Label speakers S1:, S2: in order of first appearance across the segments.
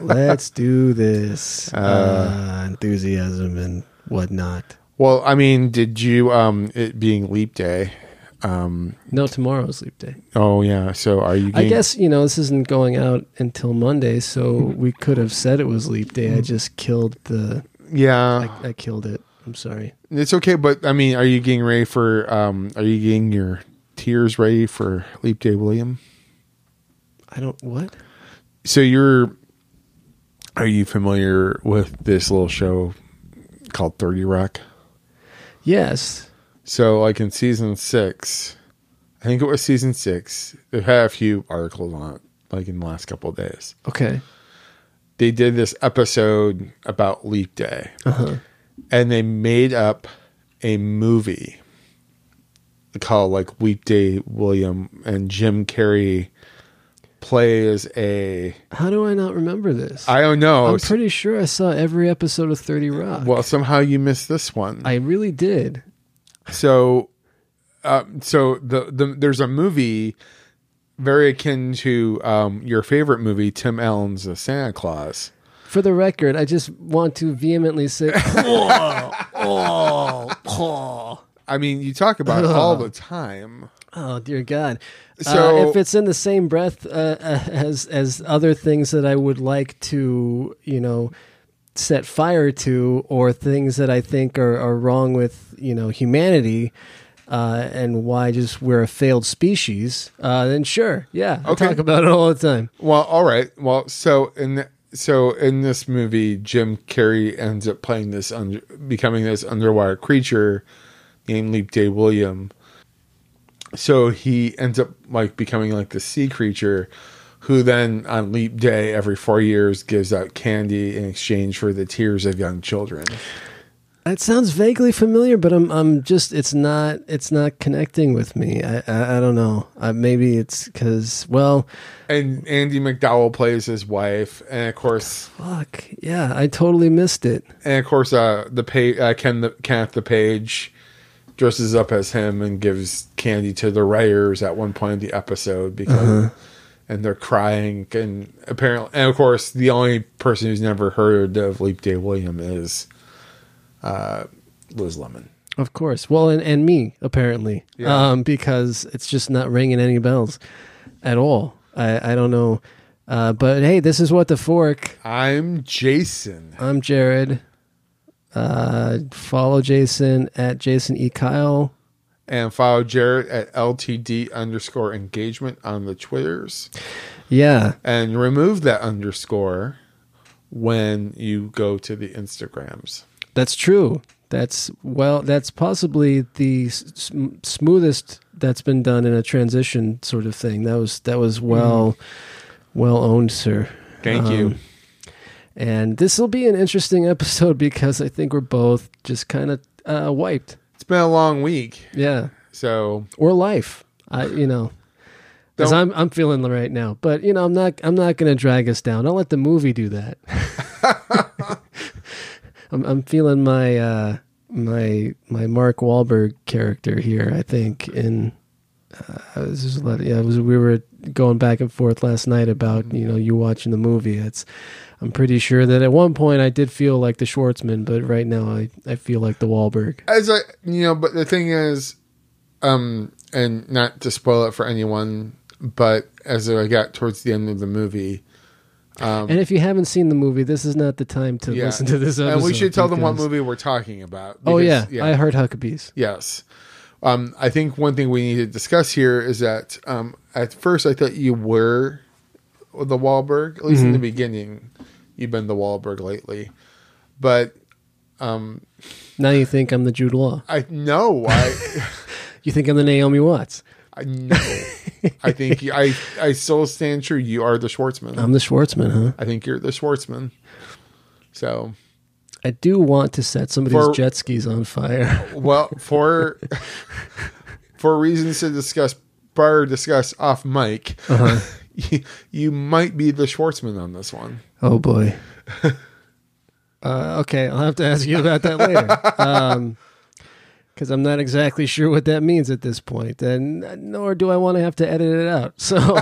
S1: Let's do this. Uh, enthusiasm and whatnot.
S2: Well, I mean, did you um it being leap day? um,
S1: No, tomorrow's leap day.
S2: Oh yeah. So are you?
S1: I
S2: getting-
S1: guess, you know, this isn't going out until Monday, so we could have said it was leap day. I just killed the.
S2: Mm-hmm. Yeah,
S1: I, I killed it. I'm sorry.
S2: it's okay. But I mean, are you getting ready for? Um, are you getting your tears ready for leap day, William?
S1: I don't. What?
S2: So you're. Are you familiar with this little show called Thirty Rock?
S1: Yes.
S2: So, like in season six, I think it was season six. They've had a few articles on it, like in the last couple of days.
S1: Okay.
S2: They did this episode about Leap Day,
S1: Uh-huh.
S2: and they made up a movie called like Leap Day William and Jim Carrey plays a
S1: How do I not remember this?
S2: I don't know.
S1: I'm pretty sure I saw every episode of 30 Rock.
S2: well, somehow you missed this one.
S1: I really did.
S2: so uh, so the, the there's a movie very akin to um, your favorite movie tim allen's the santa claus
S1: For the record, I just want to vehemently say, oh, oh, oh.
S2: i mean you talk about it all the time
S1: Oh, dear God. So
S2: So-
S1: if it's in the same breath uh, uh, as as other things that I would like to, you know, set fire to, or things that I think are, are wrong with, you know, humanity, uh, and why just we're a failed species, uh, then sure, yeah, I
S2: Okay.
S1: talk about it all the time.
S2: well all right well so in th- so in this movie jim carrey ends up playing this under becoming this underwater creature named leap day william so he ends up like becoming like the sea creature who then on leap day every four years gives out candy in exchange for the tears of young children
S1: It sounds vaguely familiar, but I'm I'm just it's not it's not connecting with me. I I, I don't know. I, maybe it's because well,
S2: and andy mcdowell plays his wife and of course
S1: fuck yeah, I totally missed it.
S2: and of course uh the pay uh, ken the kenneth the page dresses up as him and gives candy to the writers at one point of the episode because and they're crying and apparently and of course the only person who's never heard of leap day william is uh liz lemon
S1: Of course. Well, and and me apparently,
S2: Yeah.
S1: um, because it's just not ringing any bells at all. I I don't know, uh, but hey, this is what the fork.
S2: i'm jason
S1: I'm Jared. Uh, follow Jason at Jason E Kyle.
S2: and follow jared at ltd underscore engagement on the twitters
S1: Yeah,
S2: and remove that underscore when you go to the instagrams
S1: That's true. That's well. That's possibly the s- sm- smoothest that's been done in a transition sort of thing. That was that was well, well owned, sir.
S2: Mm-hmm.
S1: Um,
S2: Thank you.
S1: And this will be an interesting episode because I think we're both just kind of uh, wiped.
S2: It's been a long week,
S1: Yeah,
S2: so
S1: or life. I you know, because I'm
S2: Don't-
S1: I'm feeling right now. But you know, I'm not I'm not going to drag us down. I'll let the movie do that. I'm I'm feeling my uh, my my Mark Wahlberg character here. I think in. Uh, I was just let, yeah, I was, we were going back and forth last night about you know you watching the movie. It's I'm pretty sure that at one point I did feel like the Schwartzman, but right now I, I feel like the Wahlberg.
S2: as I you know, but the thing is, um, and not to spoil it for anyone, but as I got towards the end of the movie, um,
S1: And if you haven't seen the movie, this is not the time to
S2: yeah,
S1: listen to this episode.
S2: and we should tell them what
S1: because-
S2: movie we're talking about.
S1: Oh yeah,
S2: because-
S1: I heard Huckabees.
S2: yes. Um, I think one thing we need to discuss here is that um, at first I thought you were the Wahlberg, at least
S1: Mm-hmm.
S2: in the beginning. You've been the Wahlberg lately, but um,
S1: Now you think I'm the Jude Law.
S2: I know I.
S1: You think I'm the Naomi Watts.
S2: I know. I think you- I I still stand true. You are the Schwartzman.
S1: I'm the Schwartzman, huh?
S2: I think you're the Schwartzman. So
S1: I do want to set somebody's
S2: For-
S1: jet skis on fire.
S2: well for for reasons to discuss prior discuss off mic,
S1: Uh-huh.
S2: you, you might be the Schwartzman on this one.
S1: Oh boy. Uh, okay, I'll have to ask you about that later. Because I'm not exactly sure what that means at this point, and nor do I want to have to edit it out. So,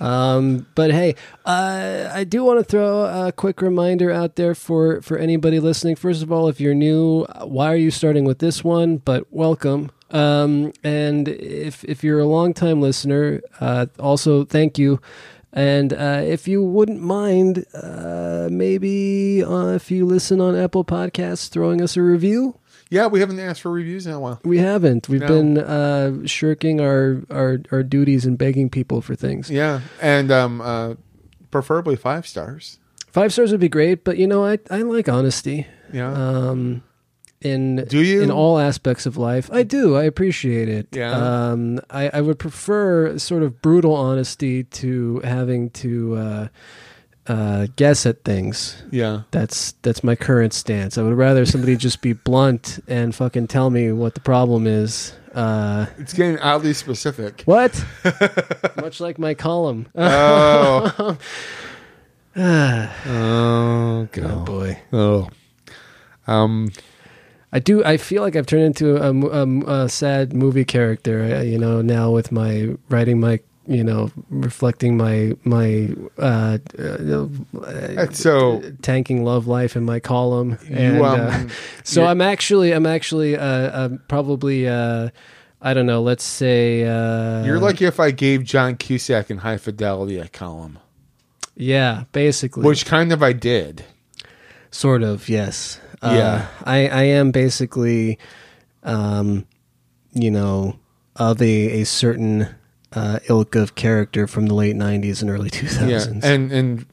S1: Um, but hey, uh, I do want to throw a quick reminder out there for for anybody listening. First of all, if you're new, why are you starting with this one? But welcome. Um, and if if you're a longtime listener, uh, also thank you. And uh, if you wouldn't mind, uh, maybe uh, if you listen on Apple Podcasts, throwing us a review.
S2: Yeah, we haven't asked for reviews in a while.
S1: We haven't. We've
S2: No.
S1: been uh, shirking our, our our duties and begging people for things.
S2: Yeah, and um, uh, preferably five stars.
S1: Five stars would be great, but you know, I I like honesty.
S2: Yeah,
S1: Um, in
S2: Do you?
S1: in all aspects of life, I do. I appreciate it.
S2: Yeah.
S1: Um, I I would prefer sort of brutal honesty to having to uh, uh, guess at things.
S2: yeah,
S1: That's that's my current stance. I would rather somebody just be blunt and fucking tell me what the problem is. Uh,
S2: it's getting oddly specific.
S1: what? Much like my column.
S2: Oh,
S1: Ah,
S2: oh,
S1: oh
S2: God.
S1: boy.
S2: Oh, um,
S1: I do. I feel like I've turned into a, mo- a m- a sad movie character. uh, You know, now with my writing, my you know, reflecting my my uh, uh, uh,
S2: so
S1: tanking love life in my column.
S2: you
S1: and,
S2: um,
S1: uh, so
S2: you're-
S1: I'm actually I'm actually uh, uh, probably uh, I don't know. Let's say uh,
S2: you're lucky if I gave John Cusack in High Fidelity a column,
S1: yeah, basically,
S2: which kind of I did.
S1: Sort of, yes. Uh,
S2: Yeah.
S1: I, I am basically, um, you know, of a, a certain uh, ilk of character from the late 90s and early 2000s.
S2: Yeah, and and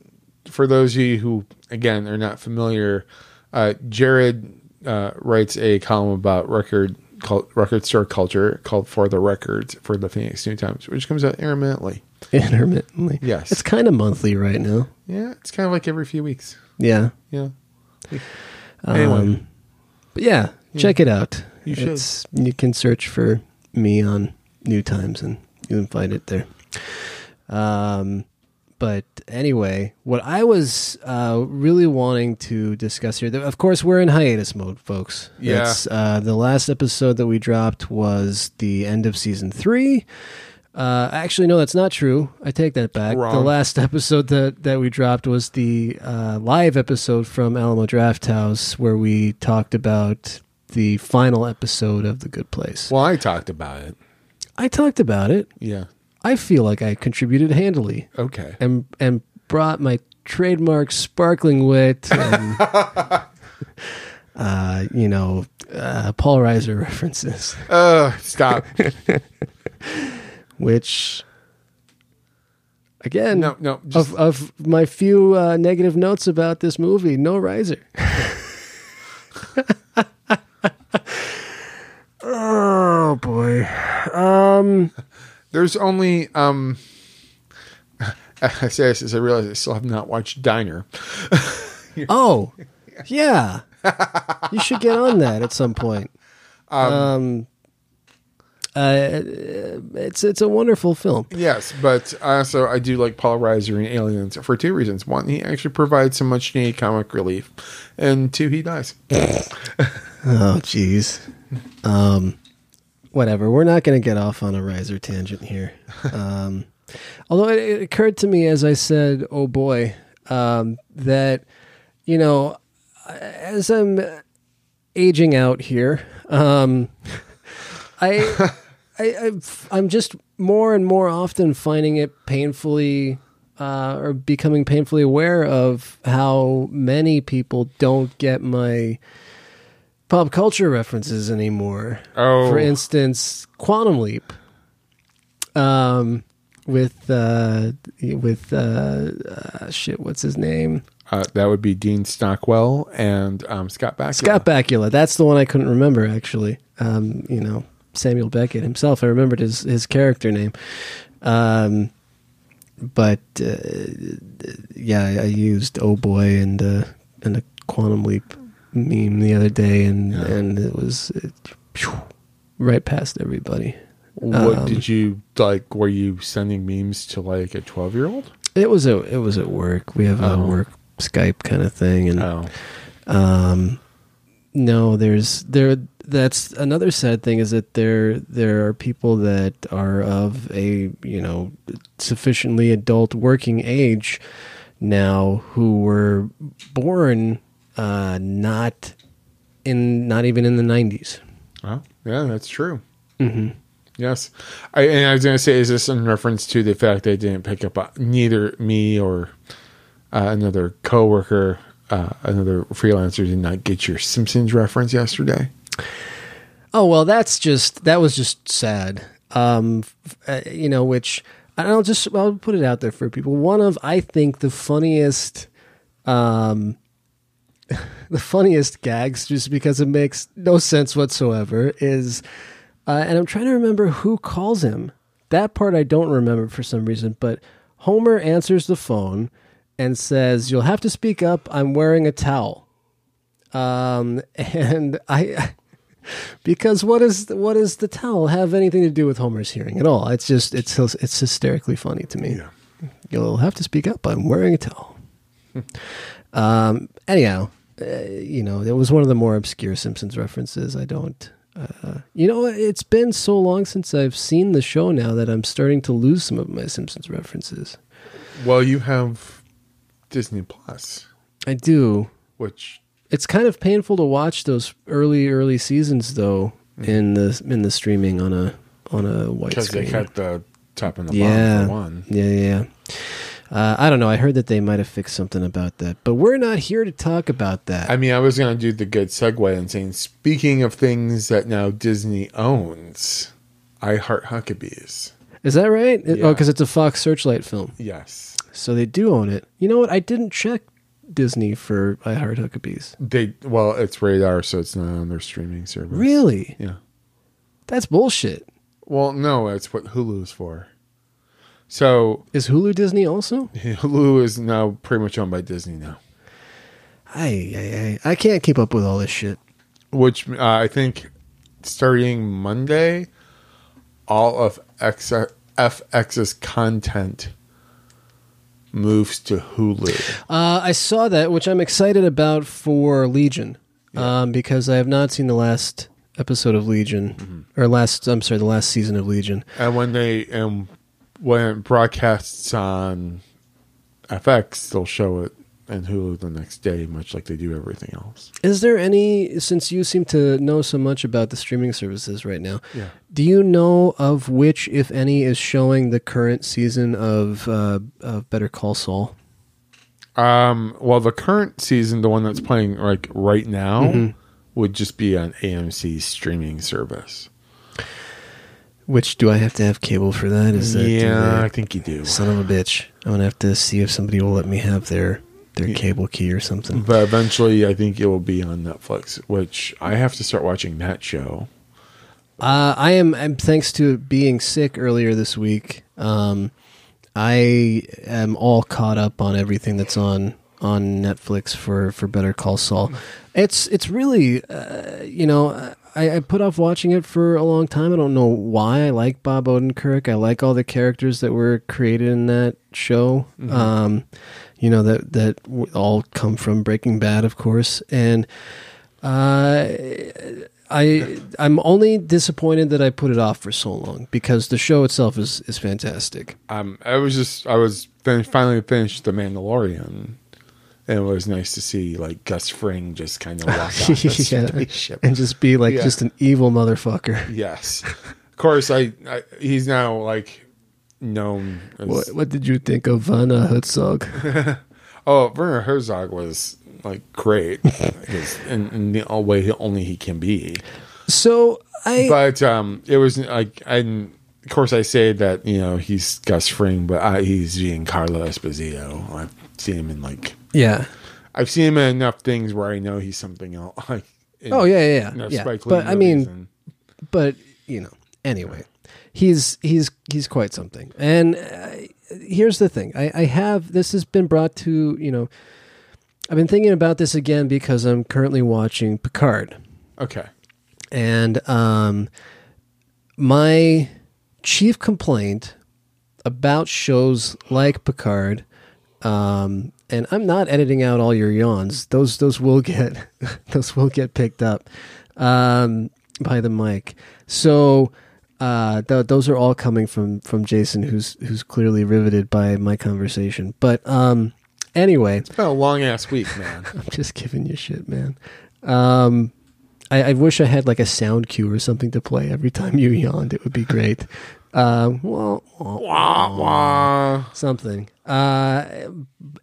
S2: for those of you who again are not familiar, uh, Jared uh, writes a column about record cult, record store culture called "For the Records" for the Phoenix New Times, which comes out intermittently.
S1: Intermittently.
S2: Yes.
S1: It's kind of monthly right now.
S2: Yeah, it's kind of like every few weeks.
S1: Yeah.
S2: Yeah. Anyway,
S1: Um, But yeah, check it out.
S2: You should.
S1: It's, you can search for me on New Times and you can find it there. Um, but anyway, what I was uh, really wanting to discuss here, of course, we're in hiatus mode, folks.
S2: Yeah.
S1: That's, uh, the last episode that we dropped was the end of season three. Uh, actually, no, that's not true. I take that back. The
S2: Wrong.
S1: last episode that, that we dropped was the uh, live episode from Alamo Draft House, where we talked about the final episode of The Good Place.
S2: well, I talked about it.
S1: I talked about it.
S2: Yeah.
S1: I feel like I contributed handily
S2: Okay.
S1: and and brought my trademark sparkling wit and uh, you know uh, Paul Reiser references,
S2: Uh, stop.
S1: which again
S2: no, no. Just,
S1: of of my few uh, negative notes about this movie, no Reiser. oh boy. Um
S2: there's only um. I say this as I realize I still have not watched Diner.
S1: Oh, yeah. You should get on that at some point. Um, uh, it's it's a wonderful film.
S2: Yes, but also I do like Paul Reiser in Aliens for two reasons. One, he actually provides some much needed comic relief, and two, he dies.
S1: Oh, jeez. Um, whatever. We're not going to get off on a riser tangent here. Um, although it, it occurred to me as I said, "Oh boy," um, that you know, as I'm aging out here, um, I, I, I, am just more and more often finding it painfully. Uh, or becoming painfully aware of how many people don't get my pop culture references anymore.
S2: Oh.
S1: For instance, Quantum Leap. Um with uh with uh, uh shit, what's his name?
S2: Uh, that would be Dean Stockwell and um, Scott Bakula.
S1: Scott Bakula. That's the one I couldn't remember actually. Um, you know, Samuel Beckett himself. I remembered his his character name. Um but uh, yeah, I, I used oh boy and uh and a quantum leap meme the other day and
S2: Yeah.
S1: and it was it, phew, right past everybody.
S2: What
S1: Um,
S2: did you like? Were you sending memes to like a twelve-year-old?
S1: It was a it was at work. We have a
S2: Oh.
S1: work Skype kind of thing, and
S2: Oh,
S1: um, no, there's there that's another sad thing is that there there are people that are of a you know sufficiently adult working age now who were born uh, not in not even in the Mm-hmm. 90s
S2: Well, yeah, that's true. Yes, I, and I was going to say, is this in reference to the fact I didn't pick up on neither me or uh, another coworker, uh, another freelancer did not get your Simpsons reference yesterday?
S1: oh well that's just that was just sad um f- uh, you know which and i'll just i'll put it out there for people one of i think the funniest um the funniest gags just because it makes no sense whatsoever is uh, and i'm trying to remember who calls him that part i don't remember for some reason but homer answers the phone and says you'll have to speak up i'm wearing a towel um and i because what is what does the towel have anything to do with homer's hearing at all it's just it's it's hysterically funny to me
S2: Yeah.
S1: you'll have to speak up i'm wearing a towel um, anyhow, uh, you know, it was one of the more obscure Simpsons references. I don't. Uh, you know, it's been so long since I've seen the show now that I'm starting to lose some of my Simpsons references.
S2: Well, you have Disney Plus,
S1: I do.
S2: which
S1: It's kind of painful to watch those early, early seasons though in the in the streaming on a on a white
S2: Mm-hmm. because
S1: screen.
S2: they cut the top and the
S1: yeah.
S2: bottom for one.
S1: Yeah, yeah. yeah. Uh, I don't know. I heard that they might have fixed something about that, but we're not here to talk about that.
S2: I mean, I was going to do the good segue and saying, speaking of things that now Disney owns, I Heart Huckabees.
S1: Is that right? It- Oh,
S2: Yeah.
S1: because it's a Fox Searchlight film.
S2: Yes.
S1: So they do own it. You know what? I didn't check Disney for I Heart Huckabees.
S2: They well, it's radar, so it's not on their streaming service.
S1: Really?
S2: Yeah.
S1: That's bullshit.
S2: Well, no, it's what Hulu is for. So
S1: Is Hulu Disney also?
S2: Hulu is now pretty much owned by Disney now,
S1: I I, I, I can't keep up with all this shit.
S2: which uh, I think starting Monday, all of X- FX's content moves to Hulu.
S1: Uh, I saw that, which I'm excited about for Legion, um, because I have not seen the last episode of Legion, or last I'm sorry, the last season of Legion.
S2: And when they and when it broadcasts on FX, they'll show it in Hulu the next day, much like they do everything else.
S1: Is there any? Since you seem to know so much about the streaming services right now,
S2: Yeah.
S1: Do you know of which, if any, is showing the current season of, uh, of Better Call Saul?
S2: Um, well, the current season, the one that's playing like right now,
S1: Mm-hmm.
S2: would just be on AMC's streaming service.
S1: Which do I have to have cable for that? Is that
S2: yeah, I think you do.
S1: son of a bitch? I'm gonna have to see if somebody will let me have their their cable key or something.
S2: But eventually, I think it will be on Netflix, which I have to start watching that show.
S1: Uh, I am. I'm, thanks to being sick earlier this week, um, I am all caught up on everything that's on on Netflix for for Better Call Saul. It's it's really, uh, you know, I, I put off watching it for a long time. I don't know why. I like Bob Odenkirk. I like all the characters that were created in that show.
S2: Mm-hmm.
S1: Um, you know that that w- all come from Breaking Bad, of course, and. Uh, I I'm only disappointed that I put it off for so long because the show itself is is fantastic.
S2: Um, I was just I was fin- finally finished The Mandalorian, and it was nice to see like Gus Fring just kind of walk out the spaceship.
S1: and just be like
S2: Yeah.
S1: just an evil motherfucker.
S2: Yes, of course. I, I he's now like known. As,
S1: What, what did you think of Vanna Herzog?
S2: Oh, Werner Herzog was like great, 'Cause in, in the all way only he can be.
S1: so I
S2: But um, it was like, and of course I say that you know he's Gus Fring, but
S3: Uh,
S2: I, he's Giancarlo Esposito. I've seen him in like
S1: yeah
S2: I've seen him in enough things where I know he's something else. Like, in,
S1: oh yeah yeah
S2: you
S1: yeah,
S2: know,
S1: yeah.
S2: Spike Lee
S1: but I mean
S2: movies and-
S1: but you know anyway he's he's he's quite something and uh, here's the thing I, I have this has been brought to you know I've been thinking about this again because I'm currently watching Picard
S2: okay,
S1: and um, my chief complaint about shows like Picard, um, and I'm not editing out all your yawns; those those will get those will get picked up. Um, by the mic. So uh, th- those are all coming from from Jason, who's who's clearly riveted by my conversation. But um, anyway,
S2: It's been a long ass week, man.
S1: I'm just giving you shit, man. Um, I, I wish I had like a sound cue or something to play every time you yawned. It would be great. Um, wah, wah,
S2: wah, wah.
S1: something. Uh,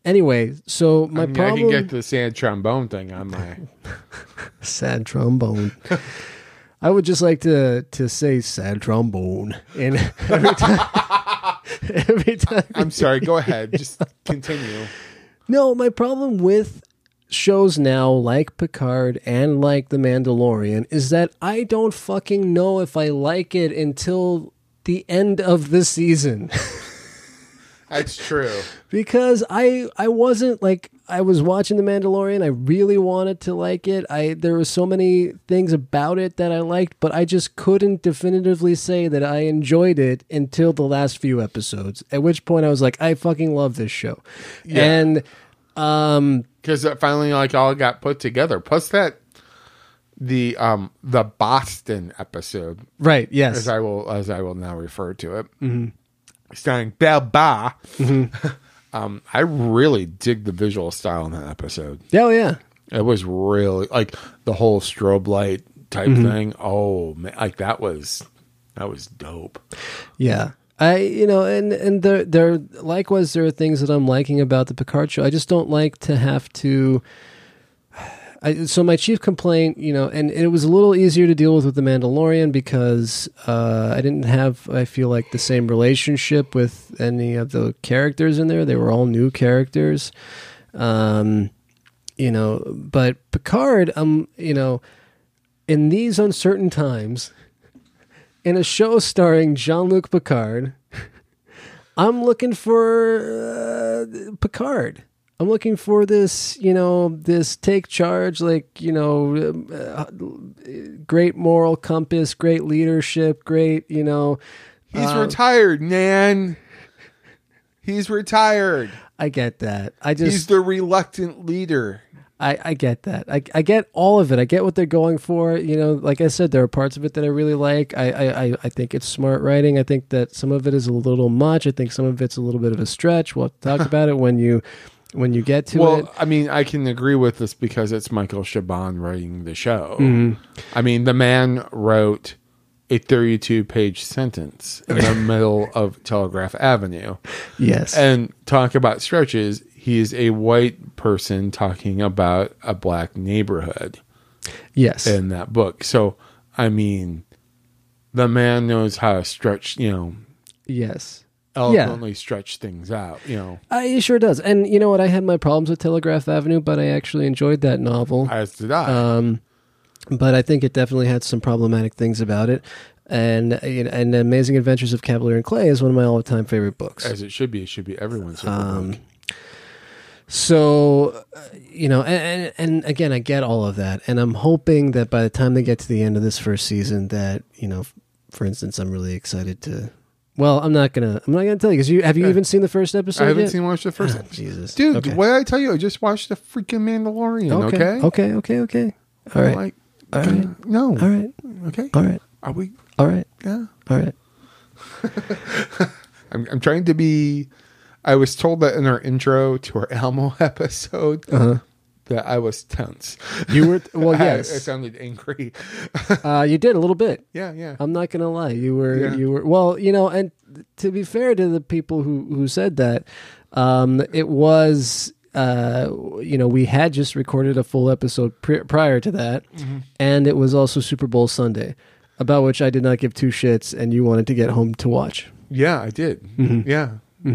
S1: anyway, so my
S2: I, mean, I
S1: problem.
S2: can get the sad trombone thing on my.
S1: sad trombone. I would just like to to say sad trombone, and every time, every time.
S2: I'm sorry. Go ahead. Just continue.
S1: No, my problem with shows now, like Picard and like The Mandalorian, is that I don't fucking know if I like it until the end of the season.
S2: That's true.
S1: because I I wasn't like I was watching The Mandalorian. I really wanted to like it. I there were so many things about it that I liked, but I just couldn't definitively say that I enjoyed it until the last few episodes. At which point I was like, I fucking love this show, and um
S2: because it finally like all got put together. Plus that the um the Boston episode,
S1: right yes
S2: as I will as I will now refer to it, mm-hmm. starring Bell Ba.
S1: Mm-hmm.
S2: um, I really dig the visual style in that episode.
S1: Oh yeah.
S2: It was really like the whole strobe light type
S1: Mm-hmm.
S2: thing. Oh, man, like that was that was dope.
S1: Yeah. I you know, and and there there likewise there are things that I'm liking about the Picard show. I just don't like to have to I, so my chief complaint, you know, and it was a little easier to deal with with the Mandalorian because uh, I didn't have, I feel like, the same relationship with any of the characters in there. They were all new characters, um, you know. But Picard, um, you know, in these uncertain times, in a show starring Jean Luc Picard, I'm looking for uh, Picard. I'm looking for this, you know, this take charge, like, you know, um, uh, great moral compass, great leadership, great, you know. uh,
S2: He's retired, Nan. He's retired.
S1: I get that. I
S2: He's
S1: just,
S2: the reluctant leader.
S1: I, I get that. I, I get all of it. I get what they're going for. You know, like I said, there are parts of it that I really like. I, I, I- I think it's smart writing. I think that some of it is a little much. I think some of it's a little bit of a stretch. We'll talk about it when you, when you get to
S2: Well,
S1: it.
S2: I mean, I can agree with this because it's Michael Chabon writing the show.
S1: Mm-hmm.
S2: I mean, the man wrote a 32 page sentence in the middle of Telegraph Avenue.
S1: Yes.
S2: And talk about stretches. He is a white person talking about a black neighborhood
S1: yes.
S2: in that book. So, I mean, the man knows how to stretch, you know,
S1: yes.
S2: eloquently stretch things out, you know,
S1: Uh, he sure does. And you know what? I had my problems with Telegraph Avenue, but I actually enjoyed that novel.
S2: as did I.
S1: Um, but I think it definitely had some problematic things about it. And uh, you know, and Amazing Adventures of Cavalier and Clay is one of my all-time favorite books. Um,
S2: as it should be. It should be everyone's. favorite book.
S1: So, uh, you know, and, and and again, I get all of that, and I'm hoping that by the time they get to the end of this first season, that you know, f- for instance, I'm really excited to. Well, I'm not gonna. I'm not gonna tell you because you have you even seen the first episode?
S2: I haven't
S1: yet?
S2: seen watch the first
S1: Oh,
S2: episode.
S1: Jesus,
S2: Dude,
S1: Okay.
S2: what did I tell you? I just watched the freaking Mandalorian, okay?
S1: Okay. Okay. Okay. All right.
S2: Like,
S1: All right.
S2: no.
S1: All right.
S2: Okay.
S1: All right.
S2: Are we?
S1: All right.
S2: Yeah.
S1: All right.
S2: I'm, I'm trying to be. I was told that in our intro to our Elmo episode that I was tense.
S1: You were Uh-huh. well.
S2: I- I,
S1: Yes.
S2: sounded angry.
S1: Uh, you did a little bit.
S2: yeah, yeah.
S1: I'm not gonna lie. You were.
S2: Yeah.
S1: You were. Well, you know, and to be fair to the people who who said that, um, it was. Uh, you know, we had just recorded a full episode pri prior to that,
S2: Mm-hmm.
S1: and it was also Super Bowl Sunday, about which I did not give two shits, and you wanted to get home to watch.
S2: yeah, I did. Yeah. And,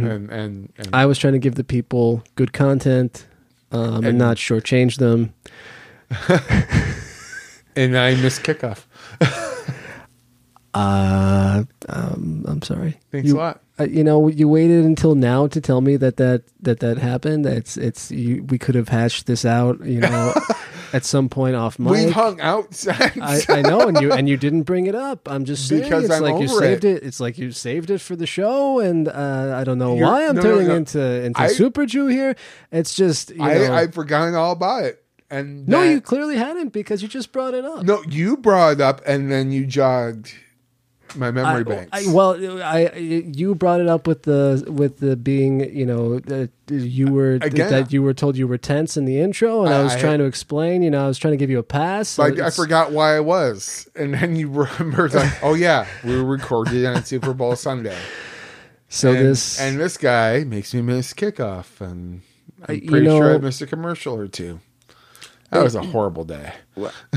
S2: and, and
S1: Mm-hmm. I was trying to give the people good content um, and,
S2: And-
S1: not shortchange them.
S2: and I missed kickoff.
S1: Uh, um, I'm sorry.
S2: Thanks
S1: you,
S2: a lot.
S1: Uh, you know, you waited until now to tell me that that that that happened. It's it's you, we could have hashed this out. You know, at some point off mic.
S2: We've hung out since.
S1: I, I know, and you and you didn't bring it up. I'm just saying,
S2: Because
S1: it's
S2: I'm
S1: like you
S2: over
S1: saved it.
S2: it.
S1: It's like you saved it for the show, and uh, I don't know
S2: You're-
S1: why I'm
S2: no, no,
S1: turning
S2: no.
S1: into into
S2: I-
S1: super Jew here. It's just you know,
S2: I, I've forgotten all about it. and
S1: No,
S2: that-
S1: you clearly hadn't because you just brought it up.
S2: no, you brought it up, and then you jogged my memory
S1: I,
S2: banks.
S1: I- well, I, I- you brought it up with the with the being you know that you were
S2: Again.
S1: that you were told you were tense in the intro, and I,
S2: I-
S1: was
S2: I-
S1: trying to explain. You know, I was trying to give you a pass. so
S2: Like I
S1: it's-
S2: forgot why I was, and then you remembered, like, oh yeah, we were recorded on Super Bowl Sunday,
S1: So
S2: and,
S1: this
S2: and this guy makes me miss kickoff, and
S1: I-
S2: I'm
S1: you
S2: pretty sure
S1: know-
S2: I missed a commercial or two. That was a horrible day.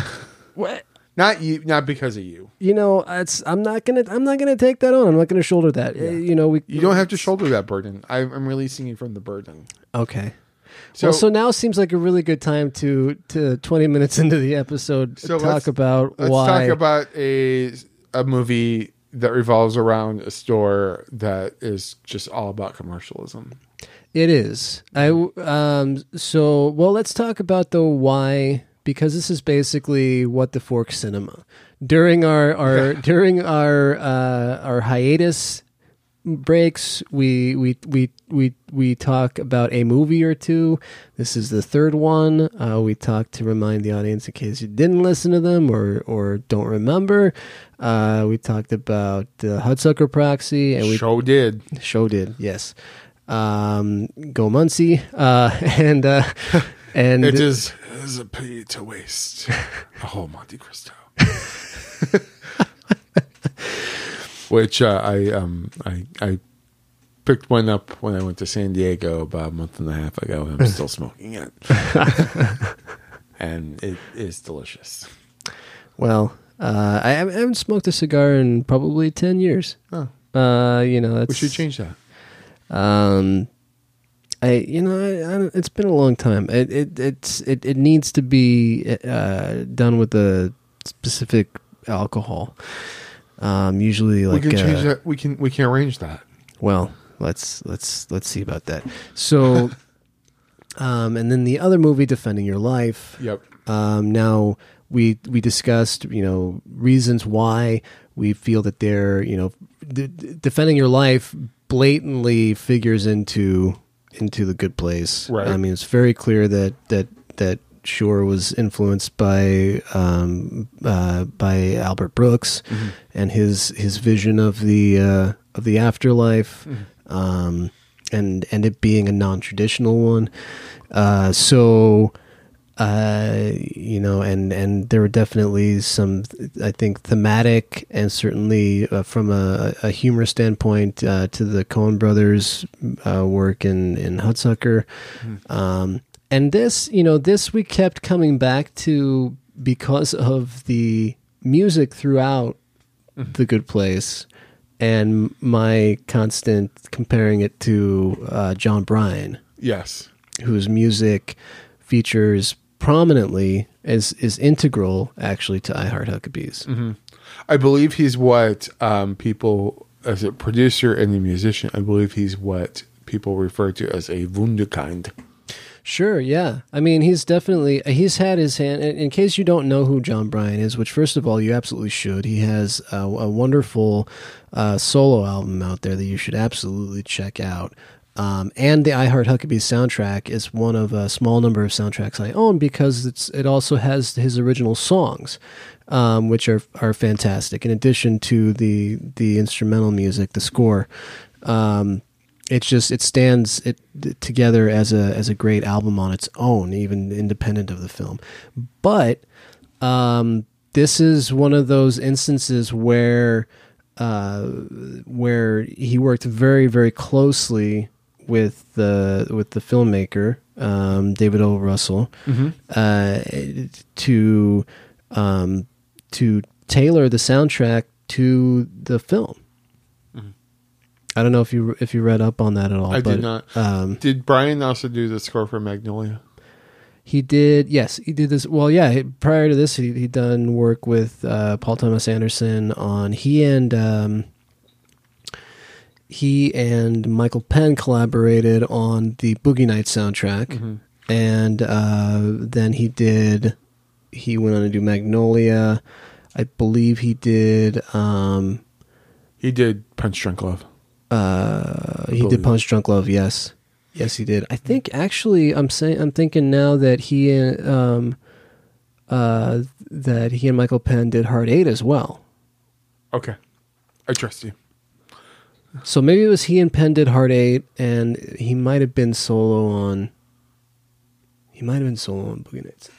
S1: what.
S2: Not you, not because of you.
S1: You know, it's I'm not gonna I'm not gonna take that on. I'm not gonna shoulder that. Uh, You know, we
S2: You don't have to shoulder that burden. I, I'm releasing you from the burden.
S1: Okay.
S2: So,
S1: well, so now seems like a really good time to to 20 minutes into the episode
S2: So
S1: talk
S2: let's-
S1: about
S2: let's
S1: why.
S2: talk about a a movie that revolves around a store that is just all about commercialism.
S1: It is. I w- um so well let's talk about the why because this is basically what the fork cinema during our our during our uh our hiatus breaks we we we we we talk about a movie or two this is the third one uh, we talk to remind the audience in case you didn't listen to them or or don't remember uh, we talked about the hudsucker proxy and we
S2: Show did.
S1: Show did, yes. Um, go Muncie, uh, and uh, and
S2: It is, it is a pity to waste the
S3: oh,
S2: whole Monte Cristo. Which uh, I um I I picked one up when I went to San Diego about a month and a half ago, and I'm still smoking it, and it is delicious.
S1: well, uh, I haven't I haven't smoked a cigar in probably ten years.
S2: Oh,
S1: Uh, you know, that's,
S2: we should change that.
S1: Um, I you know, I, I, don't- it's been a long time. It it it's it, it needs to be uh, done with a specific alcohol. Um, usually like
S2: we can
S1: uh,
S2: change that. We can we can arrange that.
S1: Well, let's let's let's see about that. So, um, and then the other movie, Defending Your Life.
S2: Yep.
S1: Um, now we we discussed you know reasons why we feel that they're you know d- d- defending your life blatantly figures into into the good place.
S2: Right.
S1: I mean, it's very clear that that that Shore was influenced by um, uh, by Albert Brooks and his his vision of the uh, of the afterlife. Um, and, and it being a non-traditional one, uh, so uh, you know, and and there were definitely some, I think, thematic and certainly uh, from a, a humor standpoint uh, to the Coen Brothers uh, work in in Hudsucker, um, and this, you know, this we kept coming back to because of the music throughout the Good Place. And my constant comparing it to uh, John Bryan,
S2: Yes.
S1: whose music features prominently is is integral actually to I Heart Huckabees.
S2: Mm. Mm-hmm. I believe he's what um, people, as a producer and a musician, I believe he's what people refer to as a Wunderkind.
S1: Sure, yeah. I mean, he's definitely he's had his hand. In, in case you don't know who John Bryan is, which first of all you absolutely should. He has a, a wonderful uh, solo album out there that you should absolutely check out. Um, and the I Heart Huckabee soundtrack is one of a small number of soundtracks I own because it's it also has his original songs, um, which are are fantastic. In addition to the the instrumental music, the score. Um, it's just it stands it together as a as a great album on its own, even independent of the film. But um, this is one of those instances where uh, where he worked very very closely with the with the filmmaker um, David O. Russell
S2: Mm-hmm.
S1: uh, to um, to tailor the soundtrack to the film. I don't know if you if you read up on that at all.
S2: Mm-hmm. I
S1: but,
S2: did not.
S1: Um,
S2: Did Brian also do the score for Magnolia?
S1: he did. Yes, he did this. Well, yeah. he- Prior to this, he he done work with uh, Paul Thomas Anderson on he and um, he and Michael Penn collaborated on the Boogie Night soundtrack,
S2: Mm-hmm.
S1: and uh, then he did. He went on to do Magnolia. I believe he did. Um,
S2: He did Punch Drunk Love.
S1: uh, he
S2: believe
S1: uh, did
S2: it.
S1: Punch Drunk Love. Yes. Yes, he did. I think actually, I'm saying I'm thinking now that he and um, uh, that he and Michael Penn did Hard Eight as well.
S2: Okay. I trust you.
S1: So maybe it was he and Penn did Hard Eight, and he might have been solo on. He might have been solo on Boogie Nights.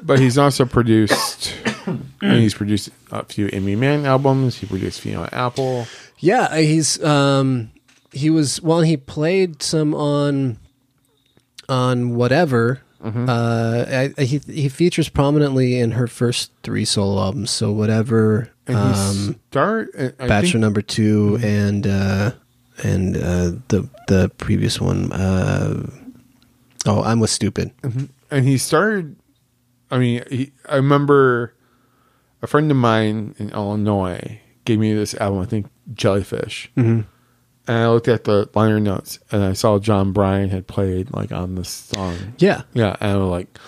S2: But he's also produced, and he's produced a few Emmy Man albums. He produced Fiona Apple.
S1: Yeah, he's um, he was well. He played some on on whatever.
S2: Mm-hmm.
S1: Uh, I, I, he he features prominently in her first three solo albums. So whatever,
S2: And he
S1: um,
S2: start, I I
S1: Bachelor
S2: think, Mm-hmm.
S1: number 2 and uh, and uh, the the previous one. Uh, oh, I'm with stupid.
S2: Mm-hmm. and he started. I mean, he, I remember a friend of mine in Illinois gave me this album. I think Jellyfish, mm-hmm. and I looked at the liner notes, and I saw John Bryan had played like on this song.
S1: Yeah,
S2: Yeah, and I was like,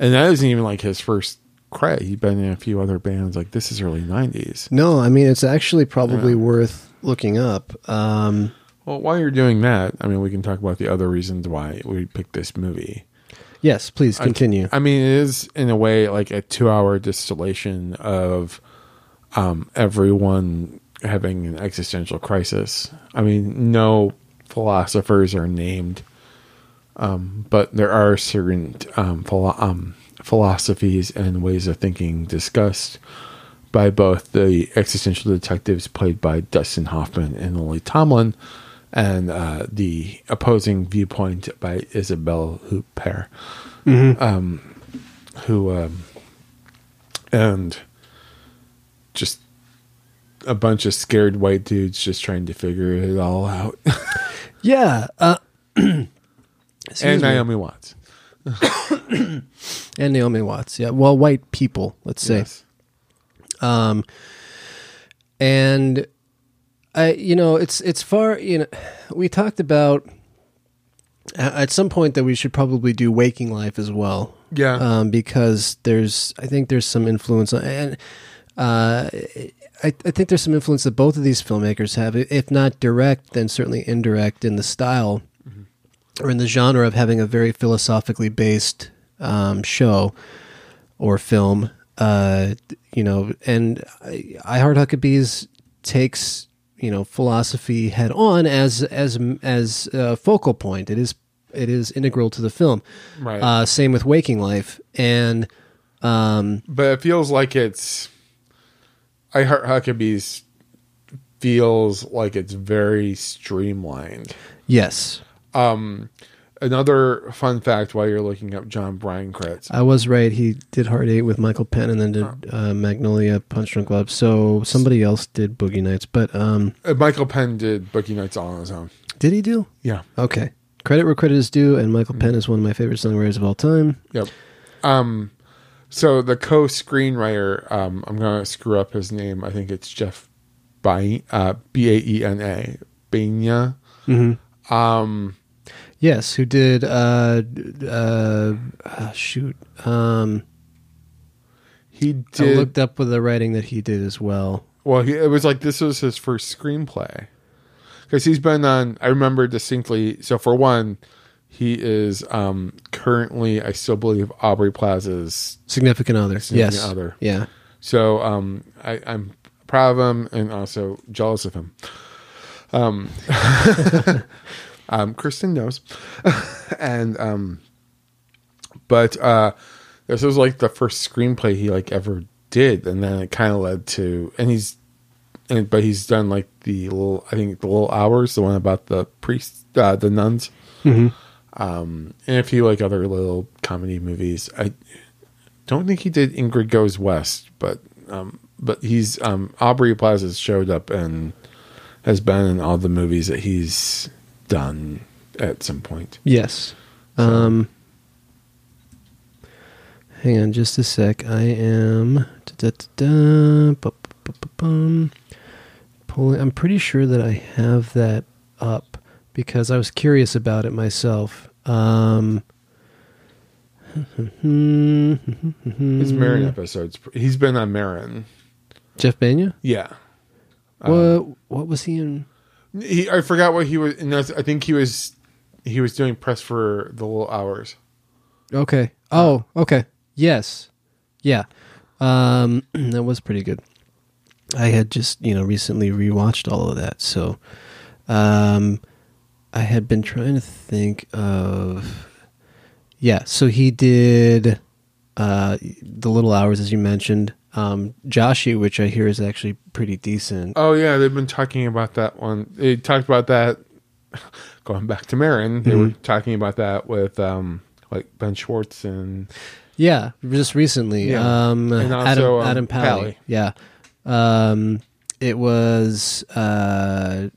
S2: and that isn't even like his first credit. He'd been in a few other bands. Like this is early '90s.
S1: no, I mean it's actually probably worth looking up. Um,
S2: Well, while you're doing that, I mean, we can talk about the other reasons why we picked this movie.
S1: yes, please continue.
S2: I mean, it is in a way like a two-hour distillation of um, everyone having an existential crisis. I mean, no philosophers are named, um, but there are certain um, philo- um, philosophies and ways of thinking discussed by both the existential detectives played by Dustin Hoffman and Lily Tomlin, and uh, the opposing viewpoint by Isabelle Huppert Um, who um, and just a bunch of scared white dudes just trying to figure it all out.
S1: yeah, uh,
S2: and
S1: me.
S2: Naomi Watts.
S1: and Naomi Watts. Yeah, well, white people, let's say.
S2: Yes.
S1: Um, and I, you know, it's it's far. You know, we talked about a- at some point that we should probably do Waking Life as well,
S2: Yeah.
S1: um, because there's I think there's some influence on, and uh, I, I think there's some influence that both of these filmmakers have, if not direct, then certainly indirect in the style or in the genre of having a very philosophically based um, show or film. Uh, you know, and I, I Heart Huckabees takes you know philosophy head on as as as a focal point. It is it is integral to the film.
S2: Right.
S1: Uh, same with Waking Life, and um,
S2: but it feels like it's I Heart Huckabees feels like it's very streamlined. Um,
S1: yes,
S2: Another fun fact while you're looking up John Bryan credits.
S1: I was right. He did Heart Eight with Michael Penn, and then did uh, Magnolia, Punch Drunk Love. So somebody else did Boogie Nights, but um,
S2: Uh, Michael Penn did Bookie Nights all on his own.
S1: did he do?
S2: Yeah. Mm-hmm.
S1: Okay, credit where credit is due, and Michael Penn is one of my favorite songwriters of all time.
S2: Yep. Um, so the co-screenwriter, um, I'm gonna screw up his name. I think it's Jeff Baena, uh, B A E N A, Um, Baena.
S1: Mm-hmm. Yes, who did? Uh, d- uh, ah, shoot, um,
S2: He
S1: I
S2: did
S1: looked up with the writing that he did as well.
S2: well. He, it was like this was his first screenplay because he's been on. I remember distinctly. So for one, he is um, currently, I still believe, Aubrey Plaza's
S1: Significant other,
S2: Significant
S1: yes,
S2: Other.
S1: yeah,
S2: So um, I, I'm proud of him and also jealous of him. Um, um, Kristen knows, and um, but uh, this was like the first screenplay he like ever did, and then it kind of led to, and he's, and but he's done like the little, I think the little hours, the one about the priest, uh, the nuns, um, and a few like other little comedy movies. I don't think he did Ingrid Goes West, but um, but he's um, Aubrey Plaza's showed up and has been in all the movies that he's done at some point.
S1: yes. Um, hang on, just a sec. I am. da-da-da-da, bu- bu- bu- bum. Pulling. I'm pretty sure that I have that up because I was curious about it myself. Um,
S2: His Marin episodes. He's been on Marin.
S1: Jeff Banya.
S2: Yeah,
S1: What what was he in?
S2: he, I forgot what he was. And that's, I think he was he was doing press for the little hours.
S1: Okay. Oh, okay. Yes. Yeah. Um, that was pretty good. I had just, you know, recently rewatched all of that. So, um, I had been trying to think of. Yeah. So he did uh, The Little Hours, as you mentioned. Um, Joshi, which I hear is actually pretty decent.
S2: Oh yeah, they've been talking about that one. They talked about that going back to Marin. They were talking about that with um like Ben Schwartz and
S1: Yeah, just recently.
S2: Yeah.
S1: Um,
S2: And
S1: Adam,
S2: also, um,
S1: Adam Pally.
S2: Pally.
S1: Yeah. Um, it was uh,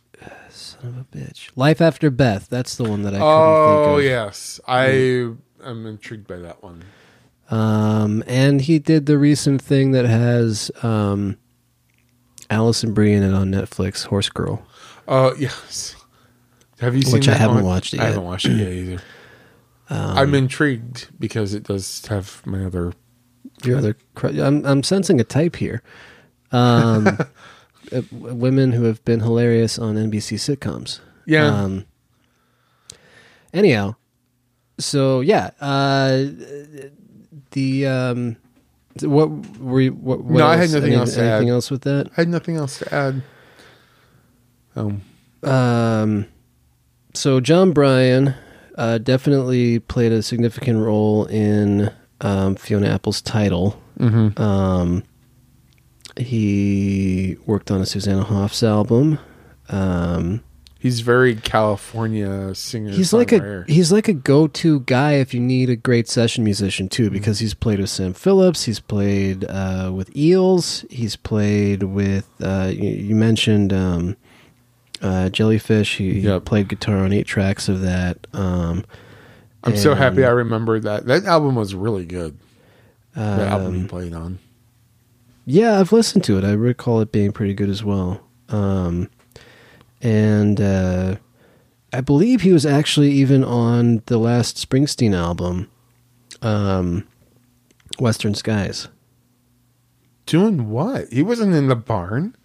S1: son of a bitch. Life After Beth. That's the one that I couldn't
S2: Oh
S1: think of.
S2: yes, I am intrigued by that one.
S1: Um, and he did the recent thing that has um, Allison Brie in it on Netflix, Horse Girl.
S2: Oh yes, have you seen?
S1: Which I
S2: that
S1: haven't
S2: one?
S1: watched it
S2: I
S1: yet.
S2: haven't watched it yet Um, either. I'm intrigued because it does have my other.
S1: Your other, cr- I'm I'm sensing a type here. Um, uh, w- women who have been hilarious on NBC sitcoms.
S2: Yeah,
S1: Um, anyhow, so yeah, uh, the um, what were you, what, what
S2: No, I
S1: else?
S2: had nothing
S1: Any-
S2: else to
S1: Anything
S2: add.
S1: else with that?
S2: I had nothing else to add. Um,
S1: Um, so John Bryan uh, definitely played a significant role in um, Fiona Apple's title.
S2: Mm-hmm.
S1: Um, he worked on a Susanna Hoffs album. Um,
S2: he's very California singer.
S1: he's like a he's like a go-to guy if you need a great session musician too
S2: Mm-hmm.
S1: because he's played with sam phillips he's played uh, with eels he's played with uh, you, you mentioned um, uh, jellyfish he, he
S2: Yep.
S1: played guitar on eight tracks of that um,
S2: I'm so happy
S1: and-
S2: I remembered that. That album was really good. The album he
S1: um,
S2: played on.
S1: yeah i've listened to it i recall it being pretty good as well um, and uh, i believe he was actually even on the last springsteen album um, western skies
S2: Doing what? He wasn't in the barn.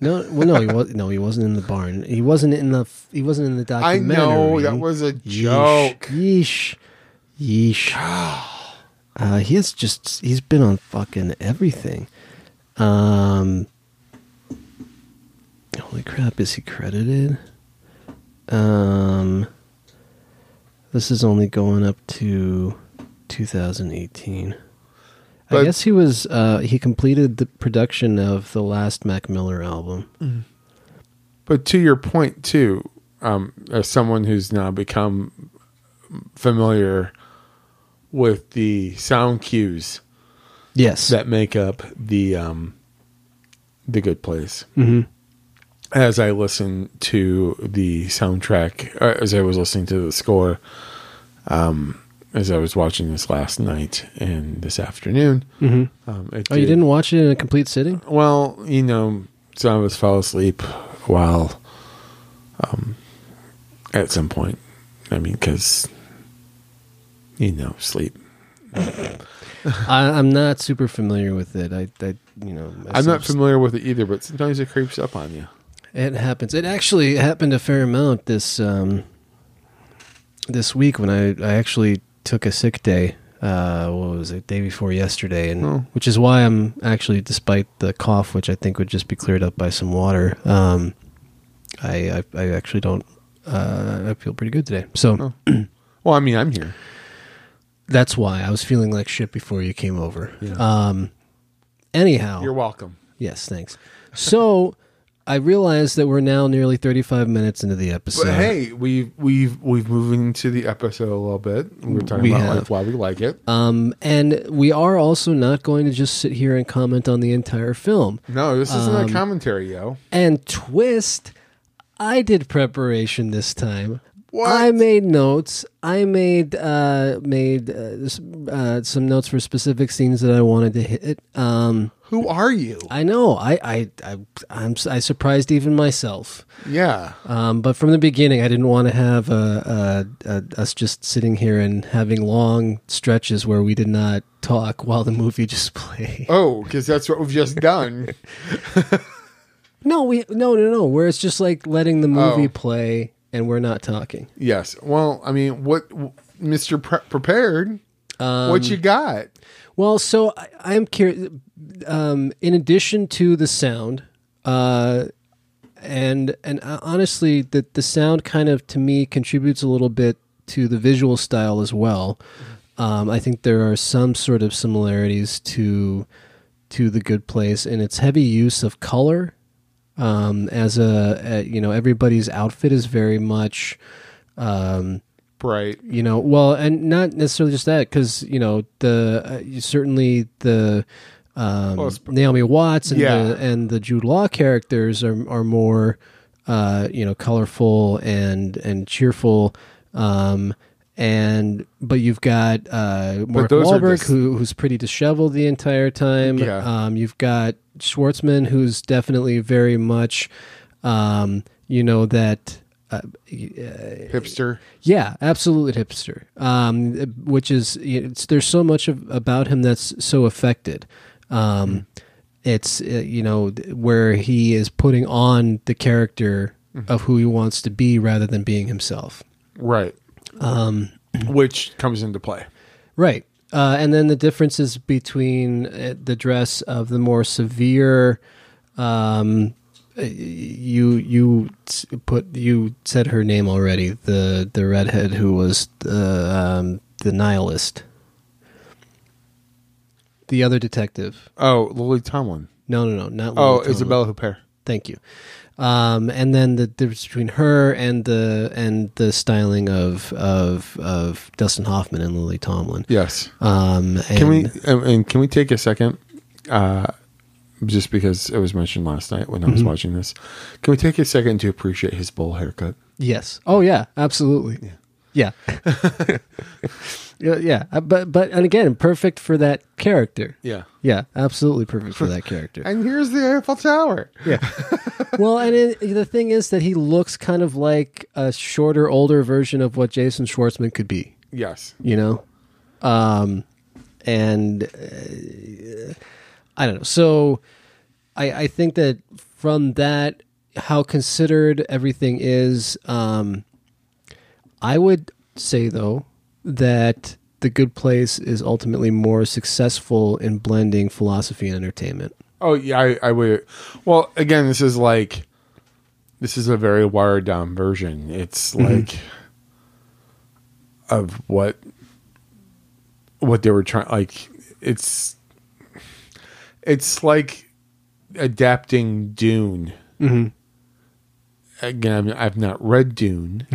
S1: No, well, no, he was no, he wasn't in the barn. He wasn't in the he wasn't in the
S2: I
S1: documentary.
S2: know that was a
S1: Yeesh.
S2: joke.
S1: Yeesh, yeesh. uh, he has just he's been on fucking everything. Um, holy crap, is he credited? Um, this is only going up to 2018. I
S2: But-
S1: guess he was uh, he completed the production of the last Mac Miller album.
S2: Mm-hmm. But to your point too, um, as someone who's now become familiar with the sound cues
S1: Yes.
S2: that make up the um, the good place,
S1: hmm
S2: as I listen to the soundtrack, uh, as I was listening to the score, um, as I was watching this last night and this afternoon,
S1: hmm
S2: um, it
S1: Oh, you
S2: did- Uh,
S1: didn't watch it in a complete sitting?
S2: Well, you know, some of us fell asleep while, um, at some point. I mean, because, you know, sleep.
S1: I, I'm not super familiar with it. I, I you know,
S2: I'm not
S1: myself-
S2: familiar with it either, but sometimes it creeps up on you.
S1: It happens. It actually happened a fair amount this um, this week when I, I actually took a sick day. Uh, what was it? Day before yesterday, and
S2: Oh.
S1: which is why I'm actually, despite the cough, which I think would just be cleared up by some water. Um, I, I I actually don't. Uh, I feel pretty good today. So
S2: Oh. Well, I mean, I'm here.
S1: that's why I was feeling like shit before you came over.
S2: Yeah.
S1: Um, anyhow,
S2: You're welcome.
S1: Yes, thanks. So I realize that we're now nearly 35 minutes into the
S2: But
S1: episode.
S2: hey, we've we've we've moved into the episode a little bit. We were talking
S1: We
S2: about
S1: have.
S2: life, why we like it.
S1: Um, and we are also not going to just sit here and comment on the entire film. Um,
S2: No, this isn't a commentary, yo.
S1: And twist, I did preparation this time.
S2: What?
S1: I made notes. I made uh, made uh, s- uh, some notes for specific scenes that I wanted to hit. Um,
S2: Who are you?
S1: I know. I I I I'm, s- I surprised even myself.
S2: Yeah.
S1: Um, but from the beginning, I didn't want to have uh, uh, uh, us just sitting here and having long stretches where we did not talk while the movie just played.
S2: Oh, because that's what we've just done.
S1: No, we no no no. Where it's just like letting the movie
S2: Oh.
S1: play and we're not talking.
S2: Yes. Well, I mean, what, Mister Pre- Prepared? what you got?
S1: Um, Well, so I, I'm curious. Um, in addition to the sound, uh, and and uh, honestly, the the sound kind of to me contributes a little bit to the visual style as well. Um, I think there are some sort of similarities to to the Good Place in its heavy use of color. Um, as a, a you know, everybody's outfit is very much. Um,
S2: Bright.
S1: you know well and not necessarily just that because you know the uh, you- certainly the um,
S2: Well, it's-
S1: naomi watts and,
S2: Yeah.
S1: the, and the jude law characters are, are more uh, you know colorful and and cheerful um, and but you've got uh, Mark
S2: those are
S1: Wahlberg
S2: just-
S1: who, who's pretty disheveled the entire time.
S2: Yeah.
S1: Um, you've got Schwartzman who's definitely very much um, you know that uh,
S2: Hipster.
S1: yeah, absolute hipster. Um, which is it's, there's so much of, about him that's so affected. Um,
S2: Mm-hmm.
S1: It's uh, you know th- where he is putting on the character
S2: Mm-hmm.
S1: of who he wants to be rather than being himself.
S2: Right. Um, Which comes into play.
S1: Right. Uh, and then the differences between uh, the dress of the more severe, um, uh, you you s- put you said her name already. The the redhead who was the um, the nihilist, the other detective.
S2: Oh, Lily Tomlin.
S1: No, no, no, not.
S2: Oh,
S1: Lily Tomlin.
S2: Isabella Huppert.
S1: Thank you. Um, and then the difference between her and the and the styling of of of Dustin Hoffman and Lily Tomlin.
S2: Yes.
S1: Um, and
S2: Can we and, and can we take a second? Uh, just because it was mentioned last night when I was watching this, can we take a second to appreciate his bowl haircut?
S1: Yes. Oh yeah, absolutely. Yeah. Yeah. yeah, yeah. Uh, But but and again, perfect for that character.
S2: Yeah.
S1: Yeah, absolutely perfect for that character.
S2: And here's the Eiffel Tower.
S1: yeah. well, and it, the thing is that he looks kind of like a shorter, older version of what Jason Schwartzman could be,
S2: Yes.
S1: you know? Um and uh, I don't know. So I, I think that from that, how considered everything is, um, I would say though that the good place is ultimately more successful in blending philosophy and entertainment.
S2: Oh yeah, I, I would. Well, again, this is like this is a very wired down version. It's like of what what they were trying. Like it's it's like adapting Dune.
S4: Mm-hmm.
S2: Again, I've- I've not read Dune.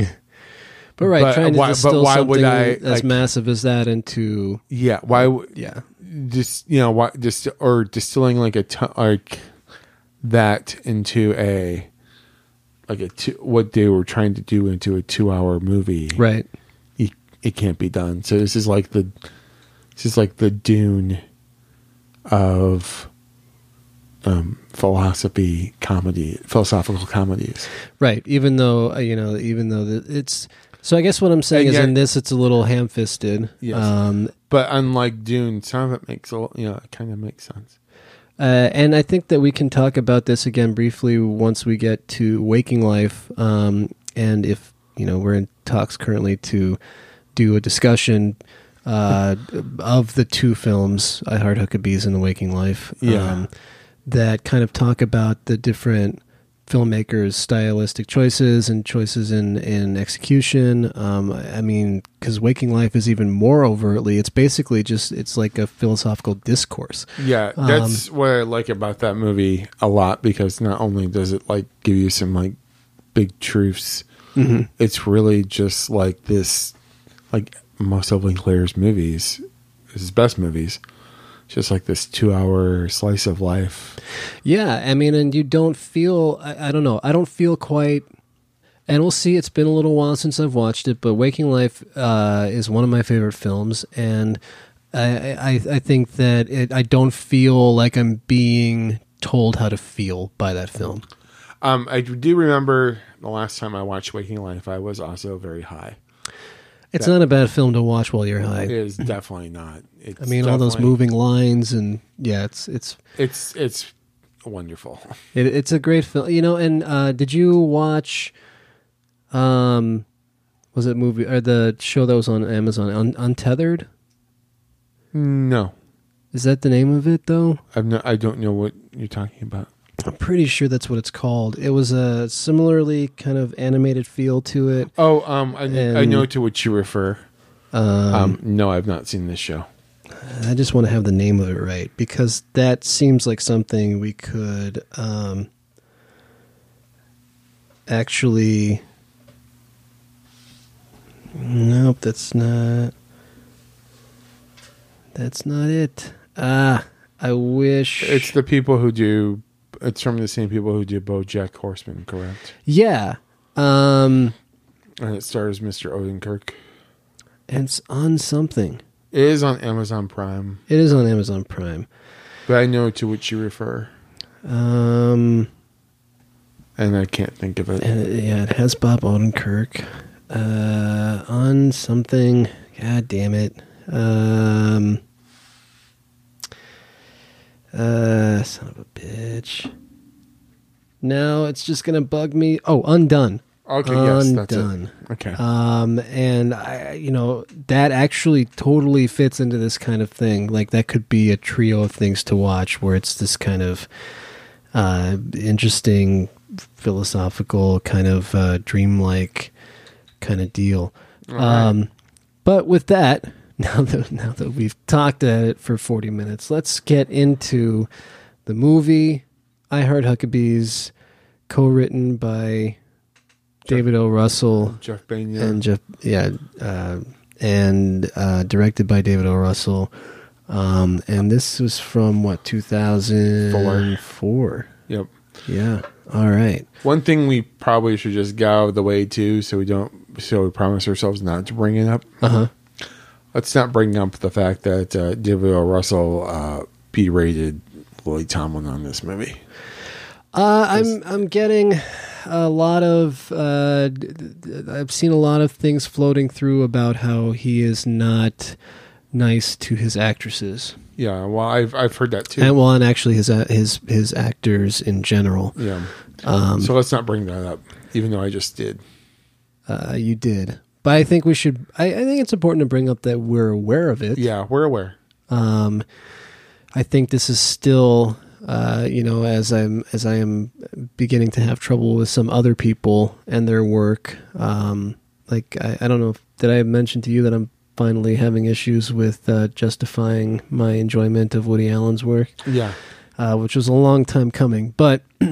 S1: But right,
S2: But
S1: trying to
S2: why- but
S1: distill
S2: why would
S1: something
S2: I,
S1: as
S2: like-
S1: massive as that into
S2: yeah, why? w-
S1: yeah,
S2: just you know what just or distilling like a t- like that into a like a two, what they were trying to do into a two hour movie
S1: right,
S2: it, it can't be done so this is like the this is like the dune of um philosophy comedy philosophical comedies
S1: right. Even though uh, you know, even though th- it's so, I guess what I'm saying
S2: And
S1: is
S2: yet-
S1: in this, it's a little ham-fisted.
S2: Yes.
S1: Um,
S2: but unlike dune some of it makes a l- you know it kind of makes sense
S1: Uh, and I think that we can talk about this again briefly once we get to Waking Life. Um, and if, you know, we're in talks currently to do a discussion uh, of the two films, I Heart Huckabees and The Waking Life, Um,
S2: Yeah.
S1: that kind of talk about the different filmmakers' stylistic choices and choices in, in execution. Um, I I mean, because Waking Life is even more overtly, it's basically just, it's like a philosophical discourse. Um,
S2: Yeah, that's what I like about that movie a lot because not only does it like give you some like big truths, it's really just like this, like most of Linklater's movies, his best movies, just like this two-hour slice of life.
S1: Yeah, I mean, and you don't feel, I, I don't know, I don't feel quite, and we'll see, it's been a little while since I've watched it, but Waking Life uh, is one of my favorite films, and I, I, I think that it, I don't feel like I'm being told how to feel by that film.
S2: Um, I do remember the last time I watched Waking Life, I was also very high.
S1: It's not a bad film to watch while you're high.
S2: It is definitely not. It's
S1: I mean, all those
S2: definitely-
S1: moving lines, and yeah, it's, it's,
S2: It's it's wonderful.
S1: It, it's a great film, you know. And uh, did you watch? Um, was it movie or the show that was on Amazon? Un- Untethered
S2: No,
S1: is that the name of it though?
S2: I've no, I don't know what you're talking about.
S1: I'm pretty sure that's what it's called. It was a similarly kind of animated feel to it.
S2: Oh, um, I, I
S1: And-
S2: know to what you refer.
S1: Um,
S2: Um, no, I've not seen this show.
S1: I just want to have the name of it right because that seems like something we could um, actually. Nope, that's not. That's not it. Ah, I wish.
S2: It's the people who do. It's from the same people who do BoJack Horseman, correct?
S1: yeah. Um,
S2: And it stars Mr. Odenkirk.
S1: and it's on something.
S2: It is on Amazon Prime,
S1: It is on Amazon Prime.
S2: but I know to what you refer,
S1: Um,
S2: and I can't think of it.
S1: And it, yeah, it has Bob Odenkirk uh, on something. God damn it. Um, uh, son of a bitch. No, it's just gonna bug me. Oh, undone.
S2: Okay, yes, that's it.
S1: undone.
S2: Okay,
S1: Um, and I, you know, that actually totally fits into this kind of thing. Like that could be a trio of things to watch, where it's this kind of uh, interesting, philosophical kind of uh, dreamlike kind of deal. Um, but with that, now that now that we've talked at it for forty minutes, let's get into the movie. I heard Huckabee's, co-written by David O. Russell
S2: Jeff Banya.
S1: and Jeff, yeah, uh, and uh, directed by David O. Russell. Um, and this was from what 2004.
S2: yep.
S1: Yeah. All right.
S2: One thing we probably should just get out of the way too, so we don't, so we promise ourselves not to bring it up.
S1: Uh huh.
S2: Let's not bring up the fact that uh, David O. Russell uh, berated Lily Tomlin on this movie.
S1: Uh, I'm I'm getting a lot of uh, d- d- I've seen a lot of things floating through about how he is not nice to his actresses,
S2: Yeah, well, I've I've heard that too.
S1: and well, and actually his a- his his actors in general.
S2: yeah,
S1: Um,
S2: so let's not bring that up, even though I just did.
S1: Uh, you did. But I think we should. I, I think it's important to bring up that we're aware of it.
S2: Yeah, we're aware.
S1: Um, I think this is still, uh, you know, as I'm as I am beginning to have trouble with some other people and their work. Um, like I, I don't know, if, did I mention to you that I'm finally having issues with uh, justifying my enjoyment of Woody Allen's work,
S2: Yeah,
S1: uh, which was a long time coming. But Um,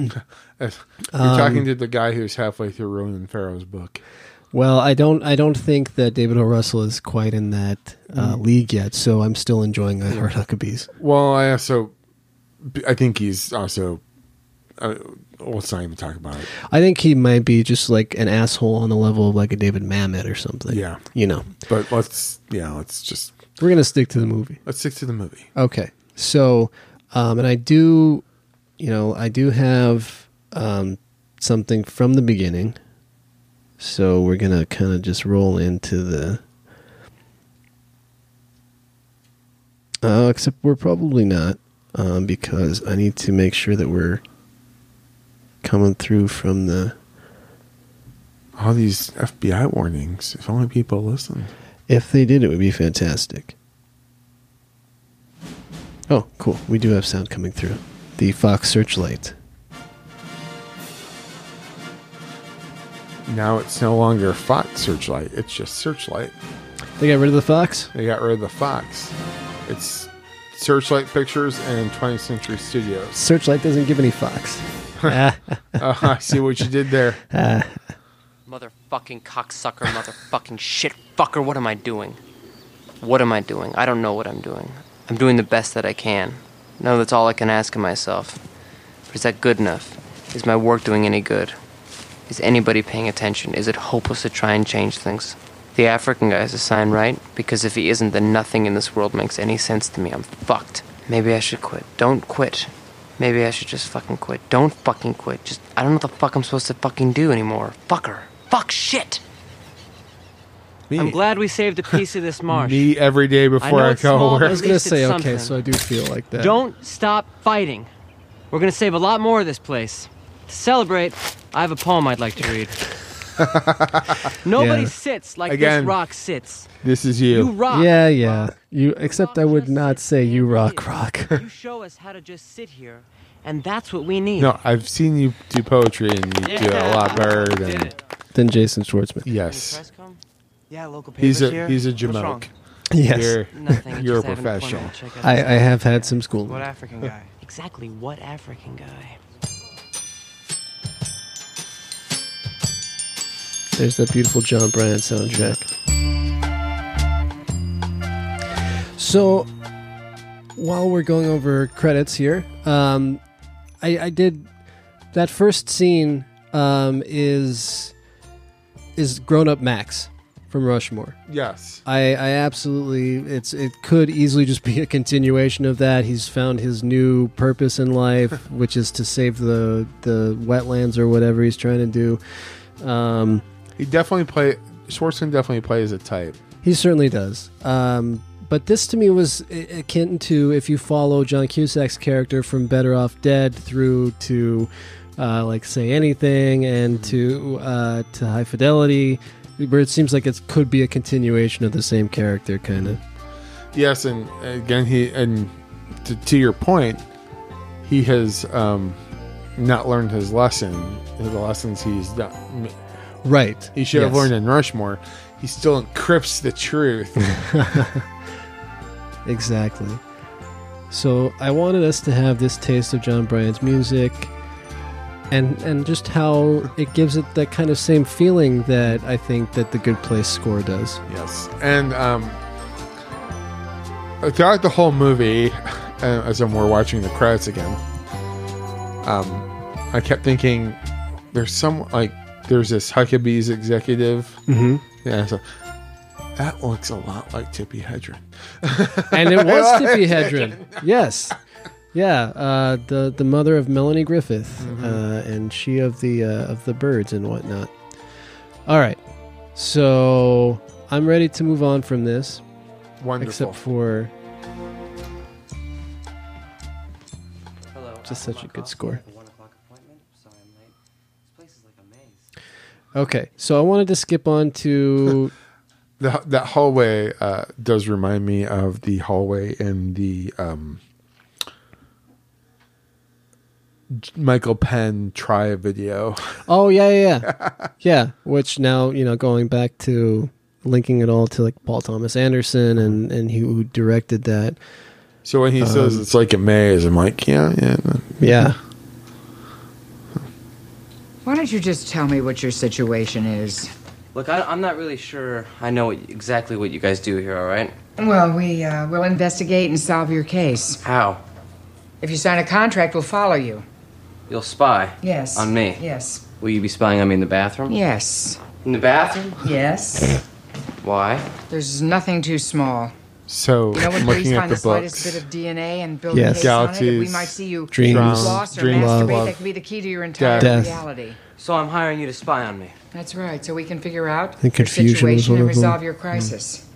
S2: you're talking to the guy who's halfway through Ronan Farrow's book.
S1: Well, I don't. I don't think that David O. Russell is quite in that uh,
S2: Mm.
S1: league yet. So I'm still enjoying I Heart Huckabees.
S2: Well, I also, I think he's also. Uh, let's not even talk about it.
S1: I think he might be just like an asshole on the level of like a David Mamet or something.
S2: Yeah.
S1: you know.
S2: But let's, yeah, let's just
S1: We're gonna stick to the movie.
S2: let's stick to the movie.
S1: Okay. So, um, and I do, you know, I do have um, something from the beginning. So we're gonna kind of just roll into the. Oh, except we're probably not, um, because I need to make sure that we're coming through from the.
S2: All these FBI warnings. If only people listen.
S1: If they did, it would be fantastic. Oh, cool. We do have sound coming through. The Fox Searchlight.
S2: Now it's no longer Fox Searchlight. It's just Searchlight.
S1: They got rid of the Fox?
S2: They got rid of the Fox. It's Searchlight Pictures and 20th Century Studios.
S1: Searchlight doesn't give any Fox. Ah,
S2: Uh, I see what you did there.
S5: Motherfucking cocksucker, motherfucking shit fucker, what am I doing? What am I doing? I don't know what I'm doing. I'm doing the best that I can. No, that's all I can ask of myself. But is that good enough? Is my work doing any good? Is anybody paying attention? Is it hopeless to try and change things? The African guy is a sign, right? Because if he isn't, then nothing in this world makes any sense to me. I'm fucked. Maybe I should quit. Don't quit. Maybe I should just fucking quit. Don't fucking quit. Just, I don't know what the fuck I'm supposed to fucking do anymore. Fucker. Fuck shit.
S2: Me,
S5: I'm glad we saved a piece of this marsh.
S2: me every day before
S5: know
S2: I,
S5: it's
S2: go
S5: small,
S1: I
S2: work.
S1: was
S5: At
S1: going to
S5: least it's
S1: say, okay,
S5: something.
S1: so I do feel like that.
S5: Don't stop fighting. We're gonna save a lot more of this place. To celebrate, I have a poem I'd like to read. Nobody
S1: Yeah.
S5: sits like
S2: Again.
S5: this rock sits.
S2: This is
S5: You
S2: you.
S5: rock.
S1: Yeah, yeah. You except I would not say you rock rock.
S5: you show us how to just sit here, and that's what we need.
S2: No, I've seen you do poetry and you do it a lot better
S5: Did
S2: than
S5: it.
S1: Then Jason Schwartzman.
S2: yes.
S5: Press com? Yeah, local papers
S2: He's a
S5: here.
S2: he's a
S5: What's wrong?
S2: Jamoke.
S1: Yes,
S2: You're
S5: Nothing.
S2: you're a
S5: just having fun.
S2: professional.
S5: Check out
S1: I,
S5: this
S1: I
S5: guy.
S1: have had some schooling.
S6: What African guy?
S5: Exactly what African guy?
S1: There's that beautiful John Bryan soundtrack. So, while we're going over credits here, um, I, I did that first scene um, is is grown up Max from Rushmore.
S2: Yes.
S1: I, I absolutely it's it could easily just be a continuation of that. He's found his new purpose in life, which is to save the the wetlands or whatever he's trying to do. Um,
S2: He definitely play Schwartzman definitely plays a type.
S1: He certainly does. Um, but this to me was a- akin to if you follow John Cusack's character from Better Off Dead through to uh, like Say Anything and to uh, to High Fidelity, where it seems like it could be a continuation of the same character, kind of.
S2: Yes, and again he and to, to your point, he has um, not learned his lesson. The lessons he's done,
S1: Right.
S2: he should have
S1: Yes.
S2: learned in Rushmore. He still encrypts the truth.
S1: Exactly. So I wanted us to have this taste of John Bryan's music and and just how it gives it that kind of same feeling that I think that the Good Place score does.
S2: Yes, and um, throughout the whole movie, uh, as I'm, we're watching the credits again, um, I kept thinking there's some like there's this Huckabee's executive. Mm-hmm. Yeah, so that looks a lot like Tippy Hedren.
S1: And it was Tippi Hedren. Yes. Yeah, uh, the the mother of Melanie Griffith, uh, and she of the uh, of the birds and whatnot. All right, so I'm ready to move on from this,
S2: Wonderful.
S1: except for
S6: Hello.
S1: Just
S6: I'm
S1: such a
S6: Mark
S1: good
S6: Hoffman.
S1: score.
S6: I have a one o'clock appointment. Sorry I'm late. This place is like a maze.
S1: okay. So I wanted to skip on to
S2: The, that hallway uh, does remind me of the hallway in the um, Michael Penn try video.
S1: oh yeah yeah yeah yeah, which now you know going back to linking it all to like Paul Thomas Anderson and and he who directed that.
S2: So when he says it's like a maze, I'm like, yeah, yeah.
S1: Um, Yeah,
S7: Why don't you just tell me what your situation is?
S6: Look, I, I'm not really sure I know what, exactly what you guys do here, all right?
S7: Well, we uh, will investigate and solve your case.
S6: How?
S7: If you sign a contract, we'll follow you.
S6: You'll spy.
S7: Yes.
S6: On me.
S7: Yes.
S6: Will you be spying on me in the bathroom?
S7: Yes.
S6: In the bathroom?
S7: Yes.
S6: Why?
S7: There's nothing too small.
S2: So
S7: No
S2: I'm
S7: one please
S2: looking at
S7: find the,
S2: the
S7: slightest bit
S2: books.
S7: of DNA and build
S1: Yes.
S7: a case on it. If we
S2: Galaxies,
S7: might see you
S1: dreams,
S7: lost or
S2: dreams,
S7: masturbate.
S2: love,
S7: that could be the key to your entire
S1: death.
S7: reality.
S6: So I'm hiring you to spy on me.
S7: That's right. So we can figure out
S1: think
S7: your
S1: confusion was
S7: situation
S1: one
S7: and
S1: of them.
S7: resolve your crisis.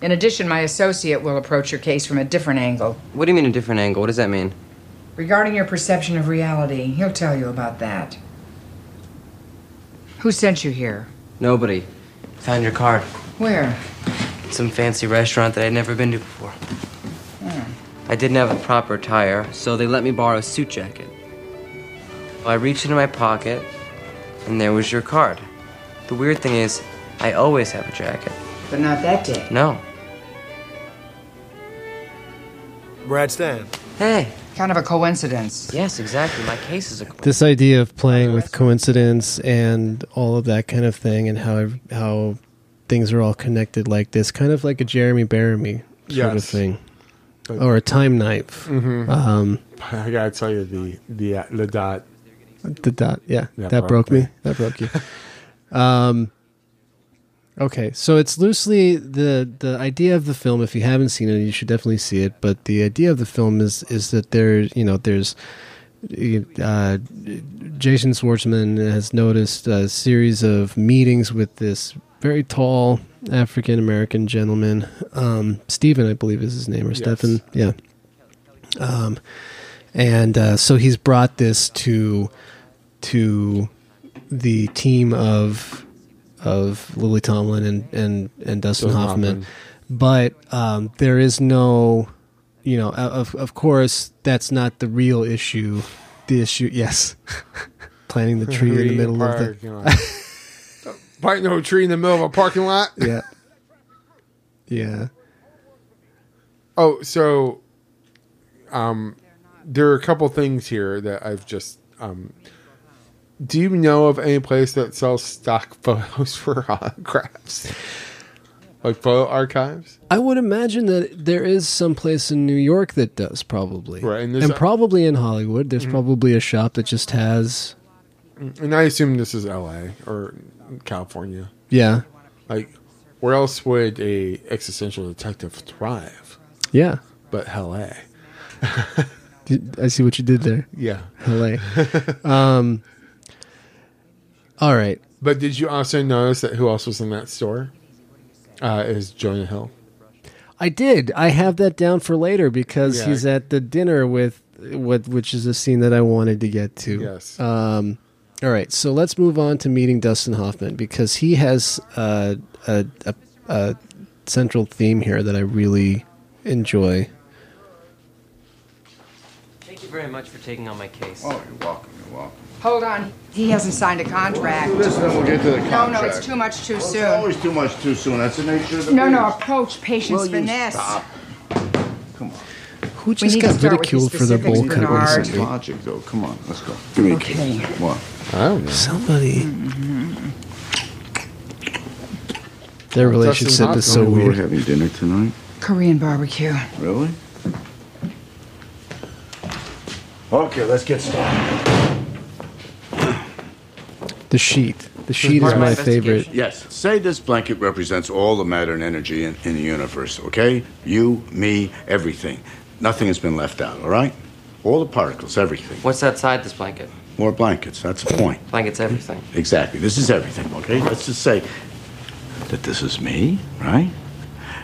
S7: In addition, my associate will approach your case from a different angle.
S6: What do you mean a different angle? What does that mean?
S7: Regarding your perception of reality, he'll tell you about that. Who sent you here?
S6: Nobody. Found your card.
S7: Where?
S6: Some fancy restaurant that I'd never been to before. I didn't have a proper attire, so they let me borrow a suit jacket. I reached into my pocket, and there was your card. The weird thing is, I always have a jacket.
S7: But not that day.
S6: No.
S3: Brad Stan.
S6: Hey.
S7: Kind of a coincidence.
S6: Yes, exactly. My case is a.
S1: this idea of playing with coincidence and all of that kind of thing and how how things are all connected like this kind of like a jeremy Baramy sort of
S2: Yes. Mm-hmm.
S1: thing or a time knife um
S2: I gotta tell you the the uh, the dot.
S1: the dot yeah
S2: That
S1: that, broke,
S2: broke
S1: me that broke you um okay so it's loosely the the idea of the film if you haven't seen it you should definitely see it but the idea of the film is is that there you know there's uh, Jason Schwartzman has noticed a series of meetings with this very tall African American gentleman, um, Stephen, I believe is his name, or Stephen, yeah. Um, and uh, so he's brought this to to the team of of Lily Tomlin and and and Dustin
S2: Dustin
S1: Hoffman,
S2: Hoffman.
S1: but um, there is no, you know, o- of of course that's not the real issue. The issue, yes, planting the tree in the middle of
S2: Parking lot. Don't Plant no tree in the middle of a parking lot.
S1: the yeah, yeah.
S2: Oh, so um, there are a couple things here that I've just. Um, do you know of any place that sells stock photos for autographs, like photo archives?
S1: I would imagine that there is some place in New York that does probably,
S2: Right, and
S1: And,
S2: there's a- Mm-hmm.
S1: probably in Hollywood, there's probably a shop that just has,
S2: And I assume this is L.A. or California.
S1: yeah,
S2: Like, where else would a existential detective thrive
S1: yeah.
S2: but L.A.?
S1: Did- I see what you did there,
S2: Yeah.
S1: LA. um, all right.
S2: But did you also notice that who else was in that store? Uh, is Jonah Hill.
S1: I did. I have that down for later because
S2: Yeah.
S1: he's at the dinner with what, which is a scene that I wanted to get to. Um,
S2: Yes.
S1: All right. So let's move on to meeting Dustin Hoffman because he has uh, a, a, a central theme here that I really enjoy.
S5: Thank you very much for taking on my case.
S8: Oh, you're welcome, you're welcome.
S7: Hold on. He hasn't signed a contract.
S8: Do this, then we'll get to the
S7: No,
S8: contract.
S7: no, it's too much too
S8: Well, it's
S7: soon.
S8: always too much too soon. That's the nature of the
S7: No, no,
S8: beast.
S7: approach, patience,
S8: Will you
S7: finesse.
S8: stop? Come on.
S1: Who
S7: We
S1: just
S7: need to
S1: got
S7: start with
S1: ridiculed
S7: the
S1: for their
S7: specifics,
S1: bowl cut
S7: Bernard.
S8: It's
S1: recently?
S8: logic, though. Come on, let's go. Give me a kiss. What?
S2: I don't know.
S1: Somebody. Their relationship is so
S8: Tell me we were
S1: weird.
S8: having dinner tonight.
S7: Korean barbecue.
S8: Really? Okay, let's get started.
S1: The sheet. The sheet is
S5: part of
S1: my
S5: my
S1: favorite.
S8: Yes. Say this blanket represents all the matter and energy in, in the universe, okay? You, me, everything. Nothing has been left out, all right? All the particles, everything.
S6: What's outside this blanket?
S8: More blankets, that's the point.
S6: Blanket's everything.
S8: Exactly. This is everything, okay? Let's just say that this is me, right?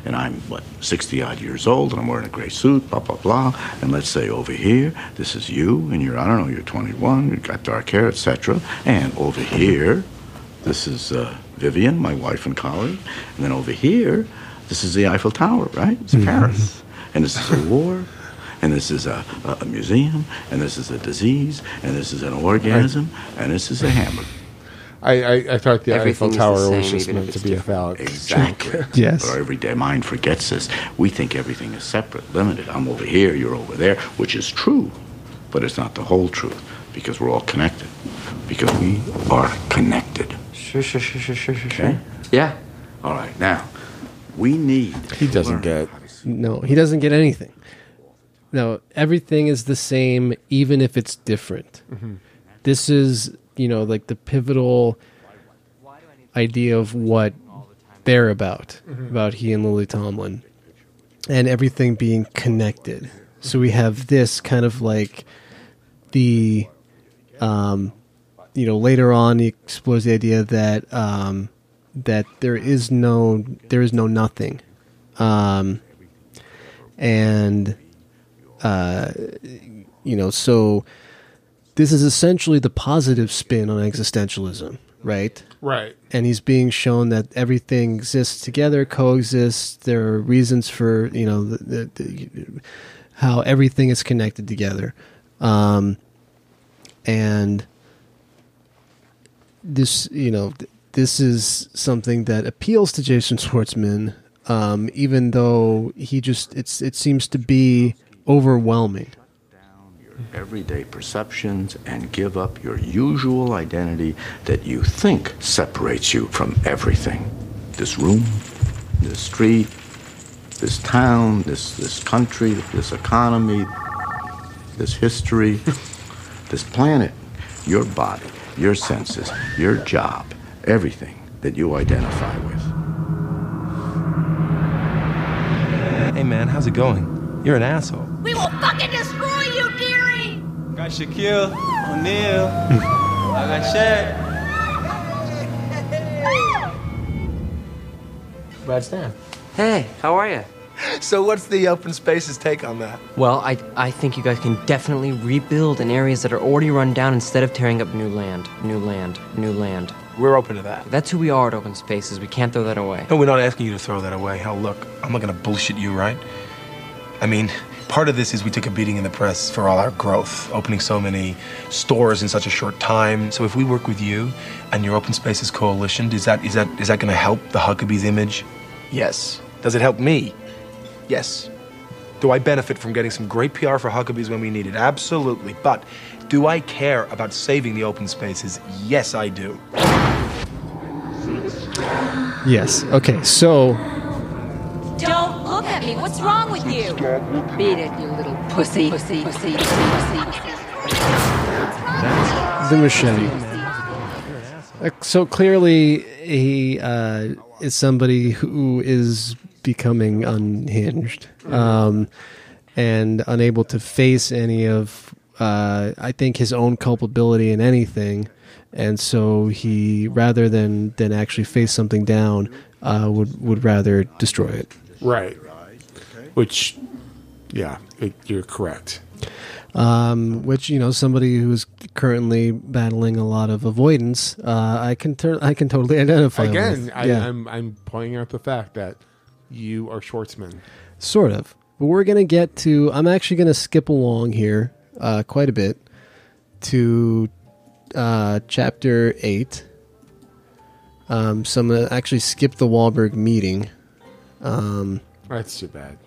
S8: And I'm, what, 60 odd years old, and I'm wearing a gray suit, blah, blah, blah. And let's say over here, this is you, and you're, I don't know, you're 21, you've got dark hair, etc. And over here, this is uh, Vivian, my wife and colleague. And then over here, this is the Eiffel Tower, right? It's Paris. And this is a war. And this is a, a, a museum. And this is a disease. And this is an orgasm. And this is a hammer.
S2: I, I, I thought the Eiffel
S5: Everything is the
S2: Tower
S5: same,
S2: was just
S5: even if
S2: meant to
S5: it's
S2: be a phallic.
S8: Exactly.
S1: Yes.
S8: Our everyday mind forgets this. We think everything is separate, limited. I'm over here, you're over there, which is true, but it's not the whole truth because we're all connected. Because we are connected.
S6: Sure, sure, sure, sure, sure, sure,
S8: Okay?
S6: sure. Yeah.
S8: All right, now, we need.
S2: He doesn't
S8: learn
S2: get-
S8: how to see.
S1: No, he doesn't get anything. No, everything is the same, even if it's different. This is, you know, like the pivotal idea of what they're about, about he and Lily Tomlin, and everything being connected. So we have this kind of like the, um, you know, later on he explores the idea that um, that there is no there is no nothing Um, and uh, you know so this is essentially the positive spin on existentialism right
S2: Right.
S1: and he's being shown that everything exists together coexists there are reasons for you know the, the, the, how everything is connected together um, and this you know th- this is something that appeals to Jason Schwartzman, um, even though he just it's it seems to be overwhelming.
S8: Everyday perceptions and give up your usual identity that you think separates you from everything. This room, this street, this town, this, this country, this economy, this history, this planet, your body, your senses, your job, everything that you identify with.
S9: Hey man, how's it going? You're an asshole.
S10: We will fucking destroy you, dearie!
S9: Got Shaquille O'Neal. I got Shaq.
S6: Hey, how are you?
S3: So what's the open spaces take on that?
S6: Well, I, I think you guys can definitely rebuild in areas that are already run down instead of tearing up new land, new land, new land.
S3: We're open to that.
S6: That's who we are at Open Spaces. We can't throw that away.
S3: No, we're not asking you to throw that away. Hell, look, I'm not going to bullshit you, right? I mean, part of this is we took a beating in the press for all our growth, opening so many stores in such a short time. So if we work with you and your Open Spaces Coalition, is that is that is that going to help the Huckabee's image? Yes. Does it help me? Yes. Do I benefit from getting some great PR for Huckabee's when we need it? Absolutely. But do I care about saving the open spaces? Yes, I do.
S1: Yes. Okay. So
S10: Don't look at me. What's wrong with you? Beat it, you little pussy. Pussy. Pussy. Pussy.
S1: the machete. Uh, So clearly, he uh, is somebody who is becoming unhinged um, and unable to face any of, uh, I think, his own culpability in anything. And so he, rather than than actually face something down, uh, would would rather destroy it.
S2: Right. Which, yeah, it, you're correct.
S1: um, which you know somebody who's currently battling a lot of avoidance, uh, I can tur- I can totally identify
S2: Again,
S1: with.
S2: I,
S1: yeah,
S2: I'm I'm pointing out the fact that you are Schwartzman.
S1: sort of. But we're gonna get to. I'm actually gonna skip along here uh, quite a bit to uh, chapter eight. Um, so I'm gonna actually skip the Wahlberg meeting. Um,
S2: That's too bad.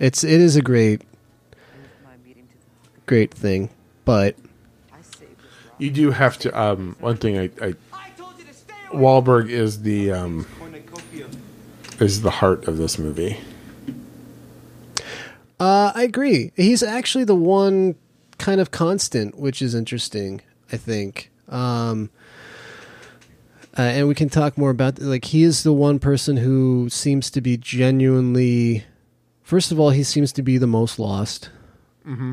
S1: it's it is a great, great thing, but
S2: You do have to. Um, one thing I, I Wahlberg is the um, is the heart of this movie.
S1: Uh, I agree. He's actually the one kind of constant, which is interesting. I think, um, uh, and we can talk more about like he is the one person who seems to be genuinely. First of all, he seems to be the most lost,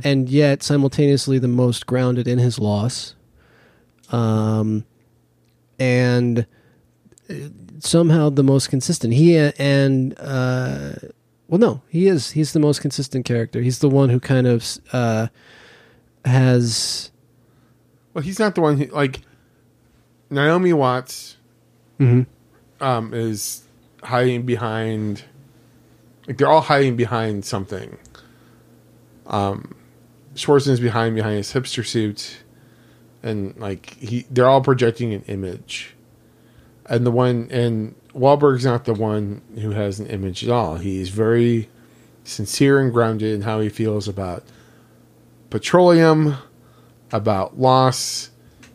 S1: and yet simultaneously the most grounded in his loss. Um, and uh, somehow the most consistent. He uh, and uh, well, no, he is. He's the most consistent character. He's the one who kind of uh, has.
S2: Well, he's not the one who like Naomi Watts um, is hiding behind. Like they're all hiding behind something. Um, Schwarzenegger's behind behind his hipster suit, and like he, they're all projecting an image, and the one and Wahlberg's not the one who has an image at all. He's very sincere and grounded in how he feels about petroleum, about loss,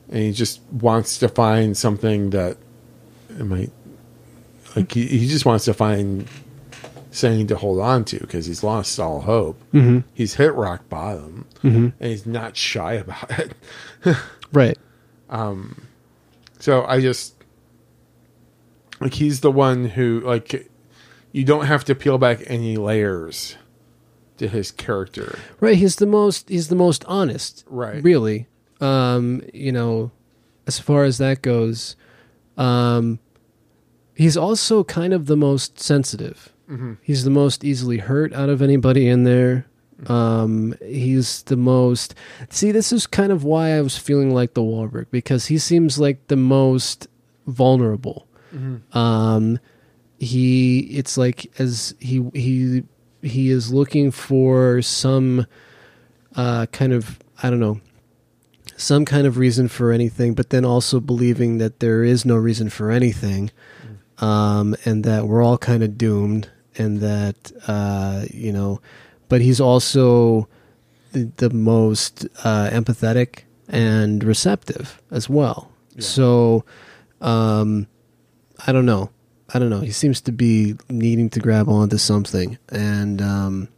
S2: and he just wants to find something that am I like he, he just wants to find something to hold on to because he's lost all hope. He's hit rock bottom, and he's not shy about it. Um,
S1: Right.
S2: So I just like he's the one who like you don't have to peel back any layers to his character.
S1: Right. He's the most. He's the most honest.
S2: Right.
S1: Really. Um. You know, as far as that goes, um, he's also kind of the most sensitive. He's the most easily hurt out of anybody in there. Um, he's the most. See, this is kind of why I was feeling like the Wahlberg because he seems like the most vulnerable. Um, he it's like as he he he is looking for some uh kind of I don't know some kind of reason for anything, but then also believing that there is no reason for anything, um, and that we're all kind of doomed, and that uh, you know, but he's also the, the most uh, empathetic and receptive as well. So, um, I don't know. I don't know. He seems to be needing to grab onto something, and um,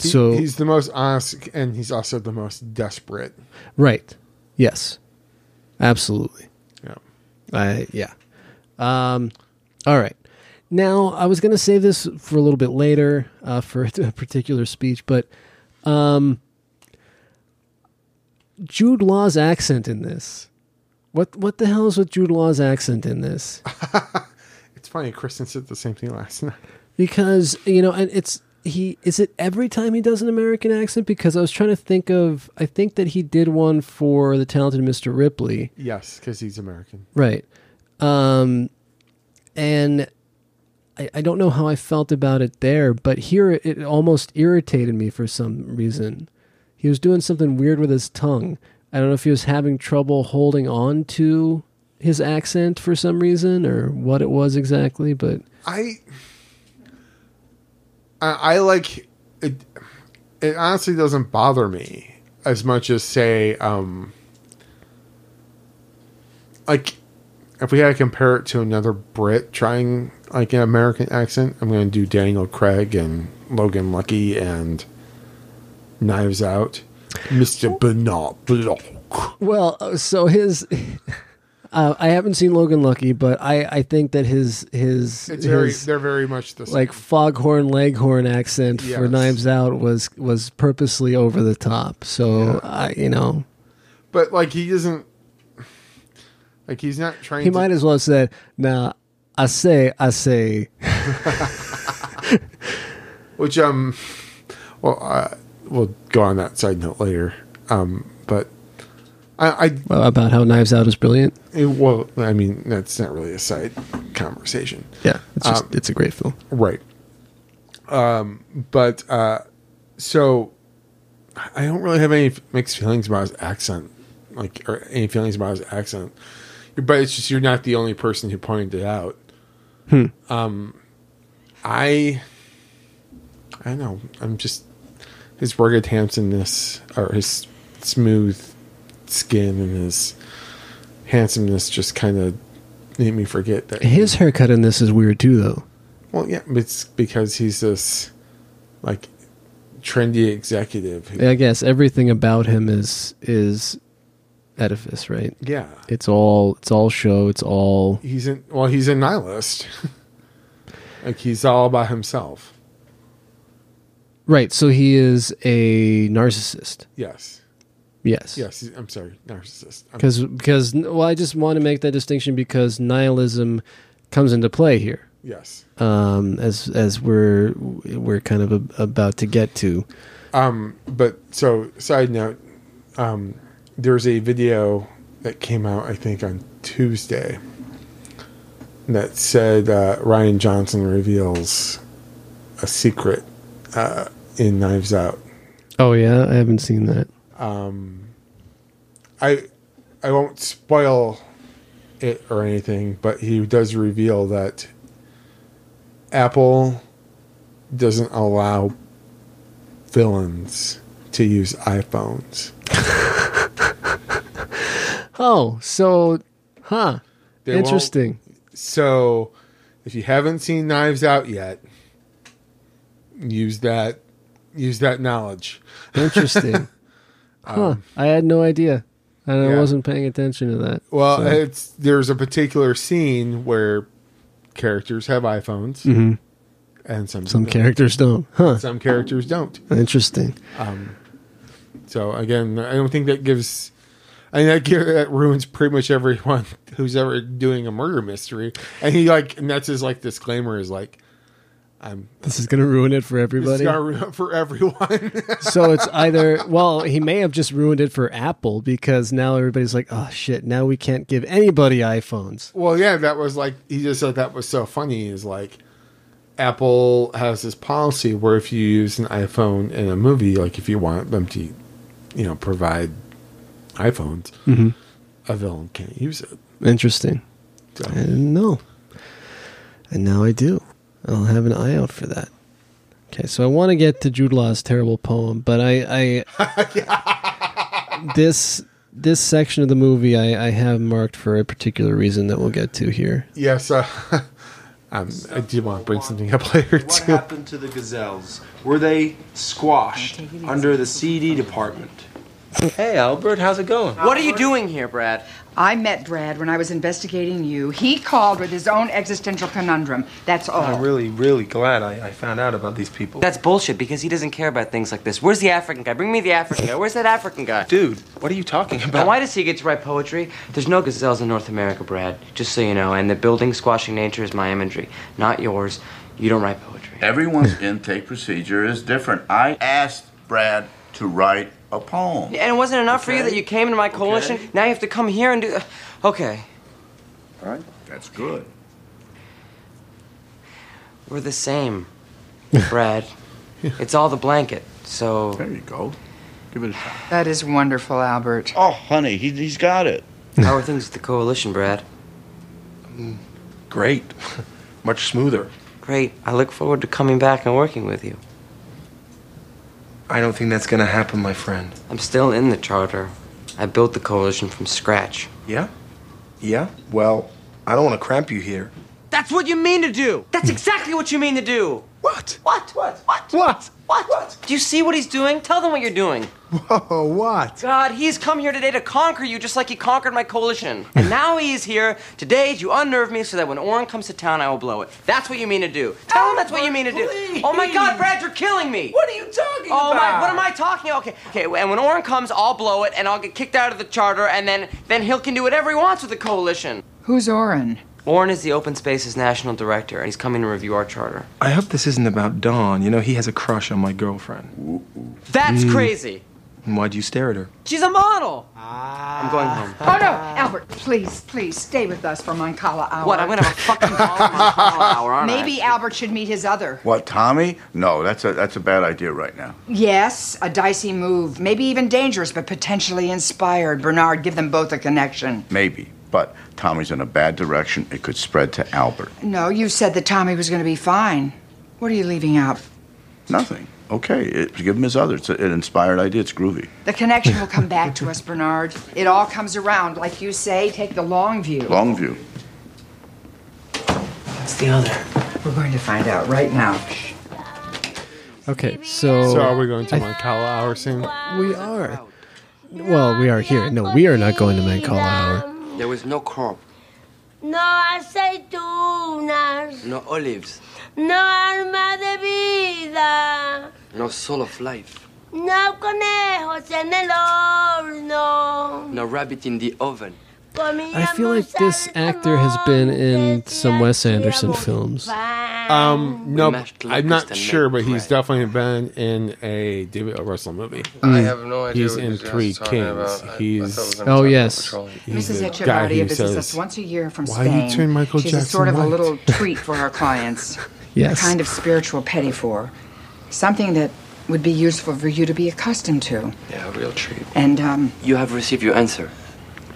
S2: He-
S1: so
S2: he's the most honest, and he's also the most desperate.
S1: right. Yes, absolutely.
S2: Yeah.
S1: I yeah. Um, all right. Now I was going to save this for a little bit later uh, for a particular speech, but um, Jude Law's accent in this. What what the hell is with Jude Law's accent in this?
S2: It's funny, Kristen said the same thing last night.
S1: because you know, and it's he is it every time he does an American accent? Because I was trying to think of, I think that he did one for the Talented Mr. Ripley,
S2: Yes, because he's American.
S1: right? Um, and I, I don't know how I felt about it there, but here it almost irritated me for some reason. He was doing something weird with his tongue. I don't know if he was having trouble holding on to his accent for some reason or what it was exactly, but
S2: I I, I like it. It honestly doesn't bother me as much as say, um, like if we had to compare it to another Brit trying like an American accent, I'm going to do Daniel Craig and Logan Lucky and Knives Out, Mister Bernard Block.
S1: Well, uh, so his, uh, I haven't seen Logan Lucky, but I, I think that his his,
S2: It's very,
S1: his
S2: they're very much the same.
S1: like foghorn leghorn accent for
S2: Yes.
S1: Knives Out was was purposely over the top. So I, you know,
S2: but like he doesn't, like he's not trying.
S1: he
S2: to,
S1: might as well have said, "Nah, I say, I say."
S2: which um well uh, we'll go on that side note later um but i i
S1: Well, about how Knives Out is brilliant.
S2: it- well i mean that's not really a side conversation
S1: Yeah, it's just
S2: Um,
S1: it's a great film.
S2: right um but uh so i don't really have any mixed feelings about his accent like or any feelings about his accent but it's just you're not the only person who pointed it out um i i don't know i'm just his rugged handsomeness or his smooth skin and his handsomeness just kind of made me forget that he
S1: His haircut in this is weird too, though.
S2: well, yeah, but it's because he's this like trendy executive. Who,
S1: I guess everything about him is is edifice, right?
S2: yeah,
S1: It's all it's all show. It's all
S2: he's in. Well, he's a nihilist. like he's all by himself.
S1: Right. So he is a narcissist.
S2: Yes,
S1: Yes.
S2: yes. he's- I'm sorry, narcissist. I'm-
S1: Because because well, I just want to make that distinction because nihilism comes into play here,
S2: yes.
S1: um, as as we're we're kind of a, about to get to.
S2: Um, but so side note, um, there's a video that came out I think on Tuesday that said uh, Ryan Johnson reveals a secret uh, in Knives Out.
S1: Oh yeah, I haven't seen that.
S2: Um, I I won't spoil it or anything, but he does reveal that Apple doesn't allow villains to use iPhones.
S1: Oh, so huh?
S2: They won't-
S1: Interesting.
S2: So if you haven't seen Knives Out yet, use that use that knowledge.
S1: Interesting. huh? I had no idea. And I
S2: yeah.
S1: wasn't paying attention to that.
S2: Well,
S1: So-
S2: it's there's a particular scene where characters have iPhones and some
S1: Mm-hmm. some characters don't. Huh?
S2: some characters don't. Um,
S1: Interesting.
S2: So again, I don't think that gives. I mean, that, give, that ruins pretty much everyone who's ever doing a murder mystery. And he like, and that's his like disclaimer is like,
S1: This is gonna ruin it for
S2: this is
S1: everybody.
S2: gonna ruin it for everyone.
S1: so it's either well he may have just ruined it for apple because now everybody's like oh shit now we can't give anybody iphones
S2: well, yeah, that was like he just said that was so funny. Is like, Apple has this policy where if you use an iPhone in a movie, like if you want them to, you know, provide iPhones,
S1: Mm-hmm.
S2: a villain can't use it.
S1: interesting
S2: So,
S1: i didn't know and now i do i'll have an eye out for that okay so i want to get to jude law's terrible poem but i i this this section of the movie I, I have marked for a particular reason that we'll get to here
S2: yes, uh, um, I do want to bring something up later
S9: What
S2: too.
S9: happened to the gazelles? Were they squashed under the CD department?
S6: Hey, Albert, how's it going?
S5: What are you doing here, Brad?
S7: I met Brad when I was investigating you. He called with his own existential conundrum. That's all.
S9: I'm really, really glad I, I found out about these people.
S6: That's bullshit because he doesn't care about things like this. Where's the African guy? Bring me the African guy. Where's that African guy?
S9: Dude, what are you talking
S6: Now,
S9: about?
S6: why does he get to write poetry? There's no gazelles in North America, Brad. Just so you know, and the building squashing nature is my imagery, not yours. You don't write poetry.
S8: Everyone's intake procedure is different. I asked Brad to write a poem.
S6: And it wasn't enough for you
S8: Okay.
S6: that you came into my coalition.
S8: Okay.
S6: Now you have to come here and do. Okay,
S8: All right? That's good.
S6: we're the same, Brad. It's all the blanket. So
S8: There you go. Give it a shot.
S7: That is wonderful, Albert.
S8: Oh, honey, he, he's got it.
S6: how are things at the coalition, Brad?
S8: Mm,
S3: Great. Much smoother.
S6: Great. I look forward to coming back and working with you.
S3: I don't think that's gonna happen, my friend.
S6: I'm still in the charter. I built the coalition from scratch.
S3: Yeah? Yeah? Well, I don't wanna cramp you here.
S6: That's what you mean to do. That's exactly what you mean to do.
S3: What?
S6: What? What? What?
S3: What?
S6: What? Do you see what he's doing? Tell them what you're doing.
S3: Whoa, what?
S6: God, he's come here today to conquer you just like he conquered my coalition. And now he's here today to unnerve me so that when Orrin comes to town, I will blow it. That's what you mean to do. Tell him that's what you mean to do. Oh my God, Brad, you're killing me. What are you talking oh my, what am I talking about? Okay, okay, and when Orrin comes, I'll blow it and I'll get kicked out of the charter and then, then he'll can do whatever he wants with the coalition.
S7: Who's Oren?
S6: Orrin is the Open Spaces National Director and he's coming to review our charter.
S3: I hope this isn't about Dawn. You know, he has a crush on my girlfriend.
S8: Hmm.
S6: That's crazy.
S3: And why'd you stare at her?
S6: She's a model. I'm going home.
S2: Ah.
S7: Oh no, Albert, please, please stay with us for Moncala Hour.
S6: What? I'm gonna have a fucking ball in my collar hour, aren't I?
S7: Maybe Albert should meet his other.
S8: What, Tommy? No, that's a that's a bad idea right now.
S7: Yes, a dicey move, maybe even dangerous, but potentially inspired. Bernard, give them both a connection.
S8: Maybe. But Tommy's in a bad direction. It could spread to Albert.
S7: No, you said that Tommy was going to be fine. What are you leaving out?
S8: Nothing. Okay, it, give him his other. It's an inspired idea. It's groovy.
S7: The connection will come back to us, Bernard. It all comes around, like you say. Take the long view.
S8: Long view.
S6: What's the other?
S7: We're going to find out right now.
S1: Okay, so,
S2: So are we going to Moncala Hour soon?
S1: we are. Well, we are here. No, we are not going to Mancala Hour.
S6: There was no corn,
S10: No aceitunas,
S6: no olives,
S10: no alma de vida,
S6: no soul of life,
S10: no conejos en el horno.
S6: no rabbit in the oven.
S1: I feel like this actor has been in some Wes Anderson films.
S2: Um, no,
S6: mashed
S2: I'm not
S6: locusts and
S2: sure, but he's
S6: bread.
S2: definitely been in a David O. Russell movie.
S11: I have no idea.
S2: He's
S11: what
S2: in
S11: you guys
S2: Three
S11: are talking about.
S2: Kings.
S11: I- I thought it
S2: He's-
S11: was on
S1: Mm. Oh,
S11: Top
S1: yes.
S11: Patrol.
S2: He's
S7: Mrs.
S2: the guy
S7: Echevarria
S2: who
S7: visits
S2: says,
S7: us once a year from
S2: "Why
S7: Spain.
S2: you turn Michael
S7: She's a
S2: Jackson
S7: sort of a
S2: white?"
S7: little treat for her clients, a
S1: Yes.
S7: kind of spiritual pettifor, something that would be useful for you to be accustomed to.
S11: Yeah, a real treat.
S7: And um,
S6: You have received your answer.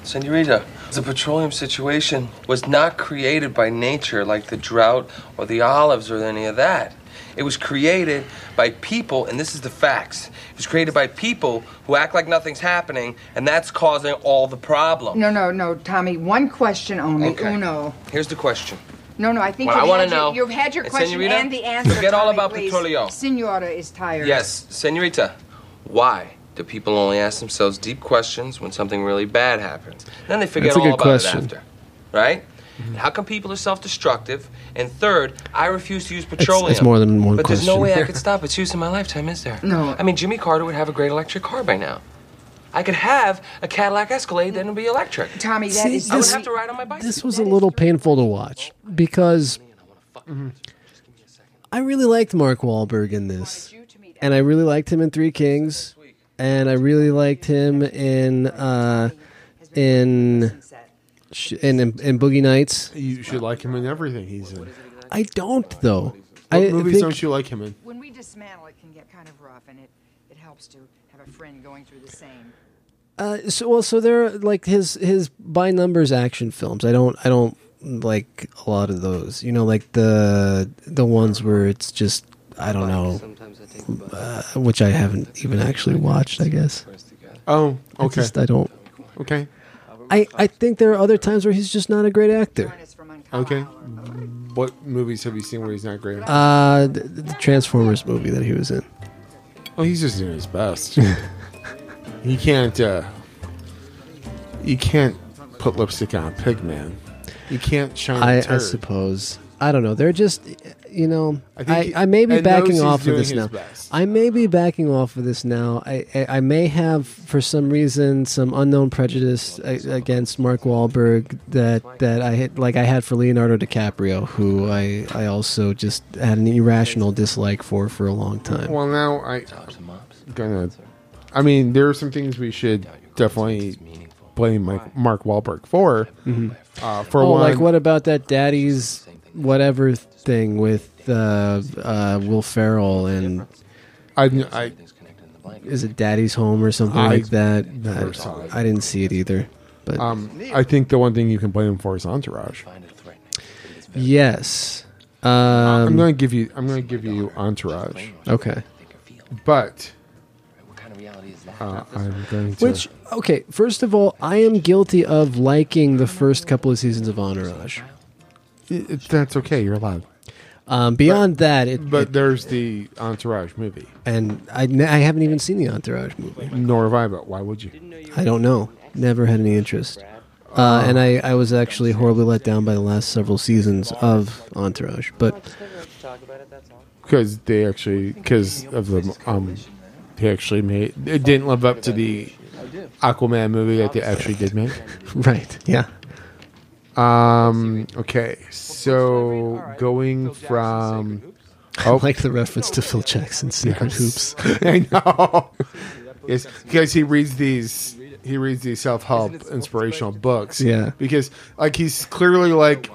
S11: Senorita, the petroleum situation was not created by nature like the drought or the olives or any of that. It was created by people, and this is the facts. It was created by people who act like nothing's happening, and that's causing all the problem.
S7: no, no, no, Tommy. One question only.
S11: Okay.
S7: Uno.
S11: Here's the question.
S7: No, no. I think
S11: What I
S7: you've,
S11: wanna
S7: had your-
S11: know-
S7: you've had your
S11: And
S7: question
S11: Senorita,
S7: and the answer.
S11: forget all
S7: Tommy,
S11: about
S7: please.
S11: Petrolio.
S7: Senora is tired.
S11: Yes, senorita, why do people only ask themselves deep questions when something really bad happens? Then they forget
S1: That's a
S11: all
S1: good
S11: about
S1: question.
S11: it after, right? And How come people are self-destructive? And third, I refuse to use petroleum.
S1: more than one
S11: But there's no
S1: question.
S11: way I could stop its use in my lifetime, is there?
S7: No.
S11: I mean, Jimmy Carter would have a great electric car by now. I could have a Cadillac Escalade that would be electric.
S7: Tommy, that
S1: See,
S7: is
S11: I would
S1: this-
S11: have to ride on my bicycle.
S1: This was a little painful to watch because I really liked Mark Wahlberg in this, and I really liked him in Three Kings, and I really liked him in uh, in sh- in in, in Boogie Nights.
S2: You should like him in everything he's in. What
S1: I don't though. I
S2: movies
S1: think
S2: don't you like him in?
S7: When we dismantle, it can get kind of rough, and it, it helps to have a friend going through the same.
S1: Uh, so well, so they're like his his by numbers action films. I don't I don't like a lot of those. You know, like the the ones where it's just I don't know,
S6: Sometimes I take the bus.
S1: uh, which I haven't even actually watched. I guess.
S2: Oh,
S1: I
S2: okay,
S1: just I don't.
S2: okay,
S1: I I think there are other times where he's just not a great actor.
S7: One is from Moncala
S2: okay.
S7: Hour.
S2: What movies have you seen where he's not great?
S1: Uh, the, the Transformers movie that he was in.
S2: Oh, he's just doing his best. you can't. uh You can't put lipstick on a pig, man. You can't shine. a
S1: I, I
S2: turd.
S1: suppose. I don't know. They're just you know,
S2: I
S1: I,
S2: think he-
S1: I, may be
S2: and knows
S1: backing
S2: he's
S1: off of
S2: doing
S1: this
S2: his
S1: now.
S2: best.
S1: I may be backing off of this now. I, I, I may have, for some reason, some unknown prejudice a- against Mark Wahlberg that, that I had, like I had for Leonardo DiCaprio, who I, I also just had an irrational dislike for for a long time.
S2: Well, now I gonna. I mean, there are some things we should definitely blame Mike, Mark Wahlberg for.
S1: Mhm.
S2: Uh, for
S1: oh,
S2: one,
S1: like what about that daddy's whatever thing with uh, uh, Will Ferrell and
S2: I, I
S1: is it Daddy's Home or something
S2: I
S1: like that?
S2: never
S1: I-
S2: saw it.
S1: I didn't see it either. But
S2: um, I think the one thing you can blame him for is Entourage.
S1: yes, um,
S2: I'm gonna give you. I'm gonna give you Entourage.
S1: Okay.
S2: But uh, I'm going to.
S1: Which okay, first of all, I am guilty of liking the first couple of seasons of Entourage.
S2: It- it- that's okay. You're allowed.
S1: Um, beyond that, it,
S2: But there's the Entourage movie.
S1: and I, n- I haven't even seen the Entourage movie.
S2: Nor have I. But why would you?
S1: I don't know. Never had any interest. Uh, and I, I was actually horribly let down by the last several seasons of Entourage. But
S2: because they actually because of the um they actually made it didn't live up to the aquaman movie that they actually did make
S1: right, yeah.
S2: um okay so going from
S1: I
S2: Oh.
S1: like the reference to Phil Jackson's Secret Hoops.
S2: i know yes because he reads these he reads these self-help inspirational books
S1: Yeah.
S2: because like he's clearly like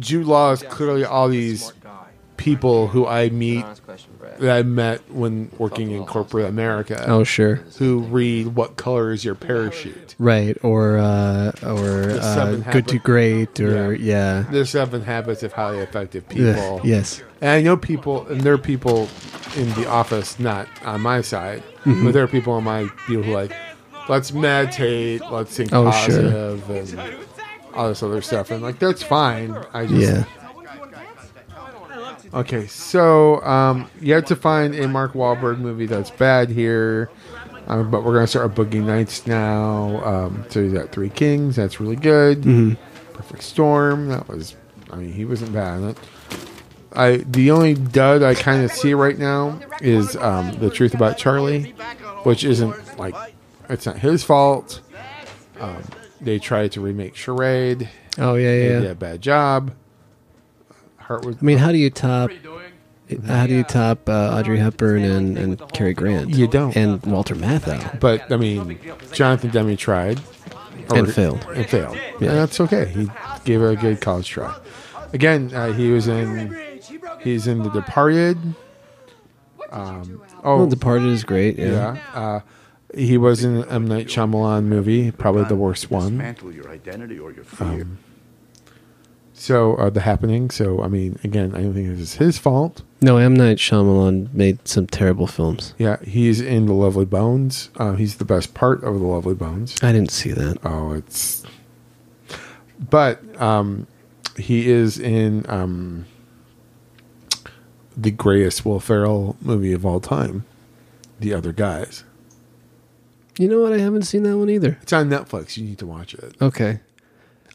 S2: jude law is clearly all these people who i meet that I met when working in corporate America.
S1: Oh, sure.
S2: Who read "What Color Is Your Parachute?"
S1: Right, or uh, or
S2: The
S1: uh,
S2: Seven
S1: Good to
S2: Habits.
S1: Great, or yeah.
S2: The Seven Habits of Highly Effective
S1: Yeah,
S2: People.
S1: yes.
S2: and I know people, and there are people in the office, not on my side,
S1: Mhm.
S2: but there are people on my view who are like, let's meditate, let's think
S1: Oh, sure.
S2: positive, and all this other stuff, and like that's fine. I just
S1: Yeah.
S2: Okay, so um, you have to find a Mark Wahlberg movie that's bad here, um, but we're gonna start with Boogie Nights now. Um, so you got Three Kings, that's really good.
S1: Mhm.
S2: Perfect Storm, that was. I mean, he wasn't bad. in it. I the only dud I kind of see right now is um, the Truth About Charlie, which isn't like it's not his fault. Um, they tried to remake Charade.
S1: Oh, yeah, yeah,
S2: They
S1: yeah.
S2: did a bad job. Heartwood
S1: I mean, how do you top? How do you top uh, Audrey Hepburn and, and Cary Grant? You
S2: don't.
S1: And Walter Matthau.
S2: But I mean, Jonathan Demme tried
S1: And failed.
S2: And failed.
S1: Yeah.
S2: And that's okay. He gave it a good college try. Again, uh, he was in. He's in The Departed. Um, oh,
S1: Well, Departed is great. Yeah.
S2: yeah. Uh, he was in an M Night Shyamalan movie, probably the worst one.
S8: Dismantle your identity or your fear.
S2: Um, so uh, the happening. So I mean, again, I don't think this is his fault.
S1: No, M Night Shyamalan made some terrible films.
S2: Yeah, he's in The Lovely Bones. Uh, he's the best part of The Lovely Bones.
S1: I didn't see that.
S2: Oh, it's. But um, he is in um, the greatest Will Ferrell movie of all time, The Other Guys.
S1: You know what? I haven't seen that one either.
S2: It's on Netflix. You need to watch it.
S1: Okay.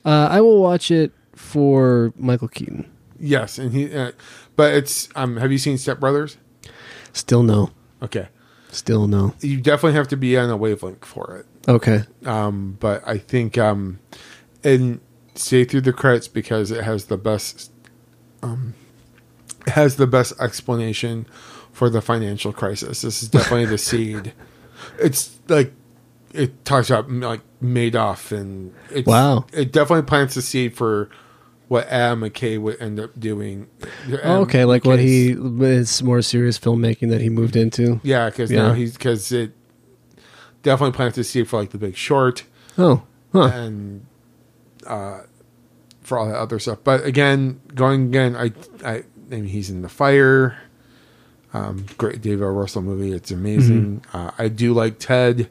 S1: Uh, I will watch it for Michael Keaton.
S2: Yes, and he. Uh, but it's. Um, have you seen Step Brothers?
S1: Still no.
S2: Okay,
S1: Still no.
S2: you definitely have to be on a wavelength for it.
S1: Okay.
S2: um, but I think um, and stay through the credits because it has the best um, it has the best explanation for the financial crisis. This is definitely the seed. It's like it talks about like Madoff and it's,
S1: Wow.
S2: It definitely plants the seed for what Adam McKay would end up doing. Adam
S1: Oh, okay, like what
S2: McKay's-
S1: he it's more serious filmmaking that he moved into.
S2: yeah, because now he's because it definitely plants the seed for like The Big Short.
S1: Oh, huh.
S2: and uh, for all that other stuff. But again, going again, I, I, I mean, he's in the fire. Um, great David O. Russell movie. It's amazing.
S1: Mm-hmm.
S2: Uh, I do like Ted.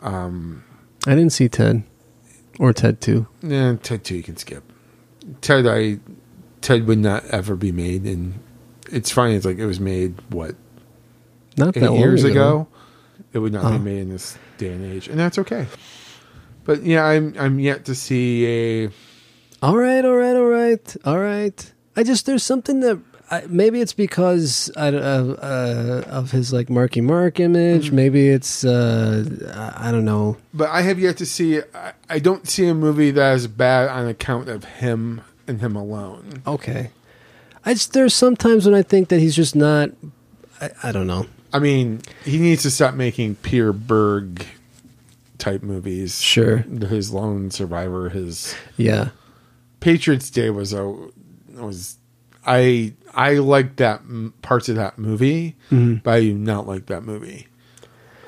S2: Um,
S1: I didn't see Ted or Ted Two.
S2: eh, Ted too. You can skip. Ted. I Ted would not ever be made, and it's funny. It's like it was made what
S1: Not
S2: eight
S1: that long
S2: years
S1: ago.
S2: ago, it would not
S1: Oh.
S2: be made in this day and age, and that's okay. But yeah, I'm I'm yet to see a
S1: All right, all right, all right, all right. I just there's something that I, maybe it's because I, uh, uh, of his like Marky Mark image. Maybe it's uh, I I don't know.
S2: But I have yet to see. I, I don't see a movie that is bad on account of him and him alone.
S1: Okay. I just, there's sometimes when I think that he's just not. I, I don't know.
S2: I mean, he needs to stop making Peter Berg type movies.
S1: Sure.
S2: his lone survivor. His
S1: Yeah.
S2: Patriots Day was a was I I liked that m- parts of that movie,
S1: Mhm.
S2: but I do not like that movie.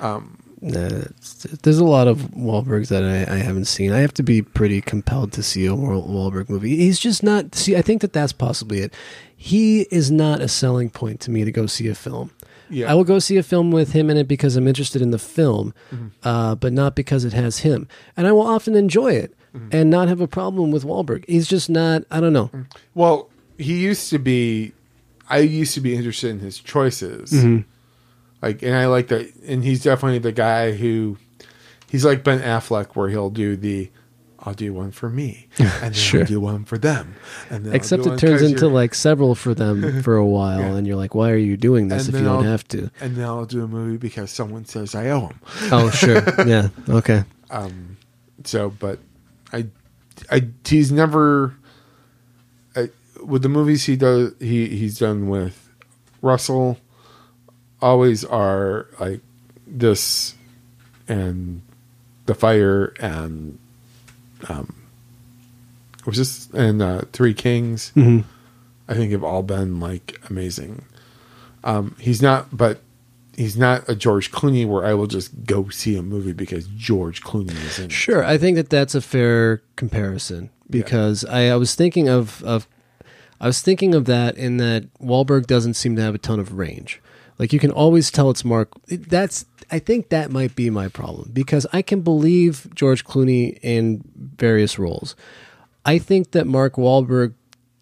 S2: Um,
S1: Nah, it's- Uh, there's a lot of Wahlbergs that I, I haven't seen. I have to be pretty compelled to see a Wa- Wahlberg movie. He's just not. See, I think that that's possibly it. He is not a selling point to me to go see a film.
S2: Yeah.
S1: I will go see a film with him in it because I'm interested in the film,
S2: Mm-hmm.
S1: uh, but not because it has him. And I will often enjoy it
S2: Mm-hmm.
S1: and not have a problem with Wahlberg. He's just not. I don't know.
S2: well, he used to be. I used to be interested in his choices,
S1: Mhm.
S2: like, and I like that. And he's definitely the guy who he's like Ben Affleck, where he'll do the. I'll do one for me, and then
S1: Sure.
S2: I'll do one for them. And then I'll
S1: Except
S2: do
S1: it
S2: one
S1: turns
S2: 'cause
S1: into
S2: you're-
S1: like several for them for a while, and you're like, why are you doing this
S2: and
S1: if
S2: then
S1: you don't
S2: I'll-
S1: have to?
S2: And then I'll do a movie because someone says I owe him.
S1: Oh, sure. Yeah. Okay.
S2: Um, so, but I, I he's never. I, with the movies he does, he he's done with Russell, always are like this, and the fire and um, it was just and uh, Three Kings.
S1: Mhm.
S2: I think have all been like amazing. Um, he's not, but he's not a George Clooney where I will just go see a movie because George Clooney is in. it.
S1: Sure, I think that that's a fair comparison because I, I was thinking of of I was thinking of that in that Wahlberg doesn't seem to have a ton of range. Like you can always tell it's Mark. That's I think that might be my problem because I can believe George Clooney in various roles. I think that Mark Wahlberg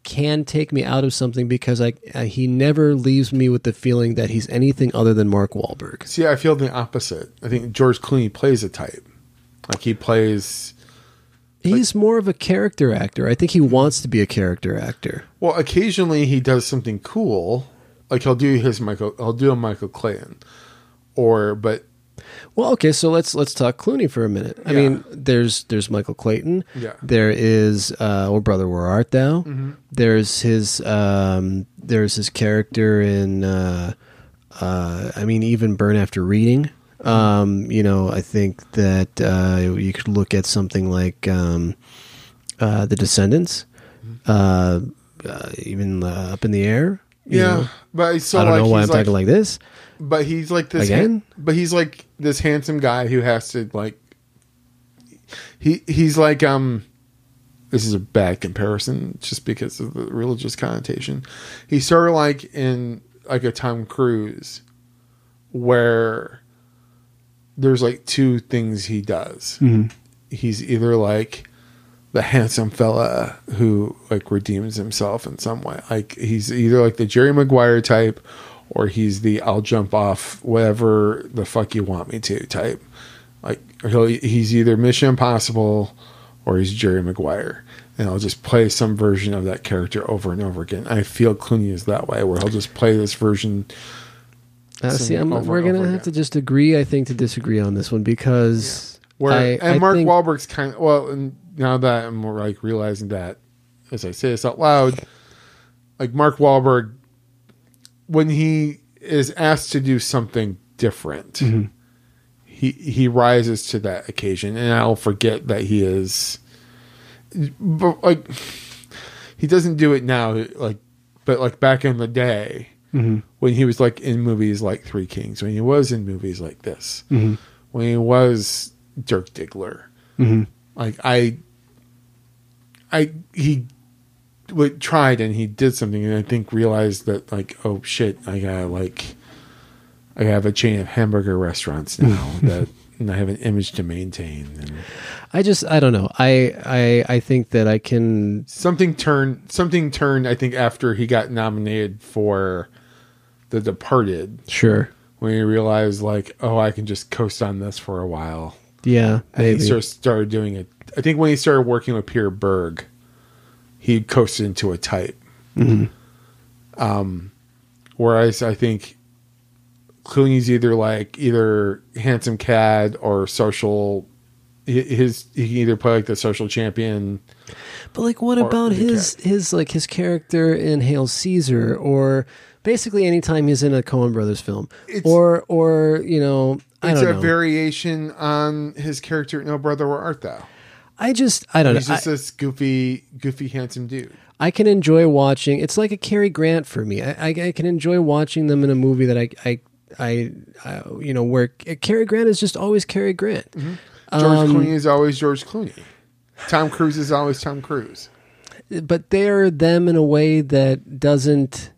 S1: can take me out of something because I uh, he never leaves me with the feeling that he's anything other than Mark Wahlberg.
S2: See, I feel the opposite. I think George Clooney plays a type, like he plays
S1: He's more of a character actor. I think he wants to be a character actor.
S2: Well, occasionally he does something cool, like he'll do his Michael. I'll do a Michael Clayton, or but
S1: Well, okay, so let's let's talk Clooney for a minute. I
S2: Yeah.
S1: mean, there's there's Michael Clayton.
S2: Yeah.
S1: There is uh Oh Brother Where Art Thou?
S2: Mhm.
S1: There's his um there's his character in uh uh I mean even Burn After Reading. Um, you know, I think that uh you could look at something like um uh The Descendants.
S2: Mm-hmm.
S1: Uh, uh even uh, up in the air. you
S2: yeah.
S1: know.
S2: But I still
S1: I don't
S2: like
S1: know why I'm
S2: he's
S1: talking like this.
S2: But he's like this
S1: Again?
S2: but he's like this handsome guy who has to like. He he's like um, this is a bad comparison just because of the religious connotation. He's sort of like in like a Tom Cruise, where there's like two things he does.
S1: Mhm.
S2: He's either like the handsome fella who like redeems himself in some way. Like he's either like the Jerry Maguire type or he's the I'll jump off whatever the fuck you want me to type. Like he'll, he's either Mission Impossible or he's Jerry Maguire. And I'll just play some version of that character over and over again. I feel Clooney is that way, where he'll just play this version.
S1: Uh, see, I'm,
S2: over
S1: we're
S2: and
S1: gonna
S2: over
S1: have to just agree, I think, to disagree on this one because
S2: Where
S1: I,
S2: and
S1: I
S2: Mark
S1: think,
S2: Wahlberg's kind of well. And now that I'm like realizing that, as I say this out loud, like Mark Wahlberg, when he is asked to do something different,
S1: Mhm.
S2: he he rises to that occasion, and I'll forget that he is. But like, he doesn't do it now. Like, but like back in the day.
S1: Mhm.
S2: When he was like in movies like Three Kings, when he was in movies like this,
S1: Mhm.
S2: when he was Dirk Diggler.
S1: Mhm.
S2: Like I, I he would tried and he did something, and I think realized that like oh shit, I gotta like I have a chain of hamburger restaurants now that and I have an image to maintain. And
S1: I just I don't know. I I I think that I can.
S2: something turned something turned. I think after he got nominated for The Departed,
S1: Sure.
S2: when he realized like oh I can just coast on this for a while.
S1: Yeah,
S2: And he
S1: maybe.
S2: sort of started doing it. I think when he started working with Peter Berg, he coasted into a type.
S1: Mhm.
S2: Um, whereas I think Clooney's either like either handsome cad or social. hi- His he can either play like the social champion.
S1: But like, what
S2: Or
S1: about
S2: the
S1: his his like his character in Hail Caesar, or basically anytime he's in a Coen Brothers film, or or you know, I
S2: It's
S1: don't
S2: a
S1: know.
S2: variation on his character. in No brother, where art thou?
S1: I just I don't
S2: He's
S1: know.
S2: just this goofy, goofy, handsome dude.
S1: I can enjoy watching. It's like a Cary Grant for me. I, I, I can enjoy watching them in a movie that I I I, I you know where Cary Grant is just always Cary Grant.
S2: Mm-hmm. George
S1: Um,
S2: Clooney is always George Clooney. Tom Cruise is always Tom Cruise.
S1: but they're them in a way that doesn't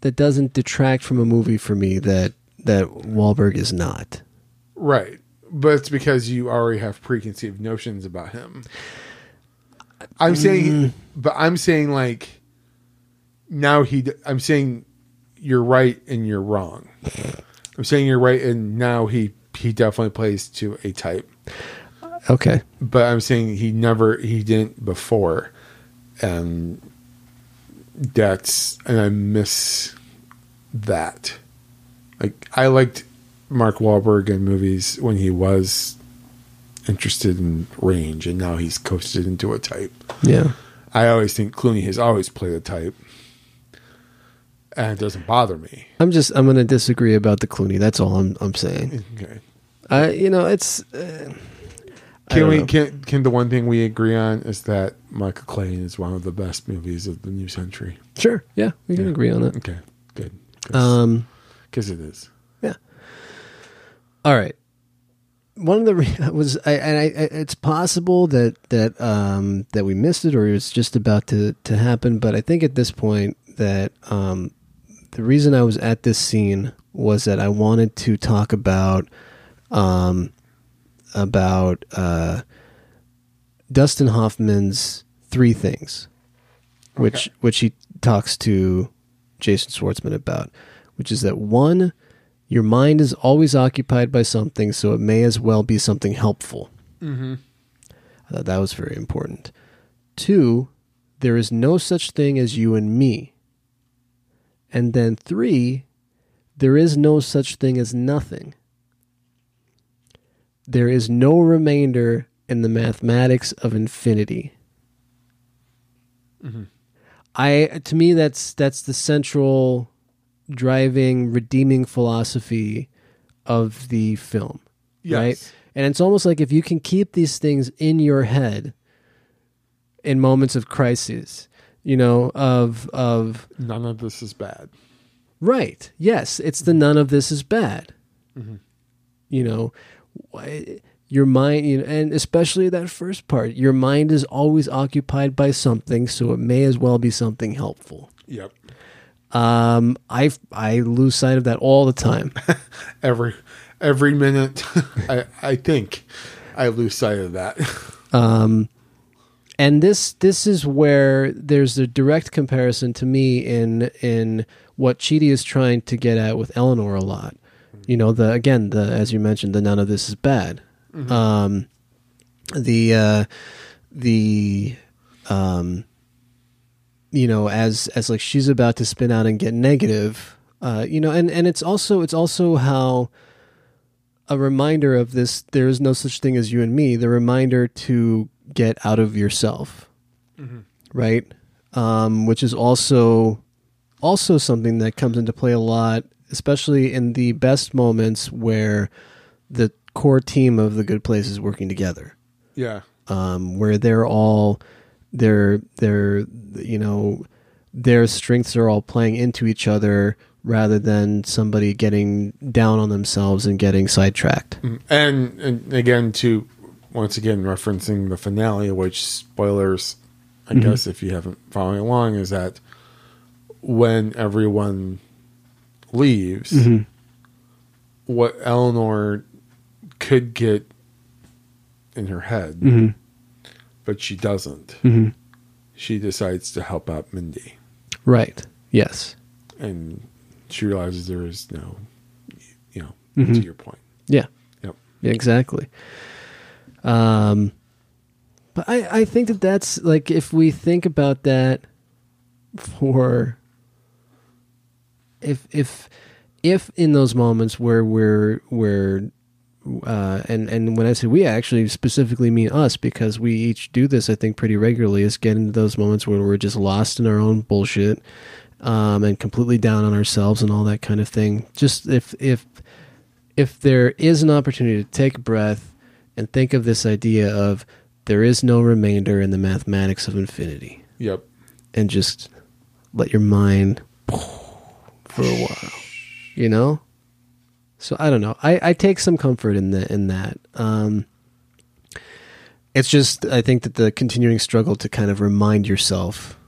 S1: that doesn't detract from a movie for me that that Wahlberg is not.
S2: Right. But it's because you already have preconceived notions about him. I'm saying, but I'm saying like now he, d- I'm saying you're right and you're wrong. I'm saying you're right and now he, he definitely plays to a type.
S1: Okay.
S2: But I'm saying he never, he didn't before. And that's, and I miss that. Like, I liked Mark Wahlberg in movies when he was interested in range, and now he's coasted into a type.
S1: Yeah.
S2: I always think Clooney has always played a type, and it doesn't bother me.
S1: I'm just I'm going to disagree about the Clooney. That's all I'm I'm saying.
S2: Okay.
S1: I you know it's uh, I
S2: Can
S1: don't
S2: we?
S1: know.
S2: Can, can the one thing we agree on is that Michael Caine is one of the best movies of the new century?
S1: Sure. Yeah, we can agree on it.
S2: Okay, good.
S1: Um
S2: Because it is.
S1: All right. One of the re- was I, and I, I it's possible that that um that we missed it or it's just about to to happen, but I think at this point that um the reason I was at this scene was that I wanted to talk about um about uh Dustin Hoffman's three things which which he talks to Jason Schwartzman about, which is that one, your mind is always occupied by something, so it may as well be something helpful.
S2: Mm-hmm.
S1: I thought that was very important. Two, there is no such thing as you and me. And then three, there is no such thing as nothing. There is no remainder in the mathematics of infinity.
S2: Mhm.
S1: I to me that's that's the central driving redeeming philosophy of the film. Right?
S2: Yes.
S1: And it's almost like if you can keep these things in your head in moments of crises, you know, of of
S2: None of this is bad.
S1: right. Yes, it's the none of this is bad.
S2: Mhm.
S1: You know, wh- your mind, you know, and especially that first part, your mind is always occupied by something, so it may as well be something helpful.
S2: Yep.
S1: Um, I I lose sight of that all the time.
S2: Every every minute, I I think I lose sight of that.
S1: Um, and this this is where there's a direct comparison to me in in what Chidi is trying to get at with Eleanor a lot. You know, the again the as you mentioned, the none of this is bad.
S2: Mm-hmm.
S12: Mhm.
S1: Um, the uh, the um, you know as as like she's about to spin out and get negative uh you know and and it's also it's also how a reminder of this there is no such thing as you and me the reminder to get out of yourself
S2: Mhm.
S1: right um which is also also something that comes into play a lot especially in the best moments where the core team of the good place is working together
S2: Yeah.
S1: um, where they're all their their you know their strengths are all playing into each other rather than somebody getting down on themselves and getting sidetracked.
S2: Mm. and and again to once again referencing the finale which spoilers i
S1: Mhm.
S2: guess if you haven't following along is that when everyone leaves
S1: Mhm.
S2: what eleanor could get in her head
S1: Mhm.
S2: but she doesn't
S1: Mhm.
S2: she decides to help out mindy
S1: Right. Yes.
S2: and she realizes there is no you know to
S1: Mhm.
S2: your point
S1: Yeah.
S2: Yep.
S1: Yeah, exactly. Um, but I, I think that that's like if we think about that for if if if in those moments where we're we're uh, and and when I say we, I actually specifically mean us because we each do this. I think pretty regularly is get into those moments where we're just lost in our own bullshit um, and completely down on ourselves and all that kind of thing. Just if if if there is an opportunity to take a breath and think of this idea of there is no remainder in the mathematics of infinity.
S2: Yep.
S1: And just let your mind for a while. You know? So I don't know. I, I take some comfort in the in that. Um it's just I think that the continuing struggle to kind of remind yourself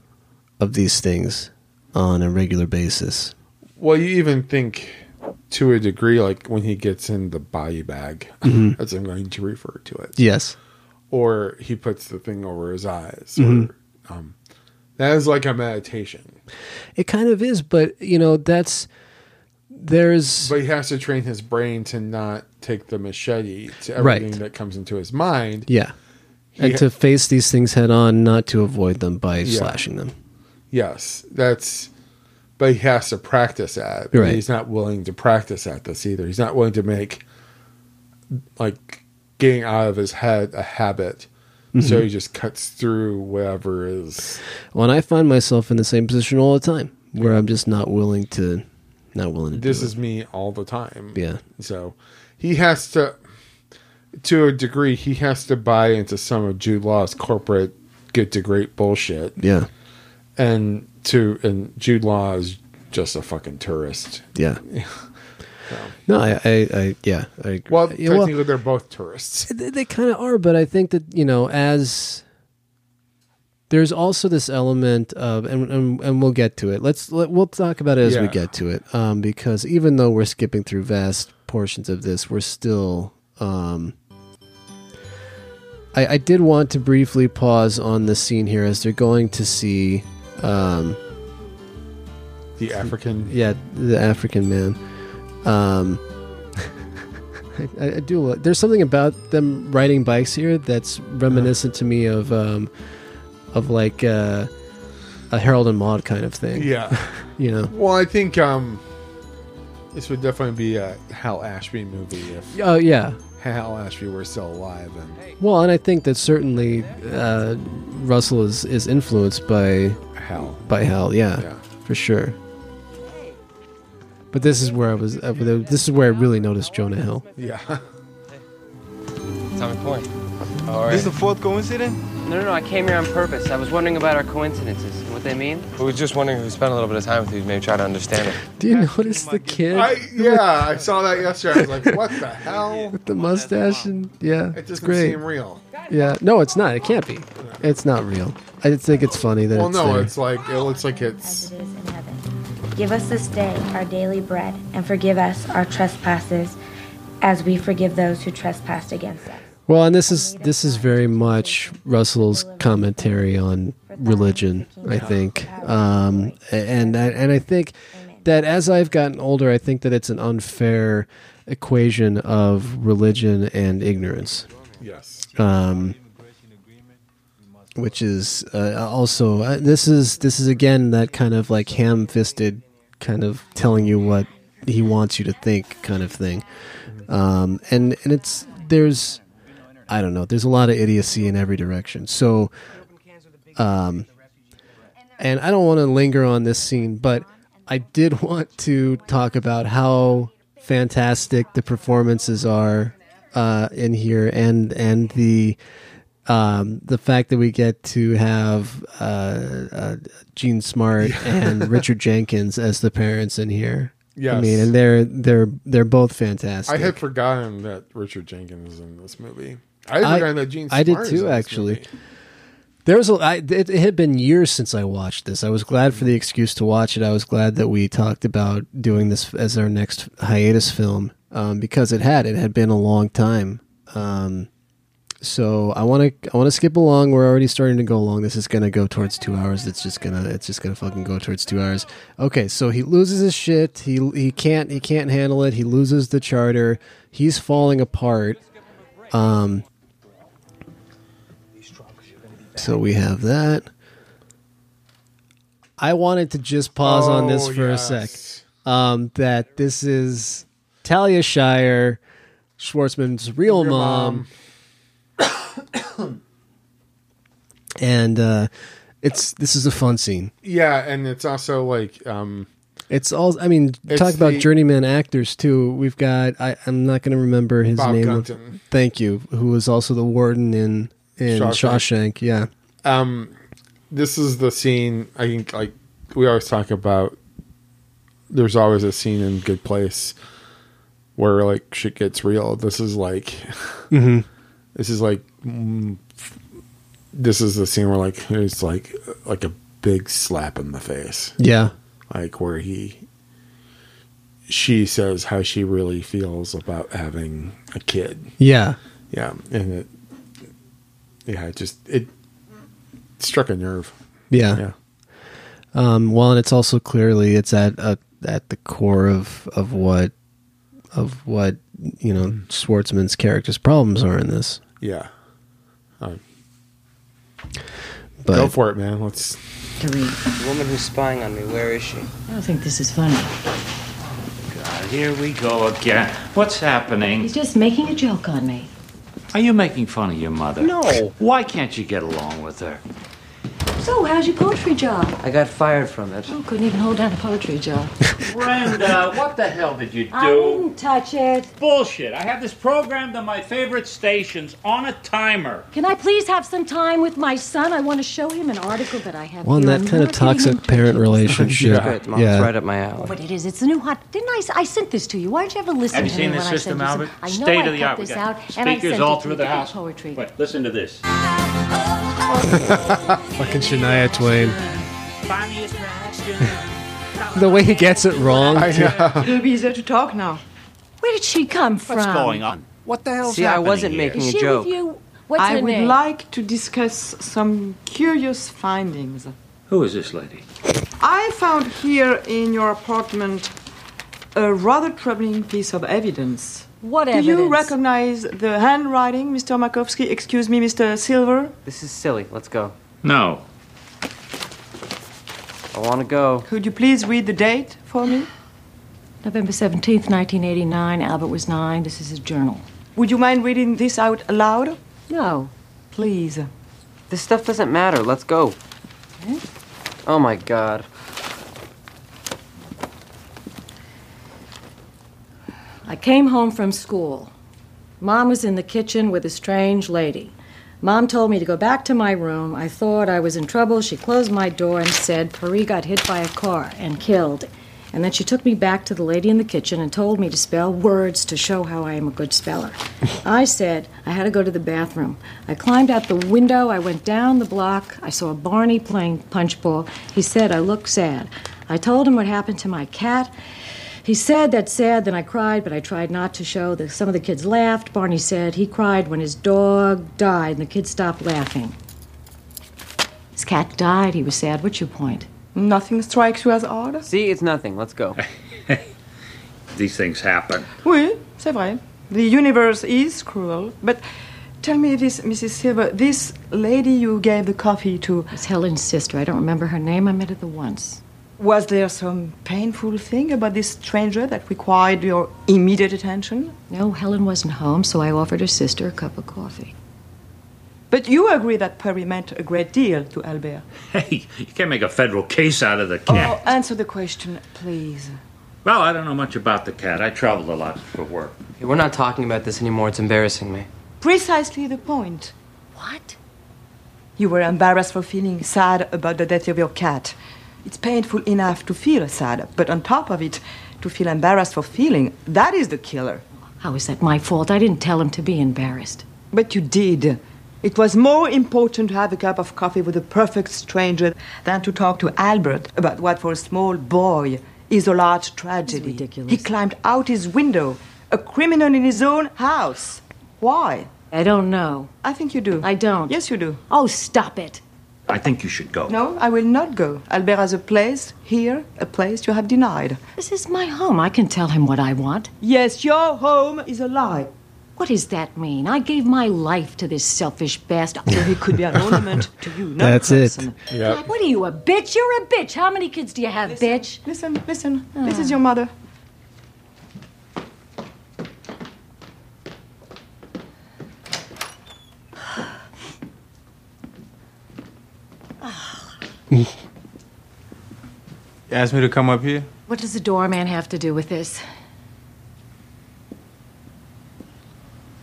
S1: of these things on a regular basis.
S2: Well, you even think to a degree, like when he gets in the body bag,
S1: Mhm.
S2: as I'm going to refer to it.
S1: Yes.
S2: Or he puts the thing over his eyes.
S1: Mhm.
S2: Or, um, that is like a meditation.
S1: It kind of is, but you know, that's there's
S2: But he has to train his brain to not take the machete to
S1: Right.
S2: everything that comes into his mind.
S1: yeah. And
S2: He-
S1: to face these things head on, not to avoid them by
S2: Yeah.
S1: slashing them.
S2: Yes, that's. But he has to practice at.
S1: Right.
S2: He's not willing to practice at this either. He's not willing to make, like, getting out of his head a habit. So
S1: Mhm.
S2: he just cuts through whatever is.
S1: When I find myself in the same position all the time, where I'm just not willing to, not willing to.
S2: This
S1: do
S2: is me all the time.
S1: Yeah.
S2: So he has to, to a degree, he has to buy into some of Jude Law's corporate good to great bullshit.
S1: Yeah.
S2: And to and Jude Law is just a fucking tourist.
S1: Yeah. No, I, I, I yeah, I agree.
S2: Well,
S1: Yeah, well,
S2: technically, they're both tourists.
S1: They, they kind of are, but I think that you know, as there's also this element of, and and, and we'll get to it. Let's let, we'll talk about it as we
S2: Yeah.
S1: get to it, um, because even though we're skipping through vast portions of this, we're still. Um, I, I did want to briefly pause on the scene here as they're going to see. Um,
S2: The African.
S1: yeah, the African man. Um, I, I do. lo- There's something about them riding bikes here that's reminiscent to me of, um, of like uh, a Harold and Maude kind of thing.
S2: Yeah.
S1: you know.
S2: Well, I think um, this would definitely be a Hal Ashby movie if
S1: Oh yeah.
S2: Hal Ashby were still alive. And
S1: Well, and I think that certainly uh, Russell is, is influenced by
S2: Hal.
S1: By Hal, yeah,
S2: Yeah.
S1: for sure. But this is where I was. Uh, this is where I really noticed Jonah Hill.
S2: yeah.
S11: Tommy Point.
S5: All right.
S11: This is the fourth coincidence?
S5: No, no, no. I came here on purpose. I was wondering about our coincidences and what they mean.
S11: We were just wondering if we spent a little bit of time with you, maybe try to understand it.
S1: Do you notice the kid
S2: I yeah, I saw that yesterday. I was like, what the hell?
S1: with the mustache and yeah,
S2: It
S1: it's
S2: doesn't
S1: great.
S2: seem real.
S1: Yeah, no, it's not. It can't be. It's not real. I just think it's funny that
S2: Well,
S1: it's
S2: no,
S1: there.
S2: it's like it looks like it's
S12: Give us this day our daily bread, and forgive us our trespasses, as we forgive those who trespass against us.
S1: Well, and this is this is very much Russell's commentary on religion, I think, um, and I- and I think that as I've gotten older, I think that it's an unfair equation of religion and ignorance.
S2: Yes.
S1: Um, which is uh, also uh, this is this is again that kind of like ham-fisted kind of telling you what he wants you to think kind of thing um, and and it's there's i don't know there's a lot of idiocy in every direction so um, and i don't want to linger on this scene but i did want to talk about how fantastic the performances are uh, in here and and the um, the fact that we get to have uh, uh, Gene Smart and Richard Jenkins as the parents in here. I
S2: Yes.
S1: mean, and they're they're they're both fantastic.
S2: I had forgotten that Richard Jenkins is in this movie. I had
S1: I-
S2: forgotten that Gene
S1: I did
S2: Smart is
S1: too,
S2: in this
S1: actually.
S2: movie.
S1: There was a, I, it, it had been years since I watched this. I was glad for the excuse to watch it. I was glad that we talked about doing this as our next hiatus film um, because it had it had been a long time. Um, so I want to I want to skip along. We're already starting to go along. This is gonna go towards two hours. It's just gonna it's just gonna fucking go towards two hours. Okay, so he loses his shit. He he can't he can't handle it. He loses the charter. He's falling apart. Um, so we have that. I wanted to just pause on this
S2: Oh,
S1: for
S2: yes.
S1: a sec um, that this is Talia Shire, Schwartzman's real
S2: Your
S1: mom, and uh, it's this is a fun scene.
S2: Yeah, and it's also like um
S1: It's all. I mean,
S2: It's
S1: talk about
S2: the-
S1: journeyman actors too. We've got. I, I'm not going to remember his
S2: Bob
S1: name.
S2: Gunton.
S1: Thank you. Who was also the warden in in
S2: Shawshank.
S1: Shawshank. Yeah.
S2: um this is the scene I think like we always talk about there's always a scene in good place where like shit gets real. This is like
S1: Mhm.
S2: this is like mm, this is the scene where like it's like like a big slap in the face.
S1: Yeah.
S2: Like where he she says how she really feels about having a kid.
S1: Yeah.
S2: Yeah, and it yeah, it just it struck a nerve.
S1: Yeah.
S2: Yeah.
S1: Um, well, and it's also clearly it's at uh, at the core of of what of what you know
S6: Hmm.
S1: Schwartzman's character's problems are in this.
S2: Yeah. Um,
S1: But-
S2: go for it, man. Let's
S6: The woman who's spying on me, where is she?
S13: I don't think this is funny.
S14: God, here we go again. What's happening?
S13: He's just making a joke on me.
S14: Are you making fun of your mother?
S13: No.
S14: Why can't you get along with her?
S13: So, how's your poetry job?
S6: I got fired from it.
S13: You couldn't even hold down a poetry job.
S14: Oh, Brenda, what the hell did you do?
S13: I didn't touch it.
S14: Bullshit. I have this programmed on my favorite stations on a timer.
S13: Can I please have some time with my son? I want to show him an article that I have.
S1: Well, and
S13: here
S1: that
S13: on
S1: kind of
S13: marketing.
S1: toxic parent relationship.
S6: Yeah. Good, Mom's right up my alley.
S13: Oh, What it is? It's the new hot. Didn't I? I sent this to you. Why did you ever listen
S14: Have you
S13: to
S14: seen
S13: me
S14: this
S13: when
S14: system,
S13: I sent you
S14: Albert?
S13: some- I know
S14: State
S13: I
S14: of the
S13: cut
S14: art. We
S13: this
S14: got
S13: out, and I
S14: speakers
S13: sent
S14: all
S13: it
S14: through
S13: to
S14: the
S13: you. Look at
S14: house.
S13: Poetry.
S14: Wait, listen to this.
S1: Fucking Shania Twain. The way he gets it wrong.
S15: be easier to talk now.
S13: Where did she come from?
S15: What's going
S14: on?
S15: What the
S6: hell's See, I happening wasn't here? making
S13: Is
S6: a
S13: she
S6: joke.
S13: With you? What's
S15: I
S13: her
S15: would
S13: name?
S15: like to discuss some curious findings.
S14: Who is this lady?
S15: I found here in your apartment a rather troubling piece of evidence.
S13: What
S15: Do you
S13: evidence?
S15: recognize the handwriting, Mr. Makovsky? Excuse me, Mr. Silver?
S6: This is silly. Let's go.
S14: No.
S6: I want to go.
S15: Could you please read the date for me?
S13: November 17th, 1989. Albert was nine. This is his journal.
S15: Would you mind reading this out aloud?
S13: No.
S15: Please.
S6: This stuff doesn't matter. Let's go.
S14: Hmm?
S6: Oh my god.
S13: I came home from school. Mom was in the kitchen with a strange lady. Mom told me to go back to my room. I thought I was in trouble. She closed my door and said, Paris got hit by a car and killed. And then she took me back to the lady in the kitchen and told me to spell words to show how I am a good speller. I said I had to go to the bathroom. I climbed out the window. I went down the block. I saw Barney playing punch ball. He said I looked sad. I told him what happened to my cat. He said that's sad, then I cried, but I tried not to show that some of the kids laughed. Barney said he cried when his dog died, and the kids stopped laughing. His cat died, he was sad. What's your point?
S15: Nothing strikes you as odd?
S6: See, it's nothing. Let's go.
S14: These things happen.
S15: Oui, c'est vrai. The universe is cruel. But tell me this, Mrs. Silver, this lady you gave the coffee to.
S13: It's Helen's sister. I don't remember her name. I met her the once.
S15: Was there some painful thing about this stranger that required your immediate attention?
S13: No, Helen wasn't home, so I offered her sister a cup of coffee.
S15: But you agree that Perry meant a great deal to Albert.
S14: Hey, you can't make a federal case out of the cat.
S15: Oh, answer the question, please.
S14: Well, I don't know much about the cat. I traveled a lot for work.
S6: Hey, we're not talking about this anymore. It's embarrassing me.
S15: Precisely the point. What? You were embarrassed for feeling sad about the death of your cat. It's painful enough to feel sad, but on top of it, to feel embarrassed for feeling, that is the killer.
S13: How is that my fault? I didn't tell him to be embarrassed.
S15: But you did. It was more important to have a cup of coffee with a perfect stranger than to talk to Albert about what for a small boy is a large tragedy. ridiculous. He climbed out his window, a criminal in his own house. Why?
S13: I don't know.
S15: I think you do. I
S13: don't.
S15: Yes, you do.
S13: Oh, stop it.
S14: I think you should go.
S15: No, I will not go. Albert has a place here, a place you have denied.
S13: This is my home. I can tell him what I want.
S15: Yes, your home is a lie.
S13: What does that mean? I gave my life to this selfish bastard. he could be an
S1: ornament
S13: to you,
S1: That's it.
S13: God, what are you, a bitch? You're a bitch. How many kids do you have, bitch? Oh.
S15: Listen, listen. This is your mother.
S16: You asked me to come up here?
S13: What does the doorman have to do with this?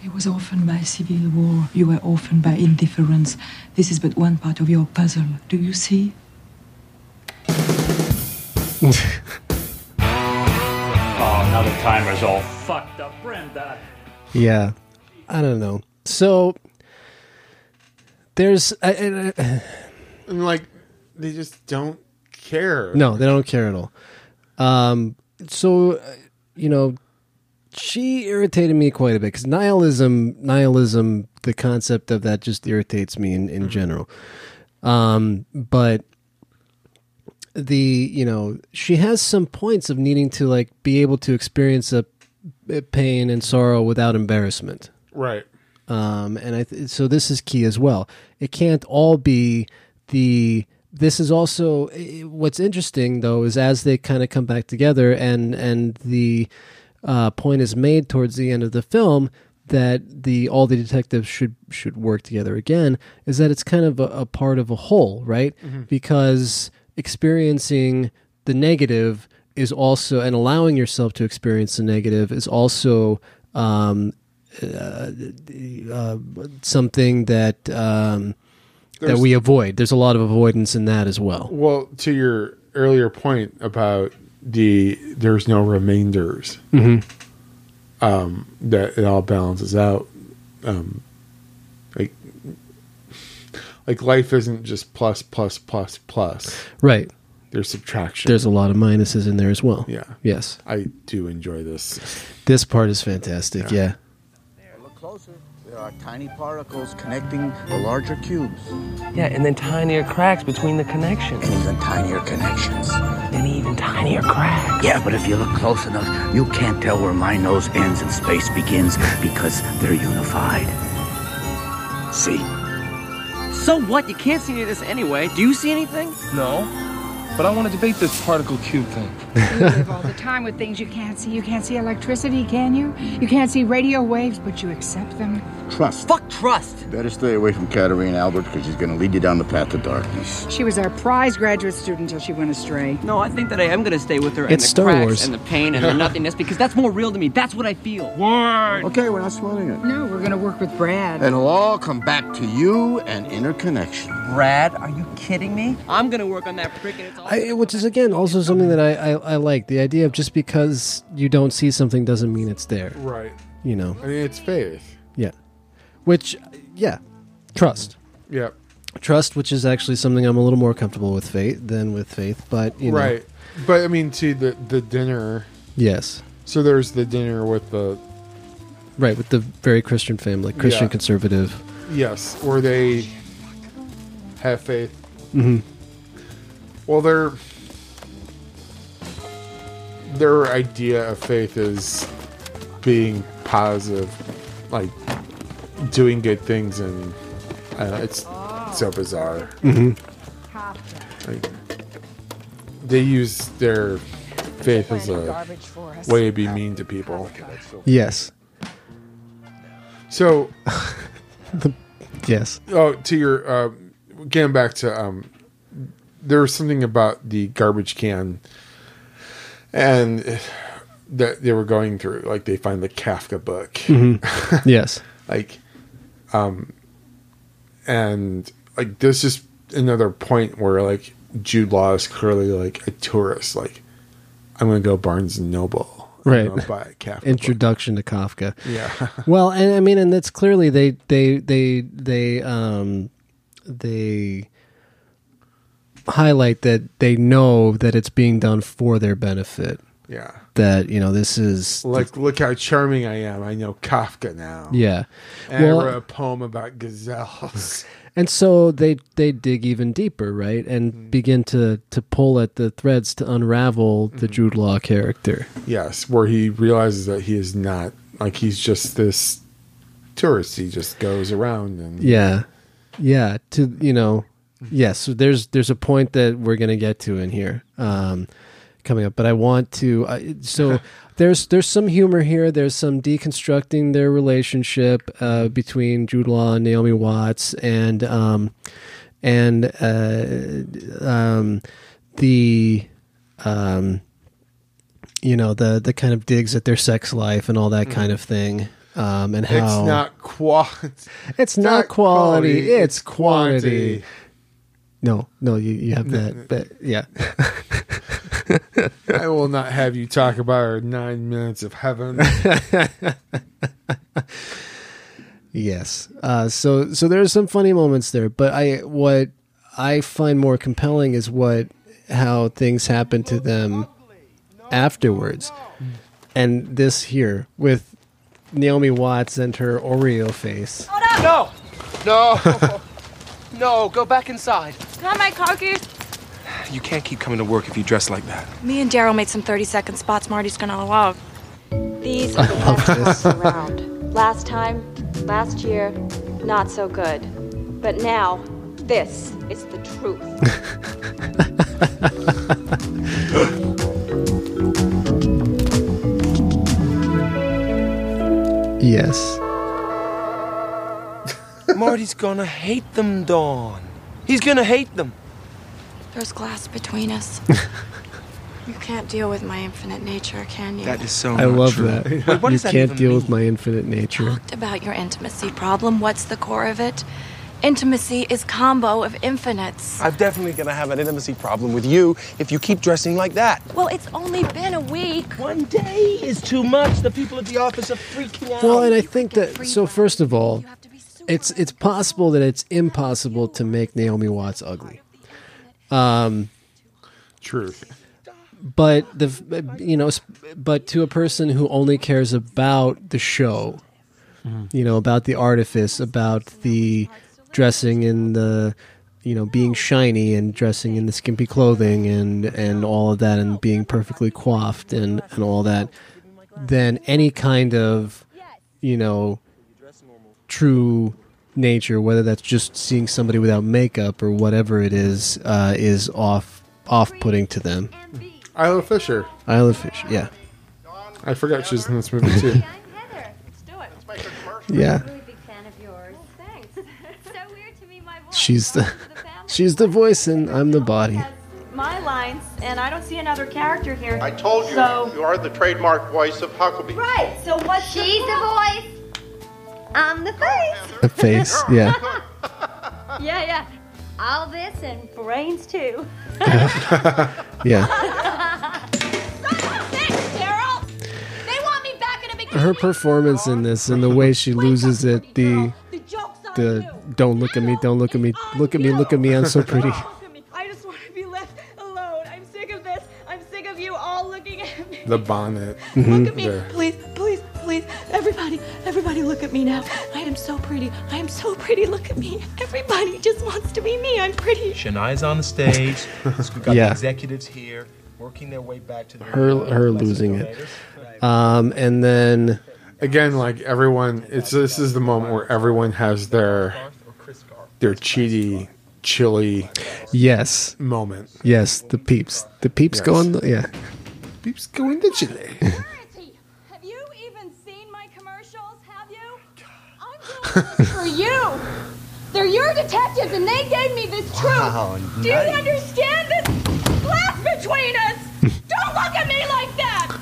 S17: I was orphaned by civil war. You were orphaned by indifference. This is but one part of your puzzle. Do you see?
S14: Oh, now the timer's all fucked up, Brenda.
S1: Yeah, I don't know. So there's I, I, I-
S2: And like, they just don't care.
S1: no, they don't care at all. Um, so uh, you know, she irritated me quite a bit because nihilism, nihilism, the concept of that just irritates me in, in general. Um, but the you know she has some points of needing to like be able to experience a a pain and sorrow without embarrassment
S2: Right.
S1: um, and I th- so this is key as well. It can't all be the. This is also eh, what's interesting though is as they kind of come back together and and the uh, point is made towards the end of the film that the all the detectives should should work together again is that it's kind of a, a part of a whole right
S18: Mhm.
S1: because experiencing the negative is also and allowing yourself to experience the negative is also um, uh, uh, something that um, that
S2: There's-
S1: we avoid. There's a lot of avoidance in that as well.
S2: Well, to your earlier point about the there's no remainders,
S1: Mhm.
S2: um, that it all balances out. Um, like, like life isn't just plus plus plus plus.
S1: Right.
S2: There's subtraction.
S1: There's a lot of minuses in there as well.
S2: Yeah.
S1: Yes.
S2: I do enjoy this.
S1: This part is fantastic. Yeah.
S8: Look closer. There are tiny particles connecting the larger cubes.
S6: Yeah, and then tinier cracks between the connections. And
S8: even tinier connections.
S6: And even tinier cracks.
S8: Yeah, but if you look close enough, you can't tell where my nose ends and space begins because they're unified. See?
S6: So what? You can't see any of this anyway. Do you see anything?
S11: No. But I want to debate this particle cube thing.
S7: live all the time with things you can't see. You can't see electricity, can you? You can't see radio waves, but you accept them.
S8: Trust.
S7: Fuck trust!
S8: Better stay away from Katerina Albert because she's going to lead you down the path to darkness.
S7: She was our prize graduate student until she went astray.
S6: No, I think that I am gonna stay with her.
S8: It's
S6: and the
S8: Star
S6: cracks
S8: Wars.
S6: and the pain and the nothingness because that's more real to me. That's what I feel.
S8: Word. Okay, we're not sweating it.
S7: No, we're gonna work with Brad.
S8: And it'll all come back to you and interconnection.
S6: Brad, are you kidding me? I'm gonna work on that prick and it's all.
S1: I, which is again also something that I, I I like the idea of just because you don't see something doesn't mean it's there.
S2: Right.
S1: You know.
S2: I mean, it's faith.
S1: Yeah. Which, yeah, trust.
S2: Yeah.
S1: Trust, which is actually something I'm a little more comfortable with faith than with faith, but you know,
S2: right. But I mean, to the the dinner.
S1: Yes.
S2: So there's the dinner with the
S1: right with the very Christian family, Christian
S2: Yeah.
S1: conservative.
S2: yes, or they have faith. Mm-hmm.
S1: hmm
S2: Well, their their idea of faith is being positive, like doing good things, and I don't know, it's so bizarre.
S1: Mhm.
S2: Like, they use their faith as a way to be mean to people.
S1: Yes.
S2: So,
S1: Yes.
S2: oh, to your uh, getting back to um, there was something about the garbage can, and uh, that they were going through. Like they find the Kafka book.
S1: Mhm. Yes.
S2: like, um, and like there's just another point where like Jude Law is clearly like a tourist. Like, I'm gonna go Barnes and Noble. I'm
S1: Right.
S2: gonna buy a Kafka.
S1: Introduction to Kafka.
S2: Yeah.
S1: well, and I mean, and that's clearly they they they they um they highlight that they know that it's being done for their benefit.
S2: Yeah.
S1: That you know this is
S2: Like, look how charming I am. I know Kafka now.
S1: Yeah.
S2: And
S1: Well-
S2: I wrote a poem about gazelles.
S1: And so they they dig even deeper, right, and begin to to pull at the threads to unravel the Jude Law character.
S2: yes, where he realizes that he is not, like, he's just this tourist. He just goes around and
S1: Yeah. Yeah. To you know, yes. So there's there's a point that we're gonna get to in here, um, coming up. But I want to. I, so there's there's some humor here. There's some deconstructing their relationship uh, between Jude Law and Naomi Watts, and um, and uh, um, the um, you know the the kind of digs at their sex life and all that kind of thing. Um, and how
S2: Mm-hmm. it's not qual.
S1: It's not, quality, it's quantity. No, no, you, you have
S2: No,
S1: that. But yeah,
S2: I will not have you talk about our nine minutes of heaven.
S1: yes. Uh, so so there's some funny moments there, but I what I find more compelling is what how things happen to them afterwards, and this here with Naomi Watts and her Oreo face.
S18: No! No! no, go back inside.
S19: Not my car keys.
S3: You can't keep coming to work if you dress like that.
S19: Me and Daryl made some 30 second spots Marty's gonna love.
S10: These
S3: I
S10: are the
S3: love
S10: best
S3: this.
S10: ones around. Last time, last year, not so good. But now, this is the truth.
S1: Yes.
S11: Marty's gonna hate them, Dawn. He's gonna hate them.
S19: There's glass between us. you can't deal with my infinite nature, can you?
S1: I love that.
S11: Wait, what
S1: you
S11: does that
S1: can't
S11: even
S1: deal with my infinite nature.
S19: About your intimacy problem, what's the core of it? Intimacy is combo of infinites.
S3: I'm definitely gonna have an intimacy problem with you if you keep dressing like that.
S19: Well, it's only been a week.
S18: One day is too much. The people at the office are freaking out.
S1: Well, and I think that so. First of all, it's it's possible that it's impossible to make Naomi Watts ugly. Um,
S2: True.
S1: But the you know, sp- but to a person who only cares about the show, you know, about the artifice, about the dressing in the you know being shiny and dressing in the skimpy clothing and and all of that and being perfectly coiffed and and all that then any kind of you know true nature whether that's just seeing somebody without makeup or whatever it is uh, is off off putting to them
S2: Isla Fisher.
S1: Isla Fish yeah
S2: I forgot she's in this movie too.
S1: yeah she's the she's the voice and I'm the body
S20: My lines, and I don't see another character here.
S21: I told you,
S20: So,
S21: you are the trademark voice of Huckabee.
S20: right, so what's
S10: She's the
S20: voice. I'm the face.
S1: the face yeah
S10: yeah, yeah. All this and brains too.
S1: yeah
S10: Daryl! They want me back in a big
S1: her performance in this and the way she loses it the the don't look at me don't look at me look at me look at me i'm so pretty
S20: I just want to be left alone. I'm sick of this. I'm sick of you all looking at me.
S2: The bonnet.
S20: Look at me,
S2: There.
S20: please, please, please. Everybody, everybody, look at me now. I am so pretty. I am so pretty. Look at me. Everybody just wants to be me. I'm pretty.
S3: Shania's on the stage. We've got
S1: Yeah.
S3: the executives here working their way back to the
S1: her her losing it um and then
S2: Again, like everyone, it's this is the moment where everyone has their their cheaty, chilly
S1: yes
S2: moment.
S1: yes the peeps the peeps
S2: Yes.
S1: going yeah
S2: Peeps going to Chile.
S20: Have you even seen my commercials? Have you? I'm doing this for you.
S10: They're your detectives and they gave me this truth.
S20: Wow,
S10: Do you
S20: nice.
S10: understand this glass between us? Don't look at me like that!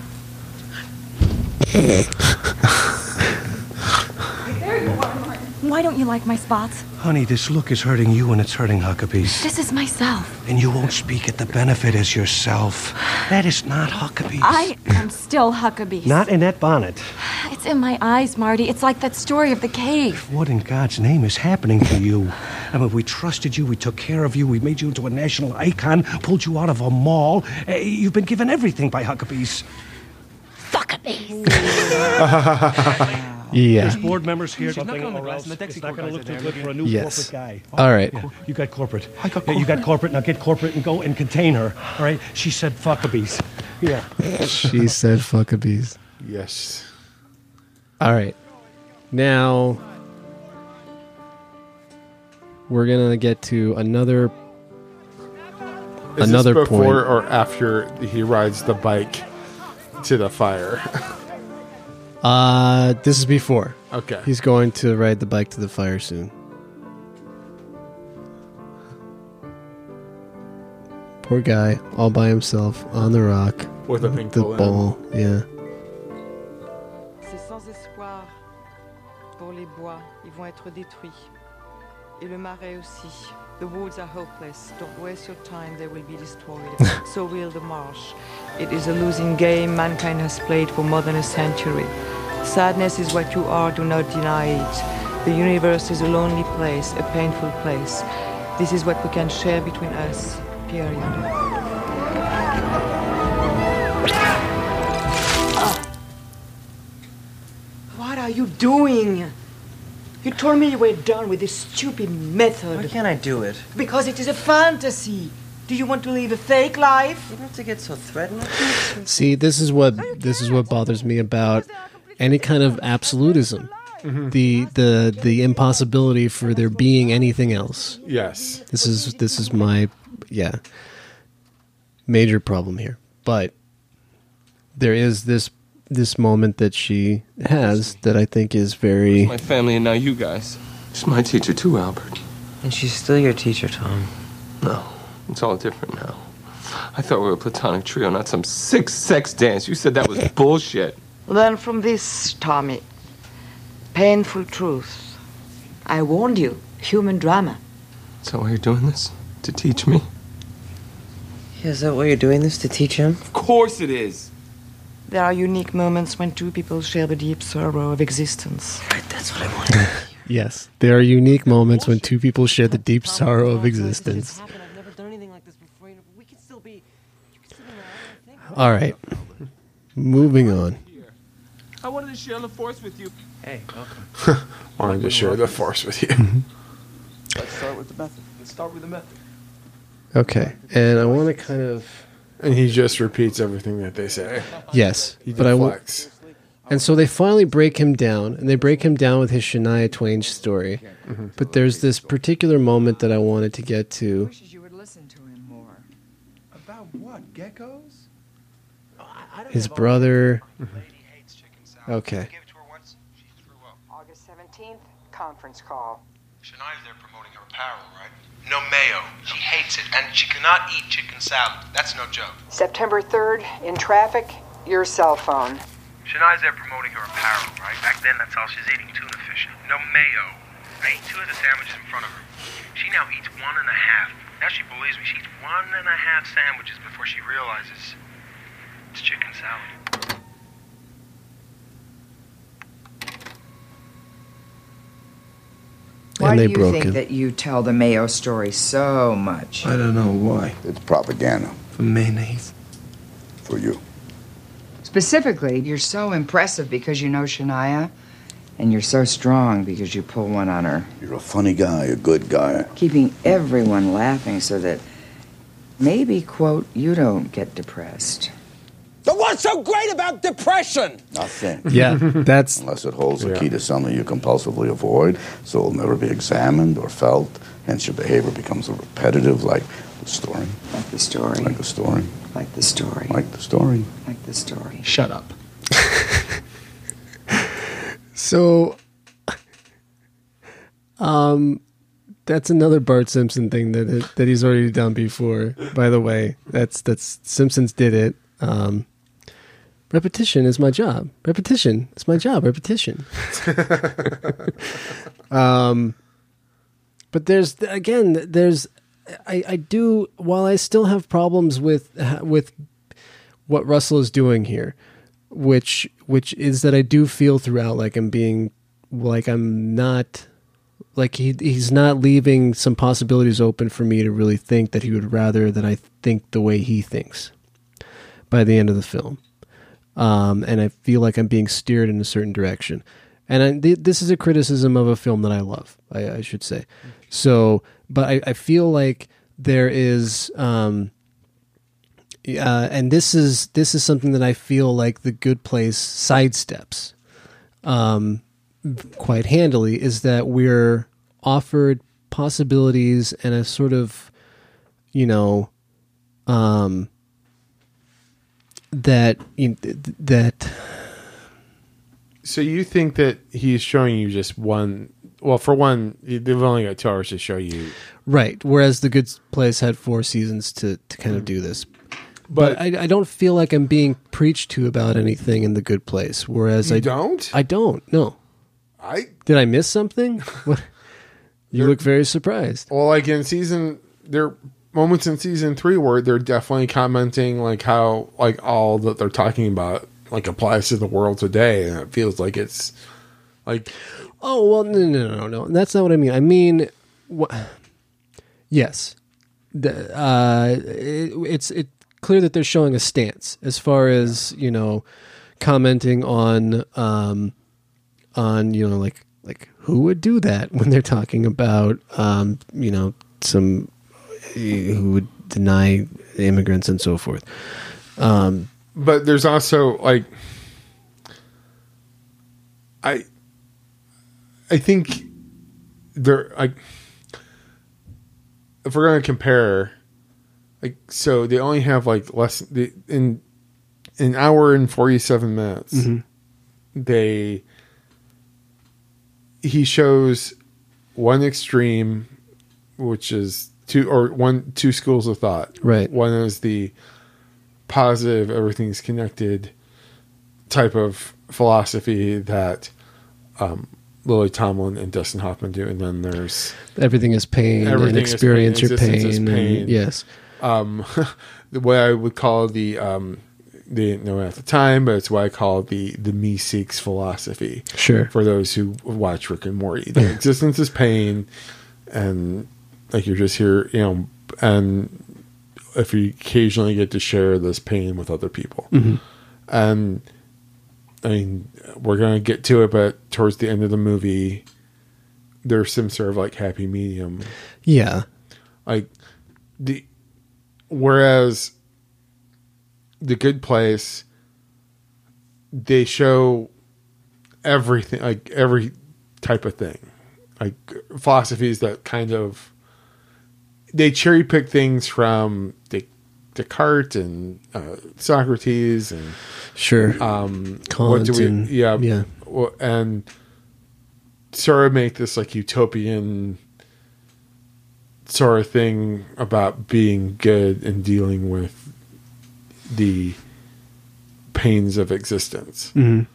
S20: There you are, Martin. Why don't you like my spots?
S4: Honey, this look is hurting you and it's hurting Huckabee.
S19: This is myself.
S4: And you won't speak at the benefit as yourself. That is not Huckabee.
S19: I am still Huckabee.
S4: Not in that bonnet.
S19: It's in my eyes, Marty. It's like that story of the cave.
S4: What in God's name is happening to you? I mean, we trusted you, we took care of you, we made you into a national icon, pulled you out of a mall. Uh, you've been given everything by Huckabees.
S1: yeah
S4: There's board members here.
S18: She's not
S4: nothing
S18: going to
S4: or
S18: dress in
S4: else.
S18: the
S4: It's not
S18: Texaco
S4: going to look
S18: guys
S4: too
S18: are
S4: good
S18: there
S4: for a new
S1: Yes.
S4: corporate guy. Oh,
S1: All right.
S4: Yeah, you got corporate.
S1: I got
S4: Yeah, you got
S1: corporate.
S4: corporate. Now get corporate and go and contain her. All right. She said fuckabees. Yeah.
S1: she said fuckabees
S2: Yes.
S1: all right Now we're gonna get to another
S2: Is
S1: another
S2: this
S1: point.
S2: before or after he rides the bike to the fire?
S1: Uh, this is before.
S2: Okay.
S1: He's going to ride the bike to the fire soon. Poor guy, all by himself on the rock
S2: With a pink
S1: the
S2: balloon.
S1: ball. Yeah.
S15: C'est sans espoir pour les bois. Ils vont être détruits. Et le marais aussi. The woods are hopeless. Don't waste your time. They will be destroyed. so will the marsh. It is a losing game mankind has played for more than a century. Sadness is what you are. Do not deny it. The universe is a lonely place, a painful place. This is what we can share between us. Period.
S22: What are you doing? You told me you were done with this stupid method.
S6: Why can't I do it?
S22: Because it is a fantasy. Do you want to live a fake life?
S6: You don't have to get so threatened.
S1: See, this is what this is what bothers me about any kind of absolutism.
S2: Mhm.
S1: The the the impossibility for there being anything else.
S2: Yes.
S1: This is this is my yeah major problem here. But there is this this moment that she has that I think is very
S11: My family and now you guys. She's my teacher too, Albert.
S6: And she's still your teacher, Tom.
S11: No, it's all different now. I thought we were a platonic trio, not some sick sex dance. You said that was bullshit.
S15: Learn from this, Tommy. Painful truth. I warned you. Human drama.
S11: Is that why you're doing this? To teach me?
S6: Yeah, is that why you're doing this to teach him?
S11: Of course it is.
S15: There are unique moments when two people share the deep sorrow of existence. Right, that's what I wanted.
S1: yes. There are unique moments when two people share the deep sorrow of existence. All right. Moving on.
S11: I wanted to share the force with you. Hey, welcome.
S2: Wanted to share the force with you.
S1: Mm-hmm.
S11: Let's start with the method. Let's start with the method.
S1: Okay. And I want to kind of
S2: And he just repeats everything that they say.
S1: Yes,
S2: He
S1: but I will-
S2: deflects.
S1: And so they finally break him down, and they break him down with his Shania Twain story.
S2: Mm-hmm.
S7: Mhm.
S1: But there's this particular moment that I wanted to get to.
S7: You would listen to him more.
S3: About what? Geckos?
S1: His brother. Okay.
S7: August 17th, conference call.
S3: Shania's there promoting her apparel, right? No mayo. She hates it, and she cannot eat chicken salad. That's no joke.
S7: September 3rd, in traffic, your cell phone.
S3: Shania's there promoting her apparel, right? Back then, that's all she's eating tuna fish. No mayo. I ate two of the sandwiches in front of her. She now eats one and a half. Now she believes me. She eats one and a half sandwiches before she realizes it's chicken salad.
S7: Why
S1: And they
S7: do you
S1: broke
S7: think
S1: him.
S7: that you tell the Mayo story so much?
S3: I don't know why.
S7: It's propaganda.
S3: For mayonnaise.
S7: For you. Specifically, you're so impressive because you know Shania, and you're so strong because you pull one on her.
S8: You're a funny guy, a good guy.
S7: Keeping everyone laughing so that maybe, quote, you don't get depressed.
S23: But what's so great about depression?
S8: Nothing.
S1: Yeah, that's.
S8: Unless it holds the key to something you compulsively avoid, so it'll never be examined or felt. Hence, your behavior becomes a repetitive, like the story.
S7: Like the story.
S8: Like the story.
S7: Like the story.
S8: Like the story.
S7: Like the story. Shut up.
S1: So, um, that's another Bart Simpson thing that that he's already done before. By the way, that's that's Simpsons did it. Um, repetition is my job. Repetition is my job. Repetition. um, but there's again, there's I, I do while I still have problems with uh, with what Russell is doing here, which which is that I do feel throughout like I'm being like I'm not like he he's not leaving some possibilities open for me to really think that he would rather that I think the way he thinks by the end of the film. Um, and I feel like I'm being steered in a certain direction. And I, th- this is a criticism of a film that I love, I, I should say. So, but I, I feel like there is, um, uh, and this is this is something that I feel like the good place sidesteps. Um, quite handily is that we're offered possibilities and a sort of, you know, um, that you that
S2: So you think that he's showing you just one? Well, for one, they've only got two hours to show you.
S1: right. Whereas the good place had four seasons to to kind of do this. But, I, I don't feel like I'm being preached to about anything in the good place. Whereas
S2: You
S1: I
S2: don't?
S1: I don't. No.
S2: I
S1: Did I miss something? What? You look very surprised.
S2: well, like in season, there are moments in season three where they're definitely commenting like how like all that they're talking about like applies to the world today, and it feels like it's like
S1: Oh well, no, no, no, no, no. That's not what I mean. I mean, wha- yes, the, uh, it, it's it clear that they're showing a stance as far as you know, commenting on um, on you know like like who would do that when they're talking about um, you know some who would deny immigrants and so forth. Um,
S2: but there's also like i i think there like if we're going to compare like so they only have like less they, in an hour and 47 minutes
S1: Mhm.
S2: they he shows one extreme which is two or one two schools of thought
S1: Right.
S2: one is the positive everything's connected type of philosophy that um, Lily Tomlin and Dustin Hoffman do, and then there's
S1: Everything is pain and
S2: is
S1: experience your
S2: existence is
S1: pain and- yes.
S2: um, the way I would call the um, they didn't know it at the time, but it's what I call the the me seeks philosophy.
S1: Sure.
S2: for those who watch Rick and Morty, the existence is pain, and like you're just here, you know, and if you occasionally get to share this pain with other people,
S1: Mhm.
S2: and I mean, we're gonna get to it, but towards the end of the movie, there's some sort of like happy medium.
S1: Yeah.
S2: Like the whereas the good place they show everything like every type of thing. Like philosophies that kind of they cherry pick things from Des- Descartes and uh, Socrates and
S1: Sure.
S2: um,
S1: Kant
S2: what do we?
S1: and-
S2: yeah,
S1: yeah.
S2: well, and sort of make this like utopian sort of thing about being good and dealing with the pains of existence.
S1: Mhm.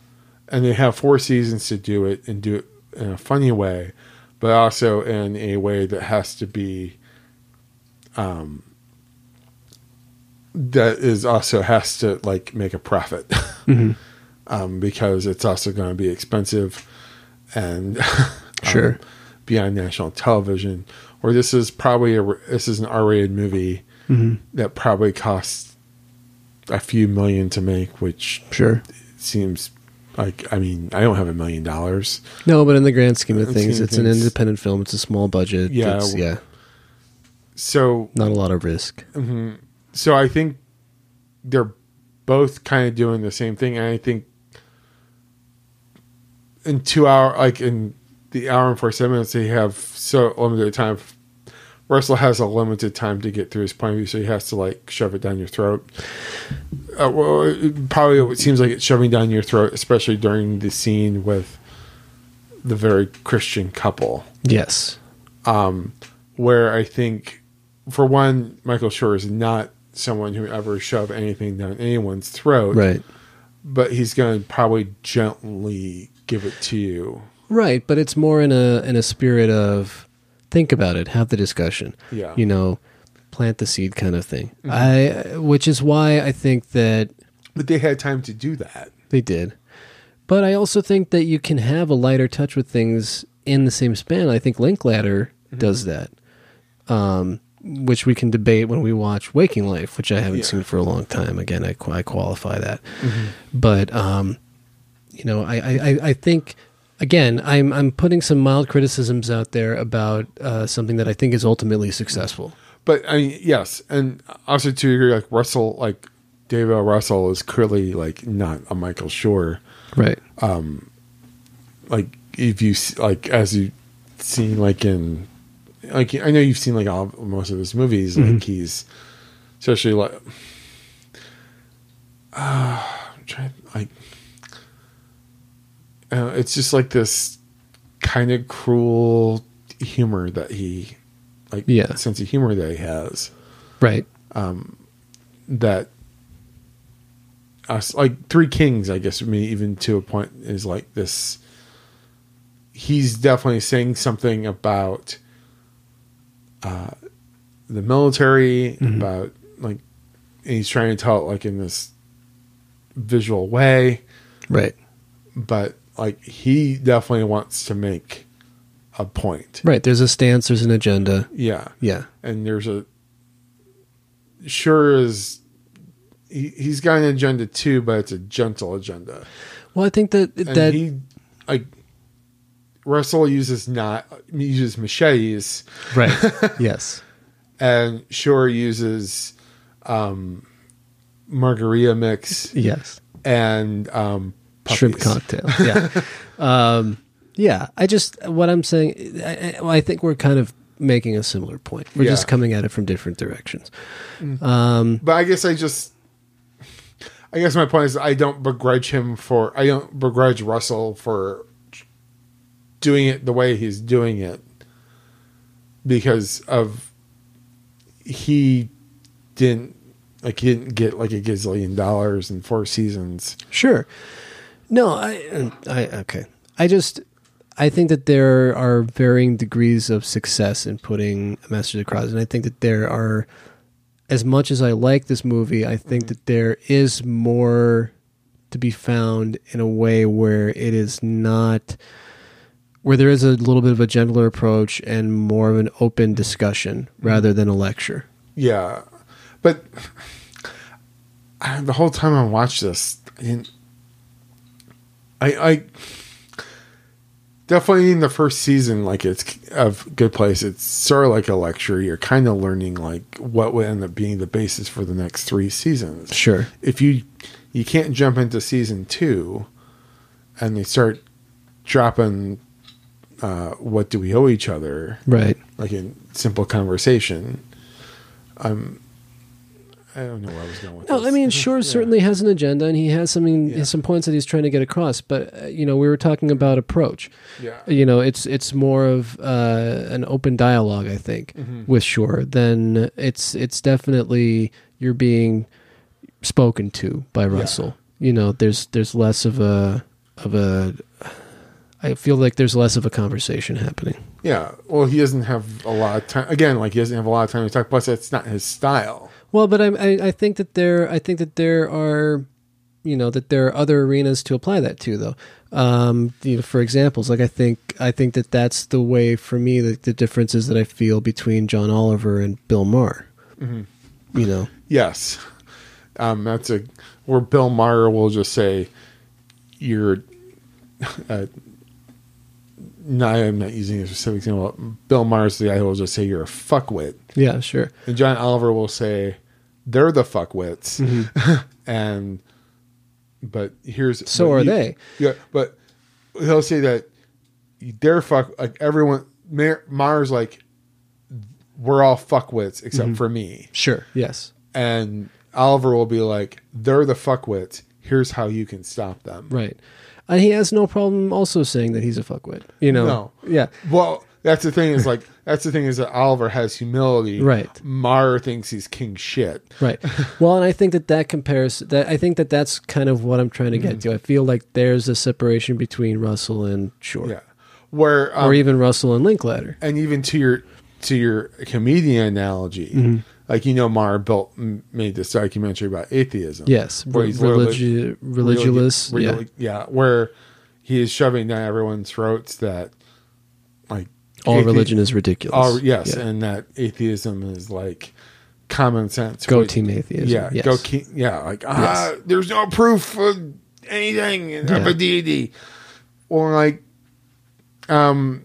S2: And they have four seasons to do it and do it in a funny way, but also in a way that has to be um that is also has to like make a profit
S1: Mhm.
S2: um, because it's also going to be expensive and
S1: Sure.
S2: um, be on national television. Or this is probably a this is an R-rated movie
S1: Mhm.
S2: that probably costs a few million to make, which
S1: Sure.
S2: seems like I mean I don't have a million dollars.
S1: No, but in the grand scheme of
S2: I've
S1: things,
S2: seen
S1: it's an
S2: things-
S1: independent film. It's a small budget.
S2: Yeah,
S1: it's, yeah,
S2: So
S1: not a lot of risk.
S2: Mhm. So I think they're both kind of doing the same thing, and I think in two hour, like in the hour and forty seven minutes, they have so limited time. Russell has a limited time to get through his point of view, so he has to like shove it down your throat. Uh, well, it- probably it seems like it's shoving down your throat, especially during the scene with the very Christian couple
S1: Yes.
S2: um, where I think, for one, Michael Shore is not someone who ever shove anything down anyone's throat,
S1: Right.
S2: But he's going to probably gently give it to you.
S1: Right, but it's more in a in a spirit of think about it, have the discussion.
S2: Yeah.
S1: You know, plant the seed kind of thing. I which is why I think that
S2: But they had time to do that.
S1: They did. But I also think that you can have a lighter touch with things in the same span. I think Linklater
S2: Mm-hmm.
S1: does that, um, which we can debate when we watch Waking Life, which I haven't
S2: Yeah. Mm-hmm.
S1: seen for a long time. Again, I, qu- I qualify that. But, um, you know, I, I, I- I think, again, I'm, I'm putting some mild criticisms out there about uh, something that I think is ultimately successful.
S2: But I mean, yes, and also to agree, like Russell, like David O. Russell is clearly like not a Michael Shore,
S1: Right.
S2: Um, like if you s- like as you seen like in like I know you've seen like all most of his movies
S1: Mhm.
S2: like he's especially like uh, I'm trying like uh, it's just like this kind of cruel humor that he like
S1: Yeah.
S2: sense of humor that he has
S1: Right.
S2: um that us like three kings i guess i mean even to a point is like this he's definitely saying something about uh the military about like and he's trying to tell it like in this visual way
S1: right
S2: but like he definitely wants to make a point
S1: Right. There's a stance. There's an agenda.
S2: yeah.
S1: Yeah.
S2: And there's a sure is he, he's got an agenda too, but it's a gentle agenda.
S1: Well, I think that
S2: And
S1: that
S2: he like Russell uses not uses machetes.
S1: Right. yes.
S2: And Shore uses um margarita mix.
S1: Yes.
S2: And um
S1: shrimp
S2: puppies.
S1: cocktail. Yeah. um, yeah. I just, what I'm saying, I, I, well, I think we're kind of making a similar point. We're just
S2: Yeah.
S1: coming at it from different directions.
S2: Mm.
S1: Um,
S2: but I guess I just, I guess my point is I don't begrudge him for, I don't begrudge Russell for doing it the way he's doing it because of he didn't like he didn't get like a gazillion dollars in four seasons.
S1: Sure. No, I, I, okay. I just, I think that there are varying degrees of success in putting a message across. And I think that there are, as much as I like this movie, I think that there is more to be found in a way where it is not, where there is a little bit of a gentler approach and more of an open discussion rather than a lecture.
S2: Yeah, but I, the whole time I watched this, I didn't. I, I definitely in the first season, like it's of Good Place, it's sort of like a lecture. You're kind of learning like what would end up being the basis for the next three seasons.
S1: Sure.
S2: If you you can't jump into season two, and they start dropping uh, what do we owe each other,
S1: Right.
S2: Like in simple conversation. Um, I don't know where I was going with.
S1: No, I mean, Shore certainly has an agenda, and he has something, some points that he's trying to get across. But uh, you know, we were talking about approach.
S2: Yeah.
S1: You know, it's it's more of uh, an open dialogue, I think,
S2: Mhm.
S1: with Shore than it's it's definitely you're being spoken to by Russell. You know, there's there's less of a of a. I feel like there's less of a conversation happening.
S2: Yeah, well, he doesn't have a lot of time. Again, like he doesn't have a lot of time to talk. Plus, that's not his style.
S1: Well, but I, I I think that there I think that there are you know that there are other arenas to apply that to though. Um, you know, for examples, like I think I think that that's the way for me that the differences that I feel between John Oliver and Bill Maher.
S2: Mhm.
S1: You know,
S2: Yes, um, that's a where Bill Maher will just say, "You're." Uh, no, I'm not using a specific example. Bill Maher's the guy who will just say you're a fuckwit.
S1: yeah, sure,
S2: And John Oliver will say, "They're the fuckwits,"
S1: Mhm.
S2: and but here's
S1: So
S2: but
S1: are
S2: you-
S1: they.
S2: Yeah, but he'll say that they're fuck like everyone. Mar- Mars like we're all fuckwits except
S1: Mhm.
S2: for me.
S1: sure, yes,
S2: And Oliver will be like, "They're the fuckwits. Here's how you can stop them."
S1: right. And Uh, he has no problem also saying that he's a fuckwit. You know,
S2: No.
S1: yeah,
S2: Well, that's the thing is like that's the thing is that Oliver has humility.
S1: Right.
S2: Mar thinks he's king shit.
S1: right well and i think that that compares that i think that that's kind of what i'm trying to
S2: Mm-hmm.
S1: get to i feel like there's a separation between russell and short
S2: Yeah. Where um,
S1: or even russell and linklater
S2: and even to your to your comedian analogy,
S1: Mhm.
S2: like you know, Maher built m- made this documentary about atheism.
S1: Yes,
S2: where
S1: re-
S2: he's literally-
S1: religi- religious,
S2: really-
S1: yeah.
S2: really- yeah, where he is shoving down everyone's throats that like
S1: All religion is ridiculous.
S2: all- yes,
S1: Yeah.
S2: and that atheism is like common sense.
S1: Go
S2: which-
S1: team atheism,
S2: Yeah,
S1: yes.
S2: go ke- yeah, like ah, there's no proof of anything uh, of
S1: Yeah.
S2: a deity, or like, um,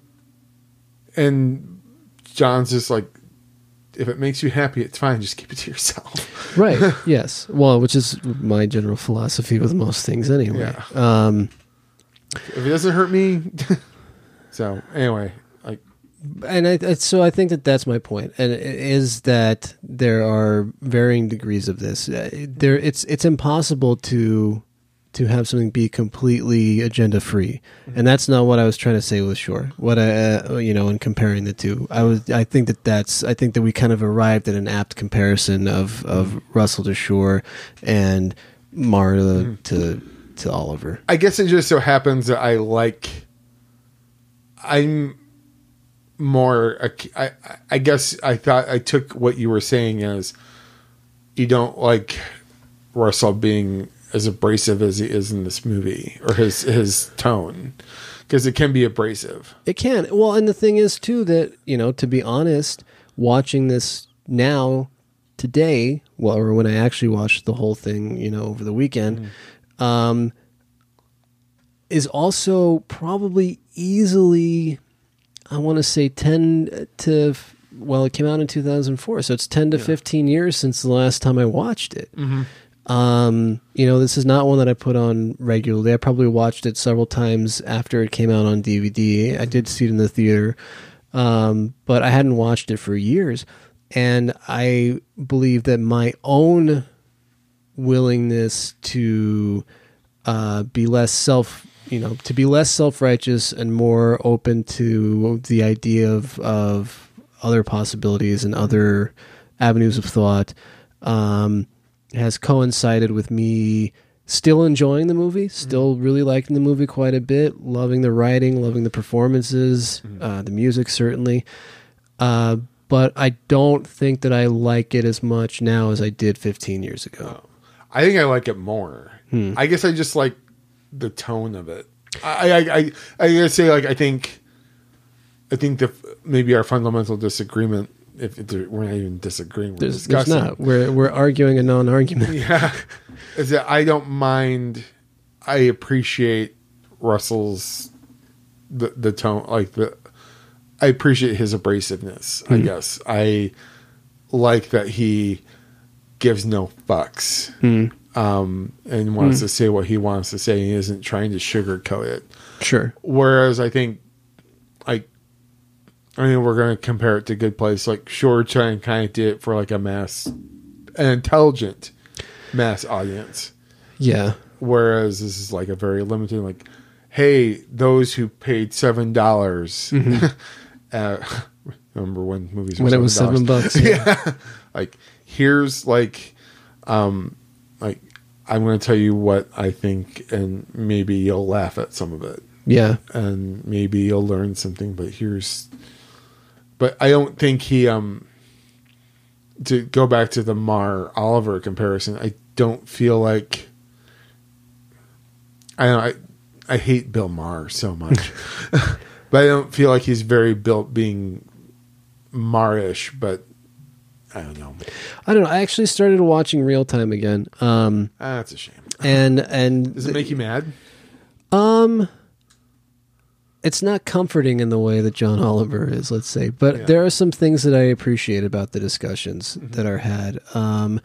S2: and John's just like, if it makes you happy, it's fine. Just keep it to yourself.
S1: right yes well which is my general philosophy with most things anyway um
S2: If it doesn't hurt me, So anyway, like
S1: and I, I- so I think that that's my point, and it is that there are varying degrees of this. Uh, There, it's it's impossible to to have something be completely agenda free, and that's not what I was trying to say with Shore. What I, uh, you know, in comparing the two, I was I think that that's I think that we kind of arrived at an apt comparison of of Russell to Shore and Mara to to Oliver.
S2: I guess it just so happens that I like. I'm more. ac- I I- I guess I thought I took what you were saying as you don't like Russell being as abrasive as he is in this movie or his his tone because it can be abrasive.
S1: It can. Well, and the thing is too that, you know, to be honest, watching this now today, well, or when I actually watched the whole thing, you know, over the weekend, um is also probably easily I want to say 10 to well, it came out in 2004, so it's 10 to 15 years since the last time I watched it.
S5: Mhm.
S1: Um, you know, this is not one that I put on regularly. I probably watched it several times after it came out on DVD. I did see it in the theater, um, but I hadn't watched it for years. And I believe that my own willingness to uh, be less self, you know, to be less self righteous and more open to the idea of of other possibilities and other avenues of thought um, has coincided with me still enjoying the movie, still really liking the movie quite a bit, loving the writing, loving the performances, uh, the music certainly. Uh, but I don't think that I like it as much now as I did 15 years ago.
S2: I think I like it more.
S1: Hmm.
S2: I guess I just like the tone of it. I I I, I gotta say like I think I think the maybe our fundamental disagreement if, if there, we're not even disagreeing, we're
S1: There's, there's
S2: discussing.
S1: not. We're, we're arguing a non argument.
S2: Yeah, is that I don't mind. I appreciate Russell's the the tone, like the. I appreciate his abrasiveness. I
S1: Hmm.
S2: guess I like that he gives no fucks
S1: Hmm.
S2: um, and wants
S1: Hmm.
S2: to say what he wants to say. He isn't trying to sugarcoat it.
S1: Sure.
S2: Whereas I think, like, I mean, we're going to compare it to Good Place. Like, sure, try and kind of did it for like a mass, an intelligent mass audience.
S1: Yeah.
S2: Whereas this is like a very limited, like, hey, those who paid seven dollars.
S1: Mhm.
S2: uh, remember when movies
S1: When it was
S2: $7?
S1: seven bucks,
S2: yeah.
S1: yeah.
S2: like here's like, um, like I'm going to tell you what I think, and maybe you'll laugh at some of it.
S1: Yeah.
S2: and maybe you'll learn something. But here's, but I don't think he um. To go back to the Mar Oliver comparison, I don't feel like I don't, I I hate Bill Maher so much, but I don't feel like he's very built being Marish. But I don't know.
S1: I don't know. I actually started watching Real Time again. Um,
S2: Ah, that's a shame.
S1: And and
S2: Does it make you mad?
S1: Um, it's not comforting in the way that John Oliver is, let's say, but
S2: Yeah. Mm-hmm.
S1: there are some things that I appreciate about the discussions that are had. Um,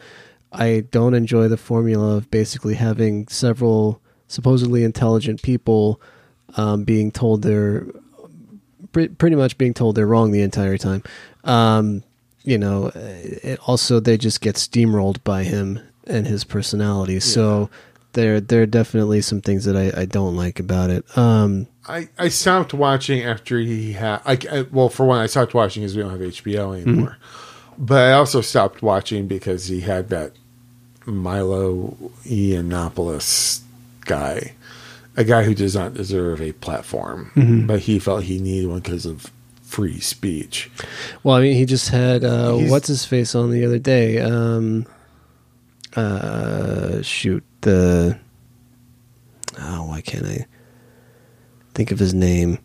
S1: I don't enjoy the formula of basically having several supposedly intelligent people um, being told they're pre- pretty much being told they're wrong the entire time. Um, you know, eh, it, also they just get steamrolled by him and his personality. So there, there are definitely some things that I, I don't like about it. Um,
S2: I, I stopped watching after he had I, I well for one I stopped watching because we don't have HBO anymore, but I also stopped watching because he had that Milo Yiannopoulos guy, a guy who does not deserve a platform,
S1: Mhm.
S2: but he felt he needed one because of free speech.
S1: well, I mean, he just had uh,
S2: He's-
S1: what's his face on the other day. Um, uh, shoot the oh, why can't I think of his name?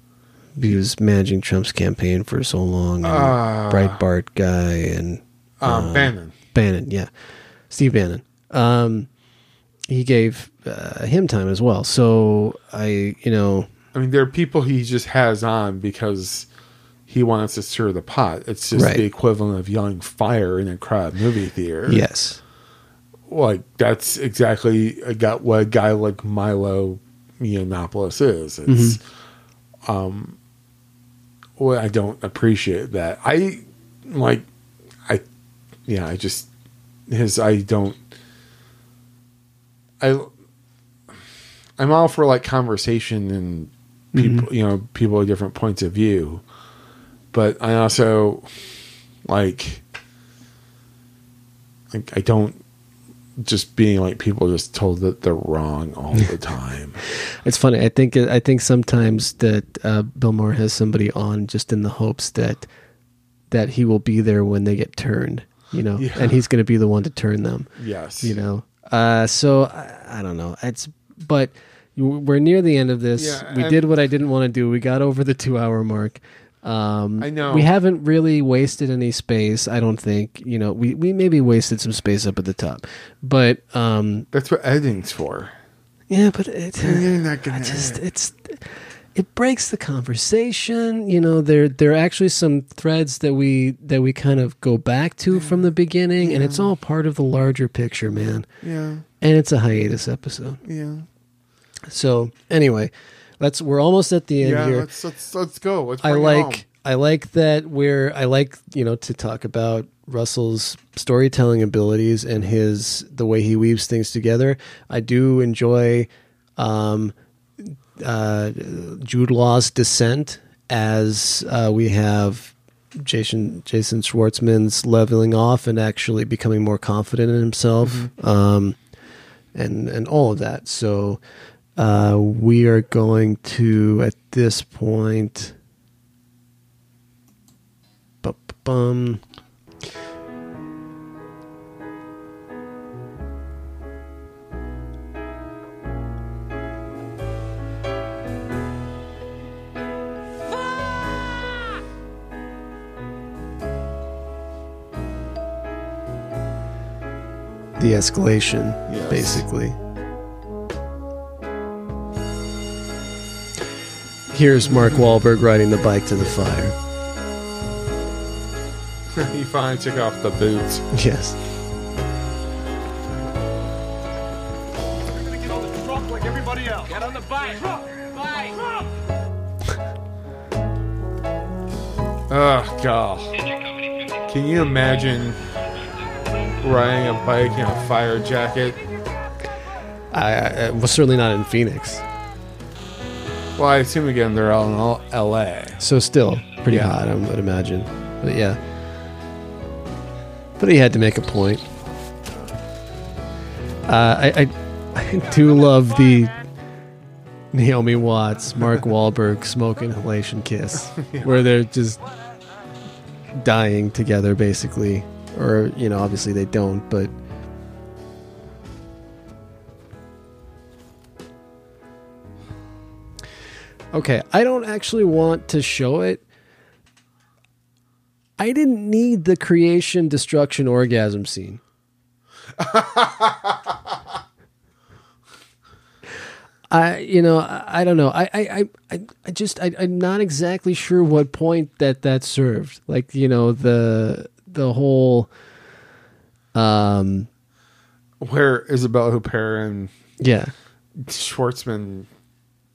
S1: He was managing Trump's campaign for so long. And
S2: Ah.
S1: Breitbart guy and
S2: Um,
S1: uh,
S2: Bannon.
S1: Bannon, yeah, Steve Bannon. Um, he gave uh, him time as well. So I, you know,
S2: I mean, there are people he just has on because he wants to stir the pot. It's just
S1: Right.
S2: the equivalent of yelling fire in a crowded movie theater.
S1: Yes.
S2: Like, that's exactly a guy, what a
S1: Mm-hmm.
S2: guy like Milo Yiannopoulos is. It's, um, well, I don't appreciate that. I like, I, yeah, I just his. I don't. I, I'm all for like conversation and
S1: Mm-hmm.
S2: people, you know, people with different points of view, but I also like, like I don't just being like people just told that they're wrong all the time.
S1: It's funny. I think I think sometimes that uh, Bill Maher has somebody on just in the hopes that that he will be there when they get turned, you know,
S2: Yeah.
S1: and he's going to be the one to turn them.
S2: Yes.
S1: you know. Uh, so I, I don't know. It's but we're near the end of this.
S2: Yeah,
S1: we
S2: I'm-
S1: did what I didn't want to do. We got over the two hour mark. Um,
S2: I know.
S1: we haven't really wasted any space. I don't think you know. We we maybe wasted some space up at the top, but um,
S2: that's what editing's for.
S1: Yeah, but it,
S2: You're not gonna
S1: I just it's it breaks the conversation. You know, there there are actually some threads that we that we kind of go back to from the beginning, and it's all part of the larger picture, man.
S2: Yeah.
S1: and it's a hiatus episode.
S2: Yeah.
S1: So anyway, let's we're almost at the end
S2: yeah,
S1: here.
S2: let's let's let's go. Let's
S1: I
S2: bring it
S1: like
S2: home.
S1: I like that we're I like you know to talk about Russell's storytelling abilities and his the way he weaves things together. I do enjoy um, uh, Jude Law's descent as uh, we have Jason Jason Schwartzman's leveling off and actually becoming more confident in himself.
S2: Mm-hmm.
S1: Um, and and all of that. So uh, we are going to at this point. bu- bu- Bum. The escalation, basically. Here's Mark Wahlberg riding the bike to the fire.
S2: he finally took off the boots.
S1: Yes.
S18: Get on the bike. Bike.
S2: Oh god. Can you imagine riding a bike in a fire jacket?
S1: I, I well, certainly not in Phoenix.
S2: Well, I assume again they're all in all L.A.
S1: So still pretty hot, I would imagine. But yeah. But he had to make a point. Uh, I, I I do love the Naomi Watts, Mark Wahlberg smoke inhalation kiss, where they're just dying together, basically. Or you know, obviously they don't, but Okay, I don't actually want to show it. I didn't need the creation destruction orgasm scene. I, you know, I, I don't know. I, I, I- I, I just, I, I'm not exactly sure what point that that served. Like, you know, the the whole, um,
S2: Where Isabella Huppert and
S1: yeah,
S2: Schwartzman.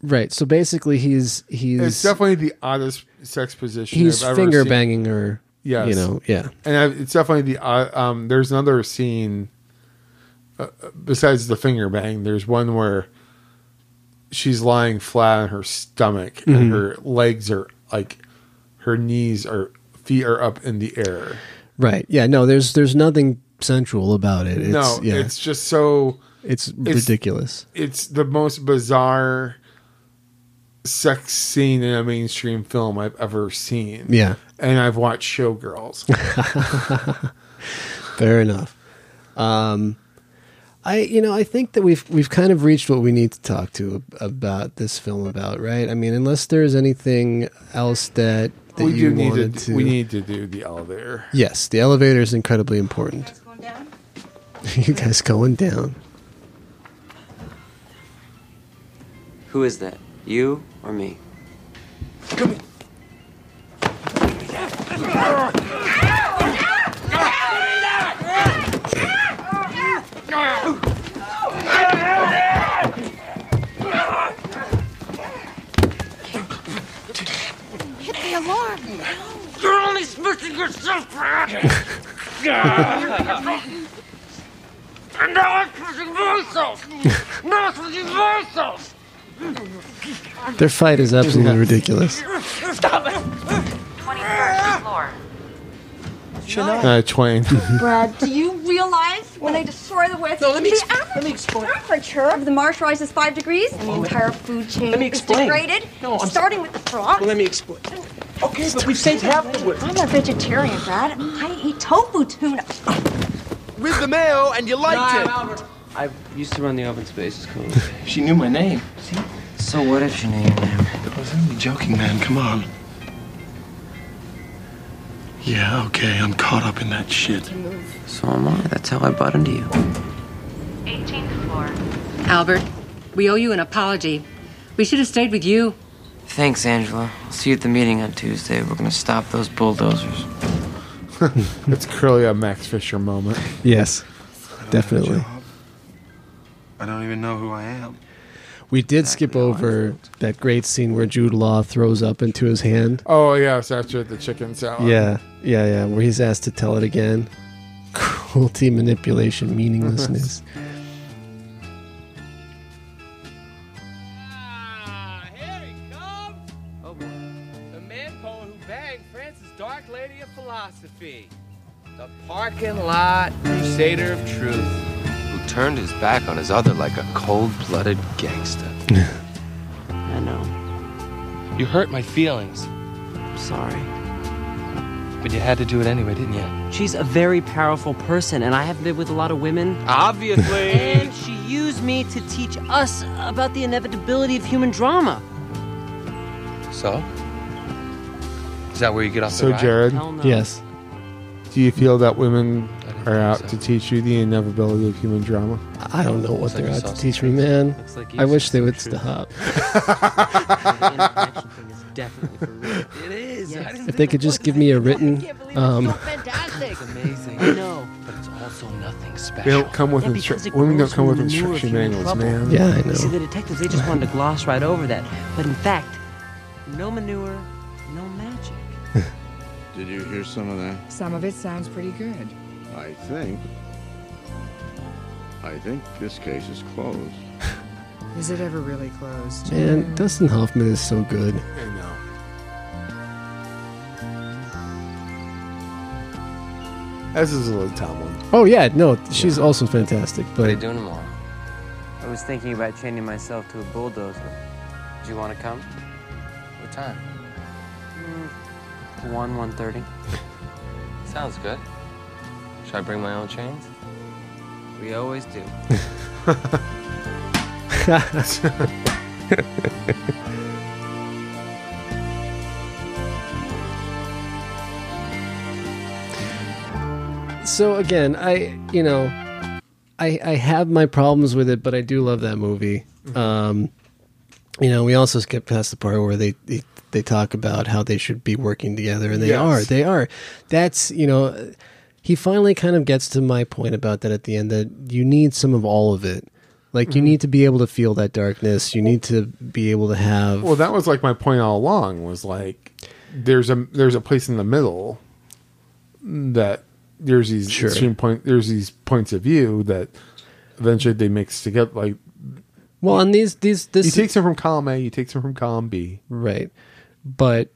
S1: right. So basically, he's he's
S2: It's definitely the oddest sex position.
S1: he's
S2: I've ever
S1: finger
S2: seen.
S1: banging her.
S2: Yes.
S1: you know, yeah.
S2: And I, it's definitely the uh, um. There's another scene. Uh, uh, besides the finger bang, there's one where she's lying flat on her stomach
S1: Mhm.
S2: and her legs are like, her knees are feet are up in the air.
S1: Right. Yeah. No. There's there's nothing sensual about it. It's,
S2: no,
S1: Yeah.
S2: it's just so.
S1: It's ridiculous.
S2: It's the most bizarre sex scene in a mainstream film I've ever seen.
S1: Yeah.
S2: and I've watched Showgirls.
S1: Fair enough. Um, I you know I think that we've we've kind of reached what we need to talk to ab- about this film about right. I mean, unless there's anything else that that
S2: we
S1: you
S2: do need to,
S1: wanted to.
S2: We need to do the elevator.
S1: Yes, the elevator is incredibly important. You guys going down?
S6: Who is that? You or me?
S19: Hit the alarm.
S18: And now I'm pushing myself. Now I'm pushing myself.
S1: Their fight is absolutely ridiculous.
S18: Stop it. 21st floor.
S2: Uh, Twain.
S5: Brad, do you realize when they destroy the West, no, let me the average temperature of the marsh rises five degrees, and the entire food chain
S18: Let me explain.
S5: is degraded,
S18: No, I'm s-
S5: starting with the frog?
S18: Well, let me explain. Okay, but we've saved half the world.
S5: I'm a vegetarian, Brad. I eat tofu tuna.
S18: With the
S12: Oh,
S18: mayo, and you liked
S6: No,
S18: it.
S6: I used to run the open spaces code.
S11: She knew my name. See?
S6: So what if she knew your name?
S11: I was only joking, man. Come on.
S6: Yeah, okay, I'm caught up in that shit. So am I. That's how I butt into you.
S12: 18th floor.
S13: Albert, we owe you an apology. We should have stayed with you.
S6: Thanks, Angela. I'll see you at the meeting on Tuesday. We're gonna stop those bulldozers.
S2: That's clearly a Max Fisher moment.
S1: Yes, definitely.
S3: I don't even know who I am.
S1: We did skip over that great scene where Jude Law throws up into his hand.
S2: Oh yeah, it's after the chicken
S12: Oh.
S2: salad.
S1: Yeah, yeah, yeah. Where he's asked to tell it again. Cruelty, manipulation, meaninglessness.
S11: Oh, The man poet who banged Francis Dark Lady of Philosophy. The parking lot crusader of truth. Who turned his back on his other like a cold blooded gangster. I know. You hurt my feelings. I'm sorry. But you had to do it anyway, didn't you?
S12: She's a very powerful person, and I have been with a lot of women.
S11: Obviously.
S12: and she used me to teach us about the inevitability of human drama.
S11: So? Is that where you get off
S2: So
S11: the ride?
S2: Jared, Do you feel that women are out to teach you the inevitability of human drama?
S1: I don't know what they're out to teach me, man. I wish they would stop.
S12: It is.
S1: If they could just give me a written. Um,
S12: It's amazing. I know, but it's also nothing special.
S2: They don't come with
S12: And
S2: instru-
S12: because it
S2: women don't
S12: grows
S2: come
S12: from
S2: with
S12: the manure of
S2: instruction
S12: human
S2: manuals,
S12: trouble.
S2: man. Yeah, I
S12: You see,
S2: know.
S12: the detectives, they just wanted to gloss right over that. But in fact, no manure, no magic.
S8: Did you hear some of that?
S24: Some of it sounds pretty good.
S8: I think. I think this case is closed.
S24: Is it ever really closed?
S1: man, Dustin Hoffman is so good.
S2: This is a little Tomlin.
S1: Oh yeah, no, she's also fantastic.
S6: What are you
S1: But
S6: doing tomorrow? I was thinking about chaining myself to a bulldozer. Do you want to come? What time? One, one thirty. Sounds good. Should I bring my own chains? We always do.
S1: so again, I you know, I I have my problems with it, but I do love that movie. Um, you know, we also skipped past the part where they. they they talk about how they should be working together, and they
S16: Yes.
S1: are. They are. That's you know, he finally kind of gets to my point about that at the end. That you need some of all of it. Like you
S2: Mhm.
S1: need to be able to feel that darkness. You need to be able to have.
S2: Well, that was like my point all along was like there's a there's a place in the middle that there's these
S1: Sure.
S2: extreme point there's these points of view that eventually they mix together like
S1: Well, and these these this
S2: you take some from column A, you take some from column B.
S1: Right. But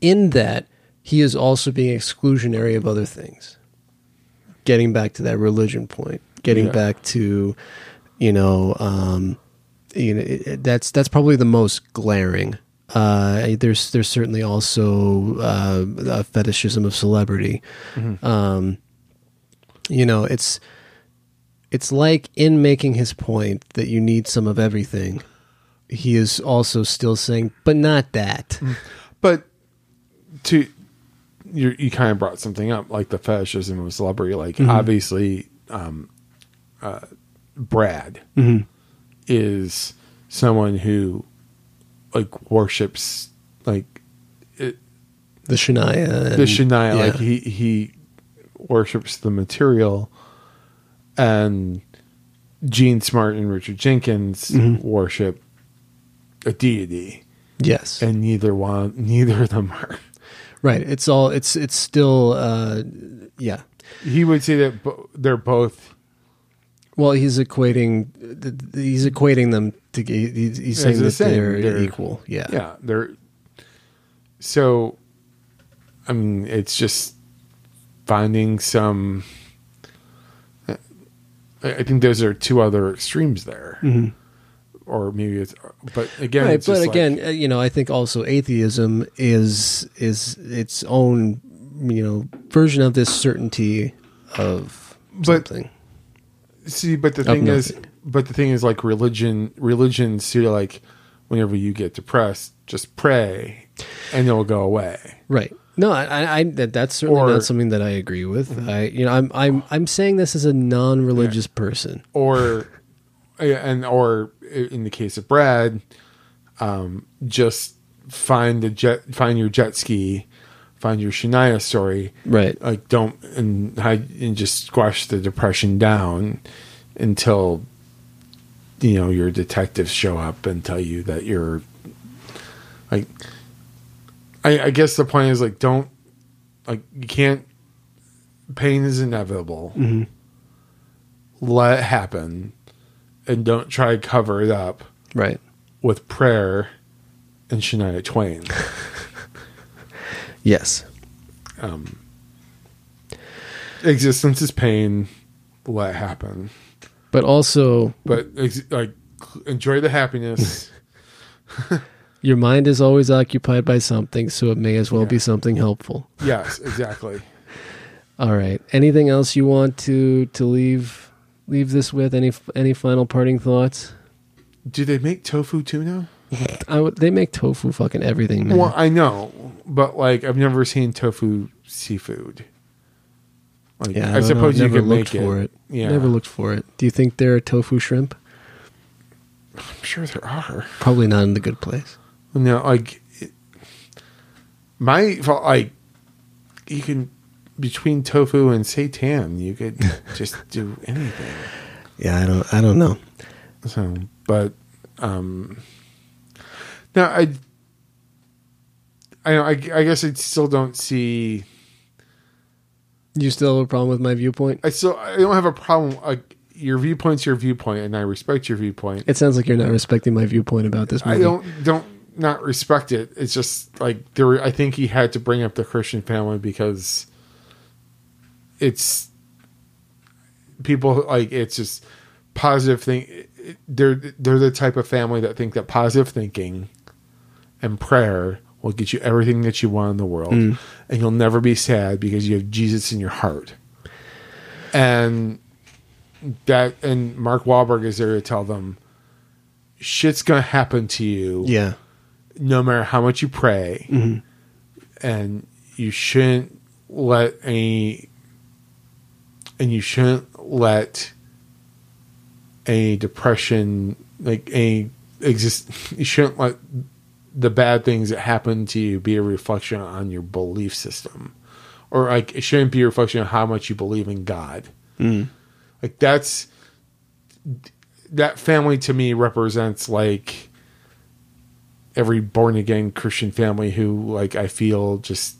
S1: in that, he is also being exclusionary of other things. Getting back to that religion point, getting
S2: Yeah.
S1: back to, you know, um, you know, it, it- that's that's probably the most glaring. Uh, there's there's certainly also uh, a fetishism of celebrity.
S16: Mhm.
S1: Um, you know, it's it's like in making his point that you need some of everything, he is also still saying, but not that.
S2: But to you, you kind of brought something up, like the fetishism of celebrity. Like
S1: Mhm.
S2: obviously, um, uh, Brad
S1: Mhm.
S2: is someone who like worships like it,
S1: The Shania and-
S2: the Shania.
S1: yeah.
S2: Like he he worships the material, and Gene Smart and Richard Jenkins
S1: Mhm.
S2: worship a deity.
S1: Yes.
S2: and neither one, neither of them are
S1: Right. It's all. It's it's still. Uh, yeah.
S2: He would say that bo- they're both.
S1: Well, he's equating. th- th- He's equating them to. g- He's, he's saying
S2: It's the
S1: that
S2: same.
S1: they're,
S2: They're-
S1: equal. Yeah.
S2: Yeah. They're so I mean it's just finding some I I think those are two other extremes there.
S1: Mhm.
S2: Or maybe it's but again
S1: right.
S2: it's
S1: But
S2: just like-
S1: again, uh, you know, I think also atheism is is its own you know version of this certainty of
S2: But-
S1: something.
S2: See, but the
S1: Of
S2: thing is, but the thing is, like religion, religion, see, like whenever you get depressed, just pray, and it'll go away.
S1: Right. No, I, I, I that, that's certainly
S2: Or- Mm-hmm.
S1: not something that I agree with. I, you know, I'm, I'm, I'm saying this as a non-religious person.
S2: Or, and or in the case of Brad, um, just find the jet, find your jet ski, find your Shania story,
S1: Right.
S2: Like don't and hide and just squash the depression down until you know your detectives show up and tell you that you're like I, I guess the point is like don't like you can't pain is inevitable
S1: Mhm.
S2: let it happen and don't try to cover it up
S1: right
S2: with prayer and shania twain
S1: Yes.
S2: um existence is pain let it happen
S1: But also,
S2: but ex- like enjoy the happiness
S1: your mind is always occupied by something, so it may as well be something helpful.
S2: yes exactly
S1: All right. Anything else you want to to leave leave this with? Any any final parting thoughts?
S2: do they make tofu tuna
S1: I would, they make tofu fucking everything, man.
S2: Well, I know, but like I've never seen tofu seafood. Like
S1: yeah,
S2: I,
S1: don't know.
S2: suppose you
S1: Never
S2: could
S1: looked
S2: make it.
S1: for it.
S2: Yeah,
S1: Never looked for it. Do you think there are tofu shrimp?
S2: I'm sure there are.
S1: Probably not in the good place.
S2: No, like it- my well, like you can between tofu and seitan, you could just do anything.
S1: Yeah, I don't. I don't know.
S2: So, but um, now I, I, I, I guess I still don't see.
S1: You still have a problem with my viewpoint?
S2: I still I don't have a problem. Like your viewpoint's your viewpoint, and I respect your viewpoint.
S1: It sounds like you're not respecting my viewpoint about this movie.
S2: I don't don't not respect it. It's just like there. were- I think he had to bring up the Christian family because it's people like it's just positive thing. They're they're the type of family that think that positive thinking and prayer will get you everything that you want in the world,
S1: Mm.
S2: and you'll never be sad because you have Jesus in your heart. And that and Mark Wahlberg is there to tell them shit's gonna happen to you.
S1: Yeah.
S2: No matter how much you pray,
S1: Mhm.
S2: and you shouldn't let any, and you shouldn't let any depression like any exist. You shouldn't let the bad things that happen to you be a reflection on your belief system, or like it shouldn't be a reflection on how much you believe in God.
S1: Mm.
S2: Like that's that family to me represents like every born again Christian family who like I feel just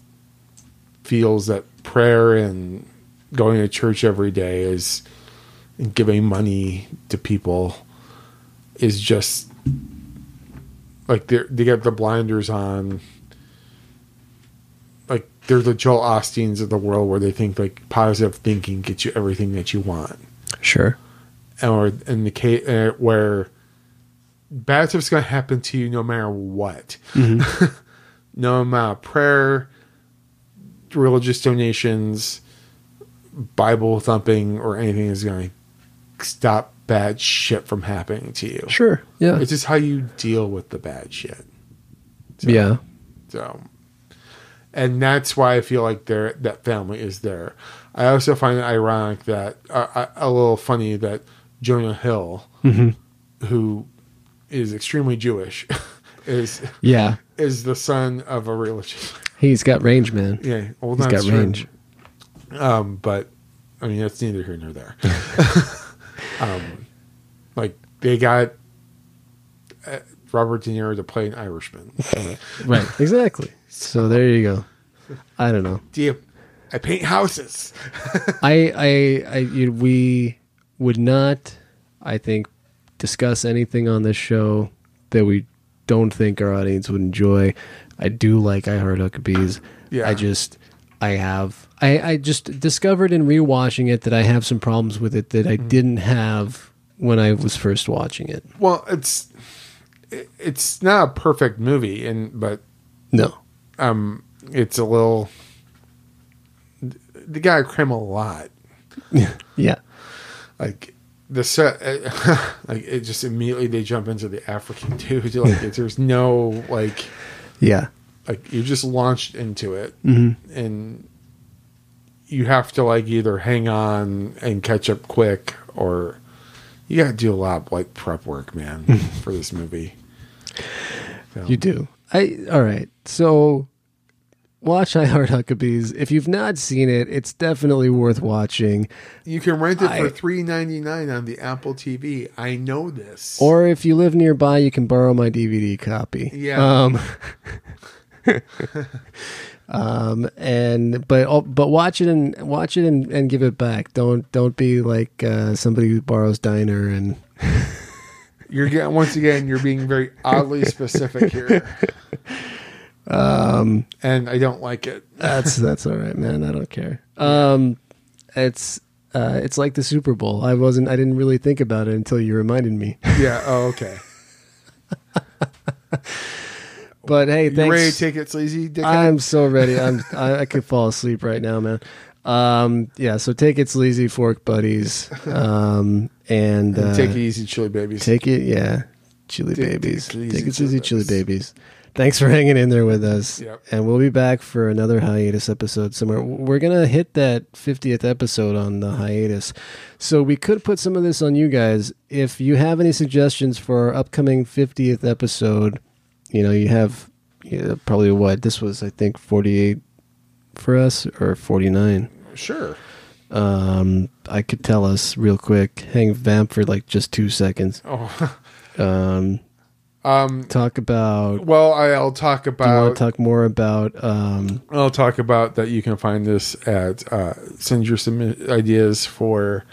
S2: feels that prayer and going to church every day is and giving money to people is just like they they get the blinders on like they're the Joel Osteens of the world where they think like positive thinking gets you everything that you want
S1: Sure.
S2: or in the case uh, where bad stuff's going to happen to you no matter what,
S1: Mhm.
S2: no amount of prayer, religious donations, Bible thumping, or anything is going to stop bad shit from happening to you.
S1: Sure, yeah.
S2: it's just how you deal with the bad shit.
S1: Yeah.
S2: So, and that's why I feel like there that family is there. I also find it ironic that uh, uh, a little funny that Jonah Hill,
S1: Mhm.
S2: who is extremely Jewish, is
S1: Yeah.
S2: is the son of a religious.
S1: He's got range, man.
S2: Yeah, well,
S1: he's
S2: that's
S1: got
S2: true.
S1: range.
S2: Um, but I mean, that's neither here nor there. um, like they got uh, Robert De Niro to play an Irishman.
S1: Right. Exactly. So there you go. I don't know.
S2: Do you? I paint houses.
S1: I, I, I, you- we would not, I think, discuss anything on this show that we don't think our audience would enjoy. I do like I Heart Huckabees.
S2: Yeah.
S1: I just, I have, I, I just discovered in rewatching it that I have some problems with it that I
S2: Mm.
S1: didn't have when I was first watching it.
S2: Well, it's it- it's not a perfect movie, and but
S1: no,
S2: um, it's a little. The guy crim a lot.
S1: Yeah.
S2: like the set, like it just immediately they jump into the African dude. Like it, there's no like,
S1: Yeah.
S2: like you're just launched into it,
S1: Mhm.
S2: and you have to like either hang on and catch up quick, or you got to do a lot of like prep work, man, for this movie. So-
S1: You do. I all right. So watch I Heart Huckabees. If you've not seen it, it's definitely worth watching.
S2: You can rent it for
S1: I-
S2: three ninety nine on the Apple TV. I know this.
S1: Or if you live nearby, you can borrow my DVD copy.
S2: Yeah.
S1: Um, um and but oh, but watch it and watch it and, and give it back. Don't don't be like uh, somebody who borrows diner and
S2: You're getting once again. You're being very oddly specific here,
S1: um
S2: and I don't like it.
S1: That's that's all right, man. I don't care. Um, it's uh, it's like the Super Bowl. I wasn't. I didn't really think about it until you reminded me.
S2: Yeah. Oh, okay.
S1: But hey,
S2: You
S1: thanks.
S2: ready to take it sleazy, dickhead?
S1: I'm so ready. I'm. I, I could fall asleep right now, man. Um, yeah. So take it sleazy, fork buddies. Um, and,
S2: And
S1: uh,
S2: take it easy, chili babies.
S1: Take it, yeah, chili
S2: Take- take
S1: babies.
S2: it
S1: Take
S2: easy,
S1: it sleazy, chili babies. Thanks for hanging in there with us.
S2: Yep.
S1: And we'll be back for another hiatus episode somewhere. We're going to hit that 50th episode on the hiatus. So we could put some of this on you guys. If you have any suggestions for our upcoming 50th episode, you know, you have yeah, probably what? This was, I think, 48 for us or 49.
S2: Sure.
S1: Um, I could tell us real quick. Hang vamp for like just two seconds.
S2: Oh.
S1: um,
S2: Um,
S1: talk about.
S2: Well, I- I'll talk
S1: Do you want
S2: about.
S1: to talk more about? Um,
S2: I'll talk about that. You can find this at uh, send your submi- ideas for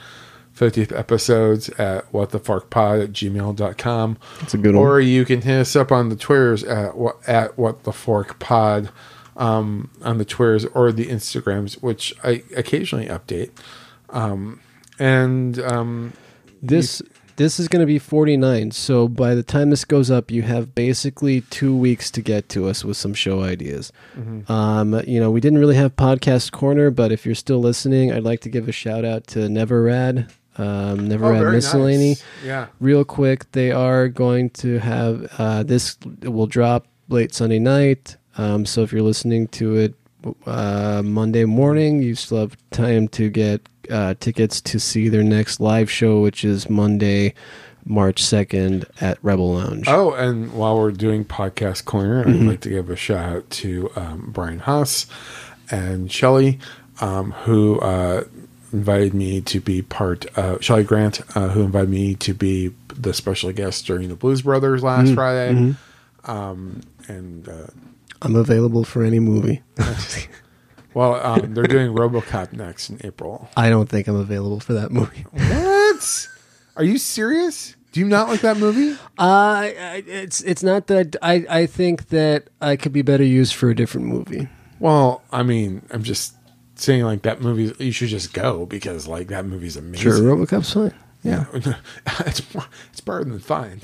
S2: 50th episodes at whatthefarkpod at gmail.com.
S1: That's a good
S2: or
S1: one.
S2: Or you can hit us up on the Twitters at what at what the fork pod um, on the Twitters or the Instagrams, which I occasionally update. Um, and um,
S1: this this is going to be forty nine. So by the time this goes up, you have basically two weeks to get to us with some show ideas.
S2: Mhm.
S1: Um, you know, we didn't really have podcast corner, but if you're still listening, I'd like to give a shout out to Neverad. Um, Never
S2: Oh,
S1: Rad
S2: very
S1: Miscellany.
S2: nice. Yeah.
S1: Real quick, they are going to have uh, this will drop late Sunday night. Um, so if you're listening to it uh, Monday morning, you still have time to get uh, tickets to see their next live show, which is Monday, March 2nd at Rebel Lounge.
S2: Oh, and while we're doing podcast corner, I'd
S1: Mhm.
S2: like to give a shout out to um, Brian Haas and Shelly, um, who uh, invited me to be part of Shelly Grant, uh, who invited me to be the special guest during the Blues Brothers last
S1: Mm,
S2: Friday.
S1: mhm.
S2: Um, and uh,
S1: I'm available for any movie.
S2: well, um, they're doing RoboCop next in April.
S1: I don't think I'm available for that movie.
S2: What? Are you serious? Do you not like that movie?
S1: Uh, it's it's not that I I think that I could be better used for a different movie.
S2: Well, I mean, I'm just saying like that movie. You should just go because like that movie's amazing.
S1: Sure, RoboCop's fine.
S2: Yeah, it's more, it's better than fine.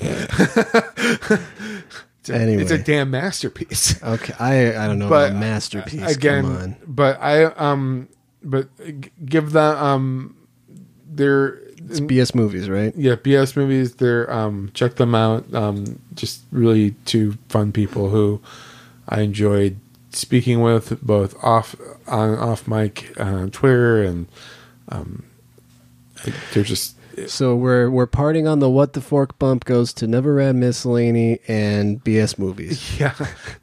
S2: it's a,
S1: Anyway.
S2: it's a damn masterpiece.
S1: Okay, I I don't know
S2: But,
S1: about masterpiece.
S2: Again,
S1: come on.
S2: but I um, but g- give them um, their
S1: it's BS movies, right?
S2: yeah BS movies. They're um, check them out. Um, just really two fun people who I enjoyed speaking with both off on off mic uh, Twitter and um, I- they're just
S1: So we're we're parting on the what the fork bump goes to never ran miscellany and BS movies.
S2: yeah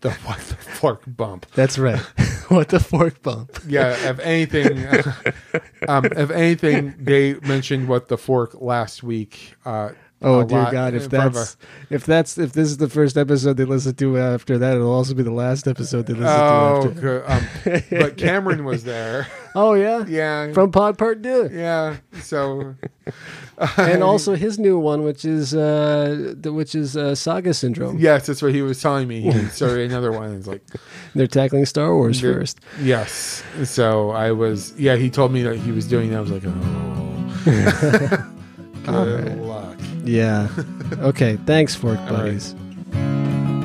S2: the what the fork bump.
S1: That's right. what the fork bump.
S2: yeah if anything um if anything they mentioned what the fork last week uh
S1: Oh
S2: a
S1: dear
S2: lot
S1: God! If
S2: in front of
S1: that's if that's if this is the first episode they listen to after that, it'll also be the last episode they listen to
S2: Oh,
S1: after.
S2: good. Um, but Cameron was there.
S1: Oh yeah,
S2: yeah.
S1: From Pod Part Two.
S2: Yeah. So,
S1: and also his new one, which is uh, the, which is uh, Saga Syndrome.
S2: yes, that's what he was telling me. He started another one. It's like
S1: They're tackling Star Wars
S2: They're-
S1: first.
S2: Yes. So I was. Yeah, he told me that he was doing that. I was like, oh. good
S1: All right.
S2: luck.
S1: Yeah. okay. Thanks, Fork
S2: All right.
S1: Buddies.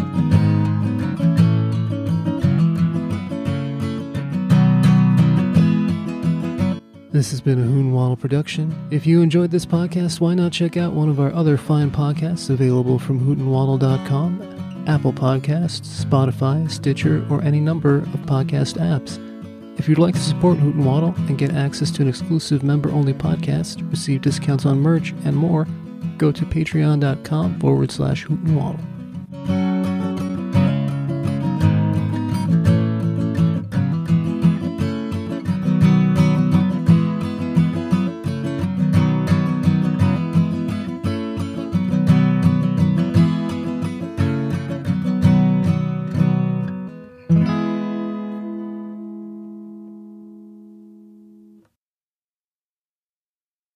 S1: This has been a Hoon Waddle production. If you enjoyed this podcast, why not check out one of our other fine podcasts available from hootenwaddle.com, Apple Podcasts, Spotify, Stitcher, or any number of podcast apps. If you'd like to support Hoot and Waddle and get access to an exclusive member-only podcast, receive discounts on merch, and more, go to patreon.com forward slash Hoot and Waddle.